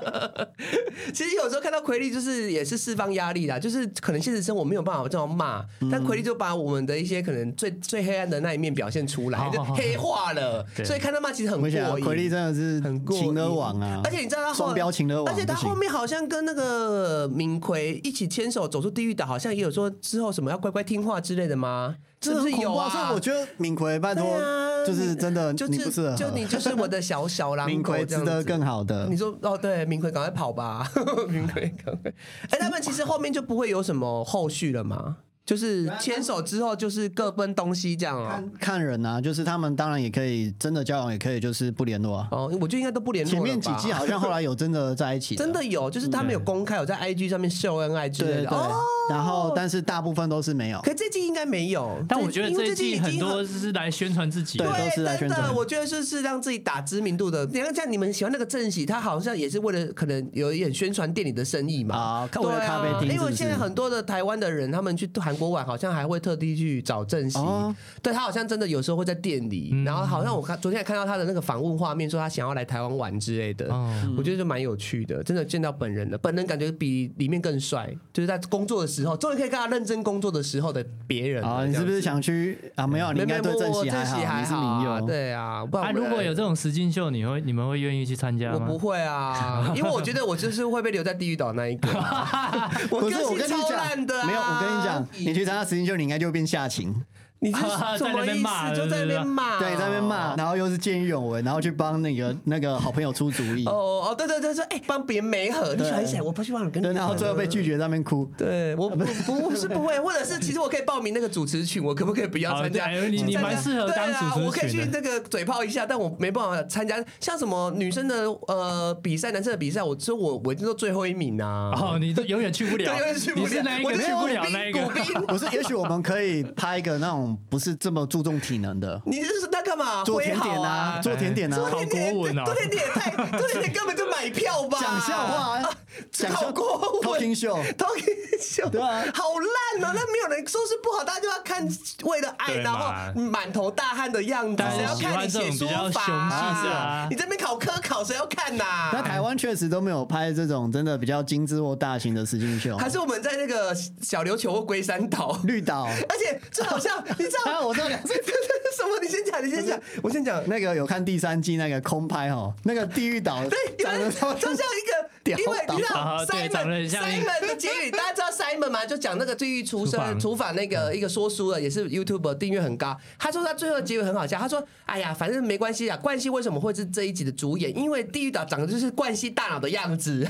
Speaker 1: 其实有时候看到魁力，就是也是释放压力啦，就是可能现实生活没有办法这样骂，
Speaker 2: 嗯
Speaker 1: 但魁力就把我们的一些可能最最黑暗的那一面表现出来，
Speaker 3: 好
Speaker 1: 就
Speaker 3: 好好
Speaker 1: 黑化了。
Speaker 3: 对
Speaker 1: 所以看他骂其实很
Speaker 2: 我想
Speaker 1: 过瘾。
Speaker 2: 奎利真的是
Speaker 1: 很过瘾
Speaker 2: 情歌王啊，
Speaker 1: 而且你知道他后
Speaker 2: 双标情歌王，
Speaker 1: 而且他
Speaker 2: 不行
Speaker 1: 后面好像跟那个敏奎一起牵手走出地狱岛，好像也有说之后什么要乖乖听话之类的吗？是
Speaker 2: 这
Speaker 1: 不
Speaker 2: 很
Speaker 1: 是
Speaker 2: 恐怖
Speaker 1: 有
Speaker 2: 所以
Speaker 1: 啊
Speaker 2: 我？觉得敏奎拜托
Speaker 1: 对啊，
Speaker 2: 就是真的，
Speaker 1: 就
Speaker 2: 你不适合。
Speaker 1: 是就你就是我的小小狼狗
Speaker 2: 敏奎
Speaker 1: 这
Speaker 2: 值
Speaker 1: 样
Speaker 2: 得
Speaker 1: 子。
Speaker 2: 更好的
Speaker 1: 你。说哦，对，明奎赶快跑吧， 明奎赶快。哎、他们其实后面就不会有什么后续了嘛，就是牵手之后就是各奔东西这样哦。
Speaker 2: 看看人啊，就是他们当然也可以真的交往，也可以就是不联络啊。
Speaker 1: 哦，我觉得应该都不联络了
Speaker 2: 前
Speaker 1: 吧。
Speaker 2: 面几季好像后来有真的在一 起，
Speaker 1: 真的有，就是他们有公开有在 IG 上面秀恩爱之
Speaker 2: 对
Speaker 1: 类
Speaker 2: 嗯对
Speaker 1: 的。
Speaker 2: 对
Speaker 1: 哦，。
Speaker 2: 然后但是大部分都是没有，
Speaker 1: 可这季应该没有，
Speaker 3: 但我觉得
Speaker 1: 因为
Speaker 3: 这
Speaker 1: 这
Speaker 3: 一季
Speaker 1: 已
Speaker 3: 很
Speaker 1: 经
Speaker 3: 多是来宣传自己的，
Speaker 2: 对都是在宣
Speaker 1: 真的，
Speaker 2: 传
Speaker 1: 我觉得就是让自己打知名度的。你看，像你们喜欢那个郑喜，他好像也是为了可能有一点宣传店里的生意嘛。
Speaker 2: 啊看
Speaker 1: 对
Speaker 2: 为了咖啡厅
Speaker 1: 啊，因
Speaker 2: 是不
Speaker 1: 为
Speaker 2: 是
Speaker 1: 现在很多的台湾的人，他们去韩国玩，好像还会特地去找郑喜。
Speaker 2: 哦嗯
Speaker 1: 对他好像真的有时候会在店里，然后好像我看昨天也看到他的那个访问画面，说他想要来台湾玩之类的。
Speaker 3: 哦
Speaker 1: 我觉得就蛮有趣的，真的见到本人了，本人感觉比里面更帅，就是在工作的时候，终于可以看他认真工作的时候的别人了
Speaker 2: 啊，你
Speaker 1: 这样
Speaker 2: 是不
Speaker 1: 子
Speaker 2: 是想去啊？没有，你
Speaker 1: 没
Speaker 2: 应
Speaker 1: 没
Speaker 2: 该
Speaker 1: 有，
Speaker 2: 对郑
Speaker 1: 我
Speaker 2: 喜
Speaker 1: 郑喜
Speaker 2: 好，
Speaker 1: 还
Speaker 2: 你是
Speaker 1: 好
Speaker 2: 民
Speaker 1: 啊，
Speaker 2: 佑。
Speaker 1: 对啊，不然
Speaker 3: 啊，
Speaker 1: 我
Speaker 3: 如果有这种实境秀，你会你们会愿意去参加
Speaker 1: 我
Speaker 3: 吗？
Speaker 1: 不会啊，因为我觉得我就是会被留在地狱岛那 一个啊。我
Speaker 2: 不
Speaker 1: 个
Speaker 2: 是我
Speaker 1: 性
Speaker 2: 跟你
Speaker 1: 超烂
Speaker 2: 讲，
Speaker 1: 的啊，
Speaker 2: 没有，我跟你讲，你去参加实境秀，你应该就会变下情，
Speaker 1: 你 这什
Speaker 3: 啊在那
Speaker 1: 么
Speaker 3: 边
Speaker 1: 意
Speaker 3: 骂
Speaker 1: 思？就在那边骂，
Speaker 2: 对，在那边骂，。然后又是见义勇为，然后去帮那个那个好朋友出主意，
Speaker 1: 哦哦，对对对，说哎，帮别人媒合，你喜欢谁？我不喜欢，我跟你
Speaker 2: 对，然后最后被拒绝，在那边哭。
Speaker 1: 对 我不不我是不会，或者是其实我可以报名那个主持群，我可不可以不要参加？
Speaker 3: 哦对哎你你蛮适合当主持群
Speaker 1: 对啊
Speaker 3: 的
Speaker 1: 我可以去那个嘴炮一下，但我没办法参加。像什么女生的呃比赛，男生的比赛，我说我我一定都最后一名啊。
Speaker 3: 哦，你都永远去不了，
Speaker 1: 对永远去不了
Speaker 3: 你是那一
Speaker 1: 我
Speaker 3: 个
Speaker 1: 就是
Speaker 3: 去不
Speaker 1: 古
Speaker 3: 了
Speaker 1: 兵
Speaker 3: 那一个
Speaker 1: 古。兵
Speaker 2: 不是，也许我们可以拍一个那种不是这么注重体能的，
Speaker 1: 你这是那干嘛？
Speaker 2: 做甜
Speaker 1: 挥
Speaker 2: 点
Speaker 1: 毫
Speaker 2: 啊，
Speaker 1: 啊，
Speaker 2: 做甜点
Speaker 1: 做
Speaker 2: 啊，
Speaker 1: 甜点
Speaker 3: 考国文啊
Speaker 1: 做甜点也太， 做甜点根本就买票吧？
Speaker 2: 讲笑话啊，讲
Speaker 1: 考
Speaker 2: 笑
Speaker 1: 国文
Speaker 2: talking show，
Speaker 1: ，talking show，
Speaker 2: 对啊
Speaker 1: 好烂哦！那没有人说是不好，大家就要看为了爱，
Speaker 3: 对
Speaker 1: 然后
Speaker 3: 嘛
Speaker 1: 满头大汗的样子，
Speaker 3: 大家
Speaker 1: 谁要
Speaker 3: 喜
Speaker 1: 看
Speaker 3: 欢
Speaker 1: 你
Speaker 3: 这
Speaker 1: 写
Speaker 3: 种
Speaker 1: 书
Speaker 3: 比较
Speaker 1: 法
Speaker 3: 雄性的
Speaker 1: 啊
Speaker 3: 啊？
Speaker 1: 你这边考科考，谁要看呐？
Speaker 2: 那台湾确实都没有拍这种真的比较精致或大型的实境秀，
Speaker 1: 还是我们在那个小琉球或龟山岛？
Speaker 2: 绿岛。
Speaker 1: 而且这好像你 知
Speaker 2: 啊
Speaker 1: 道，
Speaker 2: 我知道你
Speaker 1: 什么？你先讲，你先讲，我先讲。
Speaker 2: 那个有看第三季那个空拍哦，那个地狱岛
Speaker 1: 对，
Speaker 2: 长得超
Speaker 1: 就像一个，
Speaker 2: 屌
Speaker 1: 因为你知道
Speaker 3: 啊对长得很
Speaker 1: Simon
Speaker 3: 像
Speaker 1: Simon 的结语，大家知道 Simon 吗？就讲那个地狱出
Speaker 3: 厨
Speaker 1: 生
Speaker 3: 房
Speaker 1: 厨房那个一个说书的，也是 YouTube 订阅很高。他说他最后的结尾很好笑，他说：“哎呀，反正没关系啊，冠希为什么会是这一集的主演？因为地狱岛长得就是冠希大脑的样 子。”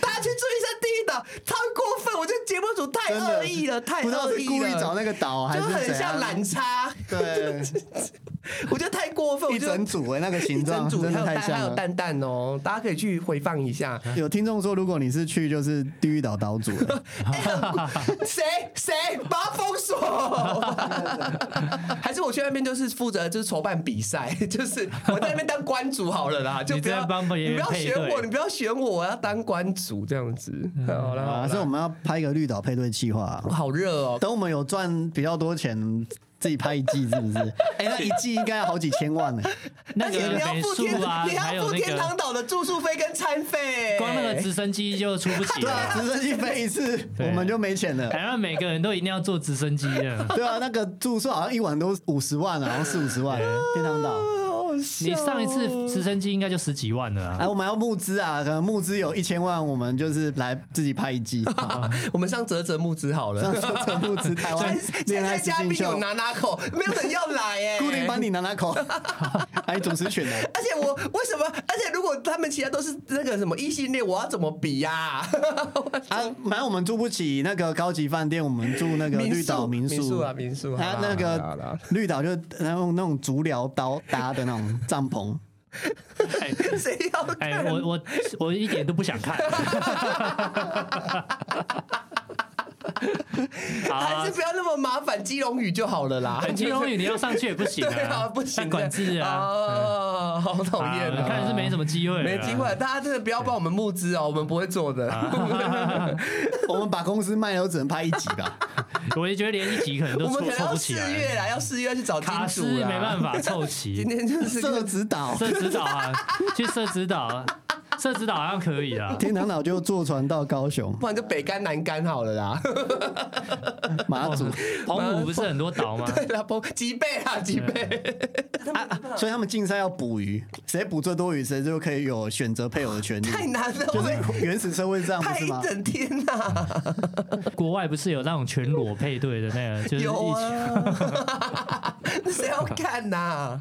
Speaker 1: 大家去注意一下地狱岛，超过分！我觉得节目组太
Speaker 2: 真的
Speaker 1: 恶意了，太
Speaker 2: 不知道
Speaker 1: 恶
Speaker 2: 是
Speaker 1: 意了，
Speaker 2: 故意找那个岛啊还
Speaker 1: 就是很
Speaker 2: 怎
Speaker 1: 像
Speaker 2: 样
Speaker 1: 懒叉。
Speaker 2: 对，
Speaker 1: 我觉得太过分，我
Speaker 2: 一
Speaker 1: 觉得
Speaker 2: 整组哎，那个形
Speaker 1: 一
Speaker 2: 状
Speaker 1: 整组
Speaker 2: 真
Speaker 1: 还有
Speaker 2: 的太
Speaker 1: 蛋，还
Speaker 2: 像
Speaker 1: 有
Speaker 2: 了。
Speaker 1: 蛋蛋哦，大家可以去回放一 下。
Speaker 2: 有听众说，如果你是去就是地狱岛岛主，欸
Speaker 1: 谁谁把它封锁？ 还是我去那边就是负责就是筹办比赛， 就是我在那边当关主好了啦，就不要
Speaker 3: 你在帮别
Speaker 1: 你
Speaker 3: 人
Speaker 1: 不要
Speaker 3: 配对嗯
Speaker 1: 选我，你不要选我，我要当关主这样子。好了，好
Speaker 2: 啊，
Speaker 1: 啦
Speaker 2: 所以我们要拍一个绿岛配对计划啊。
Speaker 1: 好热哦。
Speaker 2: 等我们有赚比较多钱，自己拍一季是不是？哎、那一季应该好几千万呢、欸
Speaker 3: 那
Speaker 1: 而且
Speaker 3: 个
Speaker 1: 你要
Speaker 3: 美
Speaker 1: 付
Speaker 3: 术
Speaker 1: 天，
Speaker 3: 啊，
Speaker 1: 你
Speaker 3: 还
Speaker 1: 要
Speaker 3: 有
Speaker 1: 付
Speaker 3: 那
Speaker 1: 天堂哎
Speaker 3: 个
Speaker 1: 岛的住宿费跟餐费，
Speaker 3: 光那个直升机就出不起
Speaker 2: 对啊，
Speaker 3: 了，
Speaker 2: 直升机飞一次，
Speaker 3: 对
Speaker 2: 我们就没 钱了。
Speaker 3: 台湾每个人都一定要坐直升机的。
Speaker 2: 欸对啊，那个住宿好像一晚都五十万啊，好像四五十万。天堂岛，
Speaker 1: 好好笑哦
Speaker 3: 你上一次直升机应该就十几万了啊
Speaker 2: 哎，我们要募资啊，可能募资有一千万，我们就是来自己拍一 季，
Speaker 1: 我们上泽泽木子好 了。
Speaker 2: 这募资台湾
Speaker 1: 现
Speaker 2: 恋
Speaker 1: 在
Speaker 2: 爱实
Speaker 1: 嘉
Speaker 2: 境
Speaker 1: 宾有
Speaker 2: 秀，
Speaker 1: 拿拿口，没有人要来哎、
Speaker 2: 固定帮你拿拿口，还主持权 的。
Speaker 1: 而且我为什么？而且如果他们其他都是那个什么异性恋，我要怎么比呀、
Speaker 2: 啊，反正我们住不起那个高级饭店，我们住那个绿岛
Speaker 1: 民
Speaker 2: 宿。
Speaker 1: 宿啊，民宿
Speaker 2: 啊，那
Speaker 1: 好啦好
Speaker 2: 个
Speaker 1: 啦
Speaker 2: 绿岛就然后那种竹寮刀搭的那种帐篷，
Speaker 3: 哎
Speaker 1: 谁要看？
Speaker 3: 哎，我我我一点都不想 看。好啊
Speaker 1: 还是，不要那么麻烦，基隆语就好了啦。
Speaker 3: 很轻松，你要上去也不行
Speaker 1: 对啊，不行
Speaker 3: 但
Speaker 1: 的，
Speaker 3: 管制啊。
Speaker 1: 哦，好讨
Speaker 3: 啊
Speaker 1: 厌啊！
Speaker 3: 看来是没什么机会了，啊
Speaker 1: 没机会，大家真的不要帮我们募资哦，我们不会做的。
Speaker 2: 我们把公司卖了，只能拍一集吧。
Speaker 3: 我也觉得连一集可能都
Speaker 1: 我们
Speaker 3: 凑
Speaker 1: 可能
Speaker 3: 凑
Speaker 1: 要
Speaker 3: 不
Speaker 1: 四
Speaker 3: 起来，
Speaker 1: 月啦，要四月要去找金
Speaker 3: 卡啊斯
Speaker 1: 主啦。
Speaker 3: 没办法 凑
Speaker 1: 今
Speaker 3: 齐。
Speaker 1: 天 就是
Speaker 2: 社指导，
Speaker 3: 社指导啊，去社指导，啊，社指导好像可以啊。
Speaker 2: 天堂岛就坐船到高雄
Speaker 1: 不然就北干南干好了啦。
Speaker 2: 马
Speaker 1: 哦
Speaker 2: 祖，啊
Speaker 3: 澎湖不是很多岛吗？
Speaker 1: 对啦，不几倍啊，几倍。
Speaker 2: 所以他们竞赛要捕鱼，谁捕最多鱼，谁就可以有选择配偶的权利。
Speaker 1: 太难了，
Speaker 2: 就
Speaker 1: 我们
Speaker 2: 是原始社会是这样，不
Speaker 1: 拍
Speaker 2: 是
Speaker 1: 一
Speaker 2: 吗？
Speaker 1: 整天啊呐、
Speaker 3: 国外不是有那种全裸配对的那个，就是
Speaker 1: 有
Speaker 3: 一起
Speaker 1: 啊 啊，谁要看呐、